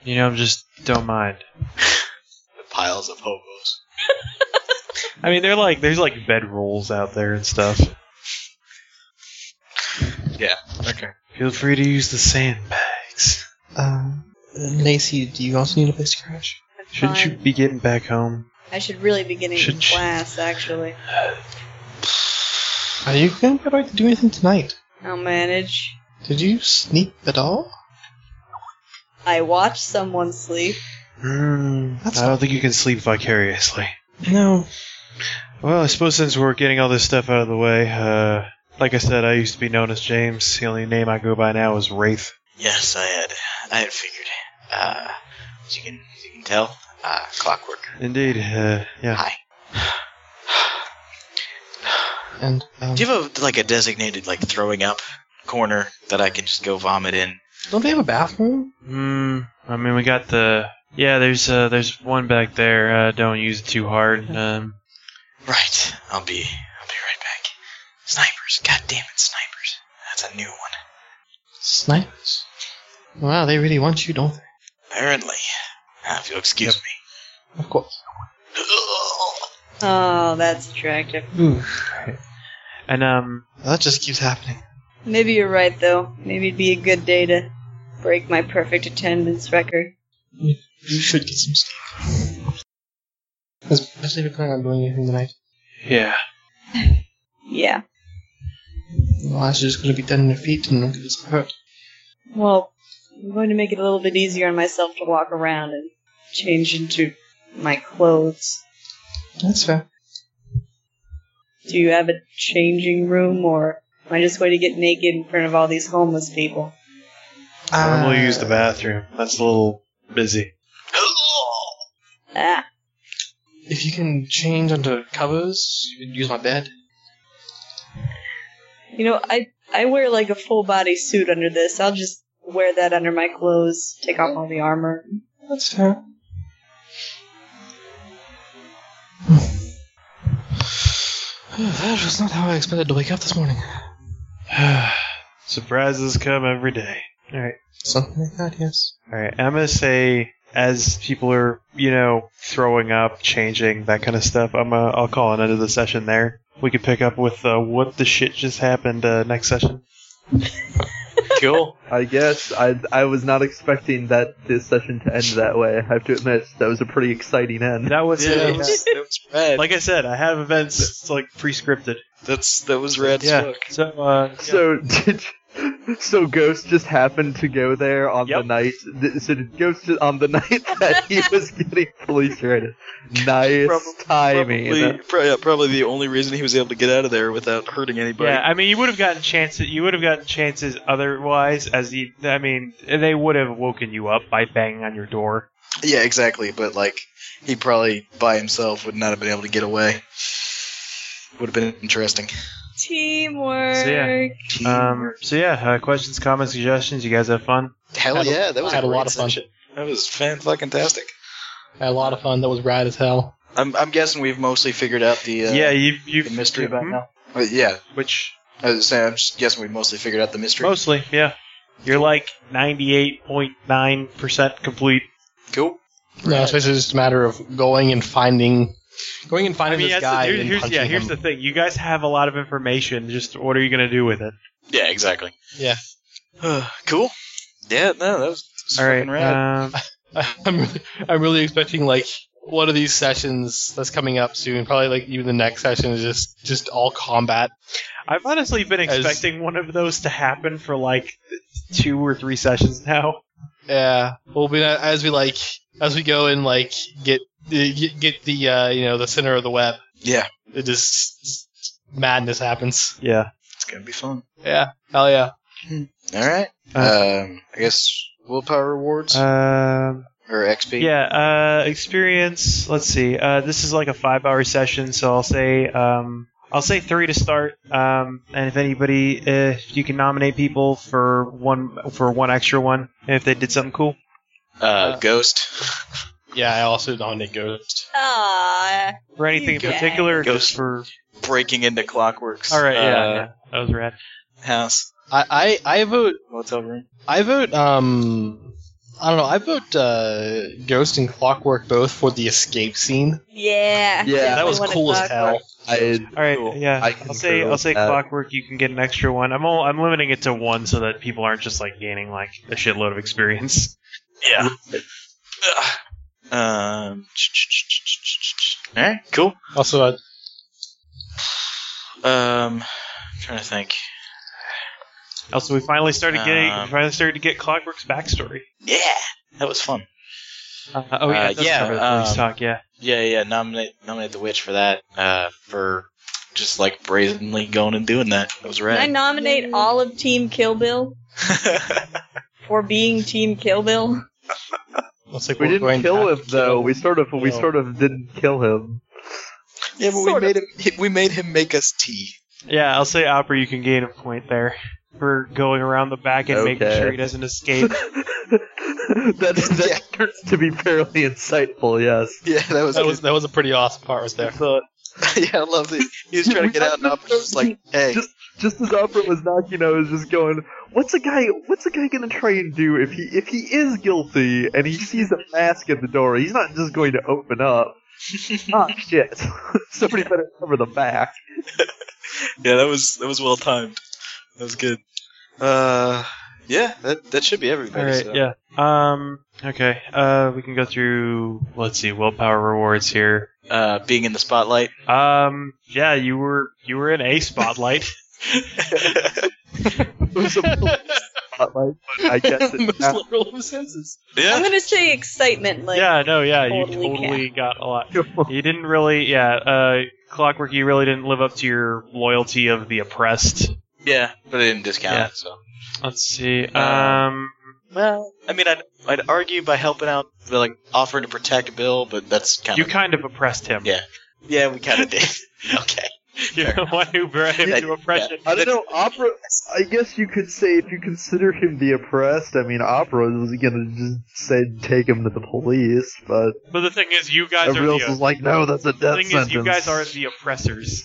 Speaker 1: you know, just don't mind.
Speaker 2: The piles of hobos.
Speaker 1: I mean they're like there's like bed rolls out there and stuff.
Speaker 2: Yeah, okay.
Speaker 1: Feel free to use the sandbags.
Speaker 3: Uh, Lacey, do you also need a place to crash?
Speaker 17: I'm
Speaker 1: Shouldn't you
Speaker 17: fine.
Speaker 1: be getting back home?
Speaker 17: I should really be getting
Speaker 1: Should
Speaker 17: in
Speaker 1: sh-
Speaker 17: class, actually.
Speaker 3: Are you going to be able to do anything tonight?
Speaker 17: I'll manage.
Speaker 3: Did you sleep at all?
Speaker 17: I watch someone sleep.
Speaker 3: That's
Speaker 1: Hmm, I don't think you can sleep vicariously.
Speaker 3: No.
Speaker 1: Well, I suppose since we're getting all this stuff out of the way, uh, like I said, I used to be known as James. The only name I go by now is Wraith.
Speaker 2: Yes, I had. I had figured. Uh, as you can, as you can tell, uh, clockwork.
Speaker 1: Indeed, uh, yeah.
Speaker 2: Hi.
Speaker 3: And um,
Speaker 2: Do you have a, like a designated like throwing up corner that I can just go vomit in?
Speaker 3: don't they have a bathroom?
Speaker 25: Hmm. I mean, we got the yeah. There's uh, there's one back there. Uh, don't use it too hard. Um,
Speaker 2: Right. I'll be. I'll be right back. Snipers. God damn it, snipers. That's a new one.
Speaker 3: Snipers. Wow, they really want you, don't they?
Speaker 2: Apparently. Ah, if you'll excuse
Speaker 3: Of course.
Speaker 2: me.
Speaker 4: Oh, that's attractive.
Speaker 25: and um,
Speaker 3: That just keeps happening.
Speaker 4: Maybe you're right, though. Maybe it'd be a good day to break my perfect attendance record.
Speaker 3: You should get some sleep. Especially if you're planning on doing anything tonight.
Speaker 25: yeah.
Speaker 4: Yeah.
Speaker 3: Well, that's just gonna be dead on your feet and look at this hurt.
Speaker 4: Well, I'm going to make it a little bit easier on myself to walk around and change into my clothes.
Speaker 3: That's fair.
Speaker 4: Do you have a changing room, or am I just going to get naked in front of all these homeless people?
Speaker 3: Ah,
Speaker 1: Normally use the bathroom. That's a little busy.
Speaker 4: Ah,
Speaker 3: If you can change under covers, you can use my bed.
Speaker 4: you know, I I wear like a full body suit under this. I'll just wear that under my clothes, take off all the armor.
Speaker 3: That's fair. that was not how I expected to wake up this morning.
Speaker 1: Surprises come every day.
Speaker 3: Something like that, yes.
Speaker 1: All right, I'm gonna say as people are, you know, throwing up, changing that kind of stuff. I'm uh, I'll call an end of the session there. We could pick up with uh, what the shit just happened uh, next session.
Speaker 2: cool.
Speaker 10: I guess I I was not expecting that this session to end that way. I have to admit that was a pretty exciting end.
Speaker 1: That was,
Speaker 2: Yeah, that was, that was rad.
Speaker 1: like I said, I have events it's like pre-scripted.
Speaker 2: That's that was rad. as
Speaker 1: Yeah.
Speaker 2: fuck.
Speaker 1: So uh,
Speaker 10: So did so Ghost just happened to go there on the
Speaker 1: Yep.
Speaker 10: night. th- So did Ghost just- on the night that he was getting police raided. Nice
Speaker 2: Probably-
Speaker 10: timing.
Speaker 2: Probably, pro- yeah, probably the only reason he was able to get out of there without hurting anybody.
Speaker 1: Yeah, I mean, you would have gotten chances. You would have gotten chances otherwise, as the. I mean, they would have woken you up by banging on your door.
Speaker 2: Yeah, exactly. But like, he probably by himself would not have been able to get away. Would have been interesting.
Speaker 4: Teamwork.
Speaker 1: So, yeah. Um. So yeah, uh, questions, comments, suggestions. You guys have fun.
Speaker 2: Hell
Speaker 3: Had a-
Speaker 2: yeah, that was
Speaker 3: I had a
Speaker 2: great
Speaker 3: lot of fun.
Speaker 2: session. That was fan fucking tastic.
Speaker 3: I had a lot of fun. That was rad as hell.
Speaker 2: I'm I'm guessing we've mostly figured out the uh,
Speaker 1: Yeah, you
Speaker 2: the
Speaker 1: you
Speaker 2: mystery by
Speaker 1: Mhm.
Speaker 2: now. Uh, yeah,
Speaker 1: which
Speaker 2: I was saying, I'm just guessing we mostly figured out the mystery.
Speaker 1: mostly yeah. You're like 98.9% complete.
Speaker 2: Cool.
Speaker 3: No, it's basically just a matter of going and finding, going and finding this
Speaker 1: that's
Speaker 3: guy
Speaker 1: the, here-
Speaker 3: and
Speaker 1: here's,
Speaker 3: punching
Speaker 1: yeah, here's
Speaker 3: him.
Speaker 1: the thing. You guys have a lot of information. Just what are you gonna do with it?
Speaker 2: Yeah, exactly.
Speaker 3: Yeah.
Speaker 2: cool. Yeah, no, that was, that was
Speaker 1: All right.
Speaker 2: fucking rad.
Speaker 1: Um,
Speaker 3: I'm really, I'm really expecting like one of these sessions that's coming up soon. Probably like even the next session is just just all combat.
Speaker 1: I've honestly been
Speaker 3: As-
Speaker 1: expecting one of those to happen for like two or three sessions now.
Speaker 3: Yeah, we'll be as we like as we go and like get get get the uh, you know the center of the web.
Speaker 2: yeah,
Speaker 3: It just just madness happens.
Speaker 1: Yeah.
Speaker 2: it's gonna be fun.
Speaker 3: Yeah, hell yeah.
Speaker 2: All right.
Speaker 1: Uh,
Speaker 2: um, I guess willpower rewards
Speaker 1: Um.
Speaker 2: or XP.
Speaker 1: Yeah, uh, experience. Let's see. Uh, this is like a five-hour session, so I'll say um, I'll say three to start. Um, and if anybody, if you can nominate people for one for one extra one, if they did something cool.
Speaker 2: Uh, ghost.
Speaker 3: Yeah, I also nominate Ghost.
Speaker 4: Ah,
Speaker 1: For anything in
Speaker 4: You guys.
Speaker 1: particular,
Speaker 2: Go
Speaker 1: just for
Speaker 2: Breaking into clockworks.
Speaker 1: all right, yeah,
Speaker 2: uh,
Speaker 1: yeah, that was rad.
Speaker 2: House.
Speaker 3: I I, I vote
Speaker 2: Motel room.
Speaker 3: I vote um I don't know I vote uh, Ghost and Clockwork both for the escape scene.
Speaker 4: yeah.
Speaker 10: Yeah,
Speaker 3: That was
Speaker 4: Definitely
Speaker 3: cool
Speaker 4: wanna
Speaker 3: as hell.
Speaker 4: clockwork.
Speaker 10: I,
Speaker 1: All right,
Speaker 2: Cool.
Speaker 1: yeah.
Speaker 10: I
Speaker 1: I'll say
Speaker 10: concur
Speaker 1: I'll say
Speaker 10: with that.
Speaker 1: clockwork. You can get an extra one. I'm all, I'm limiting it to one so that people aren't just like gaining like a shitload of experience.
Speaker 2: Yeah. um. All right. Cool.
Speaker 3: Also, uh,
Speaker 2: Um. Trying to think.
Speaker 1: Also, we finally started getting
Speaker 2: Um,
Speaker 1: we finally started to get clockwork's backstory.
Speaker 2: Yeah, that was fun.
Speaker 1: Uh, oh yeah,
Speaker 2: Uh,
Speaker 1: it does
Speaker 2: yeah,
Speaker 1: cover the police
Speaker 2: um,
Speaker 1: talk. Yeah,
Speaker 2: Yeah, yeah. Nominate nominate the witch for that. Uh, for just like brazenly going and doing that. That was
Speaker 4: Can I
Speaker 2: rad.
Speaker 4: nominate all of Team Kill Bill for being Team Kill Bill?
Speaker 3: looks like
Speaker 10: we
Speaker 3: we're going
Speaker 10: didn't kill
Speaker 3: back
Speaker 10: him
Speaker 3: to
Speaker 10: though.
Speaker 3: him.
Speaker 10: We sort of we
Speaker 3: No.
Speaker 10: sort of didn't kill him.
Speaker 2: yeah, but we
Speaker 4: Sort of.
Speaker 2: made him. We made him make us tea.
Speaker 1: Yeah, I'll say Opera, you can gain a point there for going around the back and making
Speaker 10: Okay.
Speaker 1: sure he doesn't escape.
Speaker 10: that that turns to be fairly insightful. Yes.
Speaker 26: Yeah, that was.
Speaker 3: That was that was a pretty awesome part right there.
Speaker 26: yeah, I love it. He was trying to get out, and Opera was like, "Hey,
Speaker 10: Just just as Opera was knocking, I was just going, "What's a guy? What's a guy gonna try and do if he if he is guilty and he sees a mask at the door? He's not just going to open up." ah, shit! Somebody better cover the back.
Speaker 2: Yeah, that was that was well timed. That was good.
Speaker 26: uh, yeah, that that should be
Speaker 1: All
Speaker 26: everybody."
Speaker 1: right,
Speaker 26: so.
Speaker 4: uh,
Speaker 1: yeah. Um, okay. Uh, we can go through. Let's see, willpower rewards here.
Speaker 2: Uh, being in the spotlight.
Speaker 1: Um, yeah, you were you were in a spotlight.
Speaker 10: It was a spotlight, but I guess it,
Speaker 2: Most liberal of senses.
Speaker 4: I'm
Speaker 2: Yeah.
Speaker 4: gonna say excitement. Like
Speaker 1: yeah, no, yeah,
Speaker 4: Totally
Speaker 1: you totally got a lot. You didn't really, yeah. Uh, clockwork, you really didn't live up to your loyalty of the oppressed.
Speaker 2: Yeah.
Speaker 26: But I didn't discount
Speaker 1: Yeah.
Speaker 26: it, so.
Speaker 1: Let's see.
Speaker 2: Uh,
Speaker 1: Um,
Speaker 2: Well, I mean, I'd I'd argue by helping out, like offering to protect Bill, but that's kind
Speaker 1: you
Speaker 2: of
Speaker 1: kind of oppressed him.
Speaker 2: Yeah. yeah, we kind of did. okay.
Speaker 1: You're the one who brought him
Speaker 26: Yeah,
Speaker 1: to oppression.
Speaker 10: I don't know. Opera. I guess you could say if you consider him the oppressed. I mean, Opera was gonna just say take him to the police, but
Speaker 1: But the thing is, you guys are
Speaker 10: everyone else
Speaker 1: the.
Speaker 10: was like, "No, that's a
Speaker 1: The
Speaker 10: death
Speaker 1: thing
Speaker 10: sentence."
Speaker 1: is, you guys are the oppressors.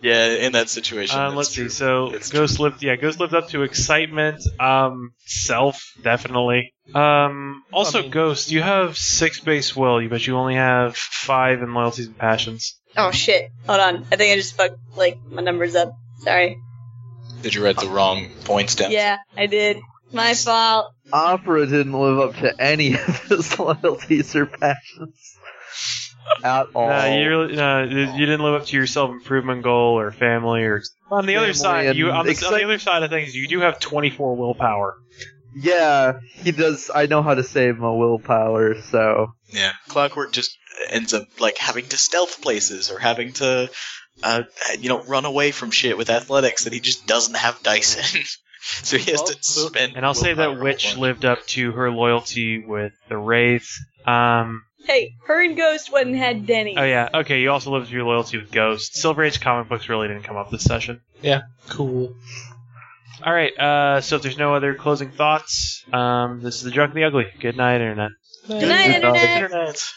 Speaker 2: Yeah, in that situation.
Speaker 1: Um,
Speaker 2: that's
Speaker 1: let's
Speaker 2: true.
Speaker 1: see. So
Speaker 2: That's
Speaker 1: Ghost lived, yeah, Ghost lived up to excitement. Um, self definitely. Um, also
Speaker 3: mean-
Speaker 1: Ghost, you have six base will, but you only have five in loyalties and passions.
Speaker 4: Oh shit. Hold on. I think I just fucked like my numbers up. Sorry.
Speaker 2: Did you write the wrong points down?
Speaker 4: Yeah, I did. My fault.
Speaker 10: Opera didn't live up to any of his loyalties or passions at all.
Speaker 1: Nah, you really, nah, you didn't live up to your self improvement goal or family or. On the other
Speaker 10: Family
Speaker 1: side, you
Speaker 10: and
Speaker 1: on the, on
Speaker 10: excite-
Speaker 1: the other side of things, you do have twenty four willpower.
Speaker 10: yeah, he does. I know how to save my willpower, so
Speaker 2: Yeah. Clockwork just ends up like having to stealth places or having to, uh, you know, run away from shit with athletics that he just doesn't have dice in. so he has to spend.
Speaker 1: And I'll say that
Speaker 2: willpower
Speaker 1: witch
Speaker 2: on
Speaker 1: lived up to her loyalty with the wraith. Um,
Speaker 4: Hey, her and Ghost went and had Denny.
Speaker 1: Oh yeah. Okay. You also lived your loyalty with Ghost. Silver Age comic books really didn't come up this session.
Speaker 3: Cool.
Speaker 1: All right. Uh, so if there's no other closing thoughts, um, this is the drunk and the ugly. Good night, internet.
Speaker 4: Good night, internet.
Speaker 2: Internet.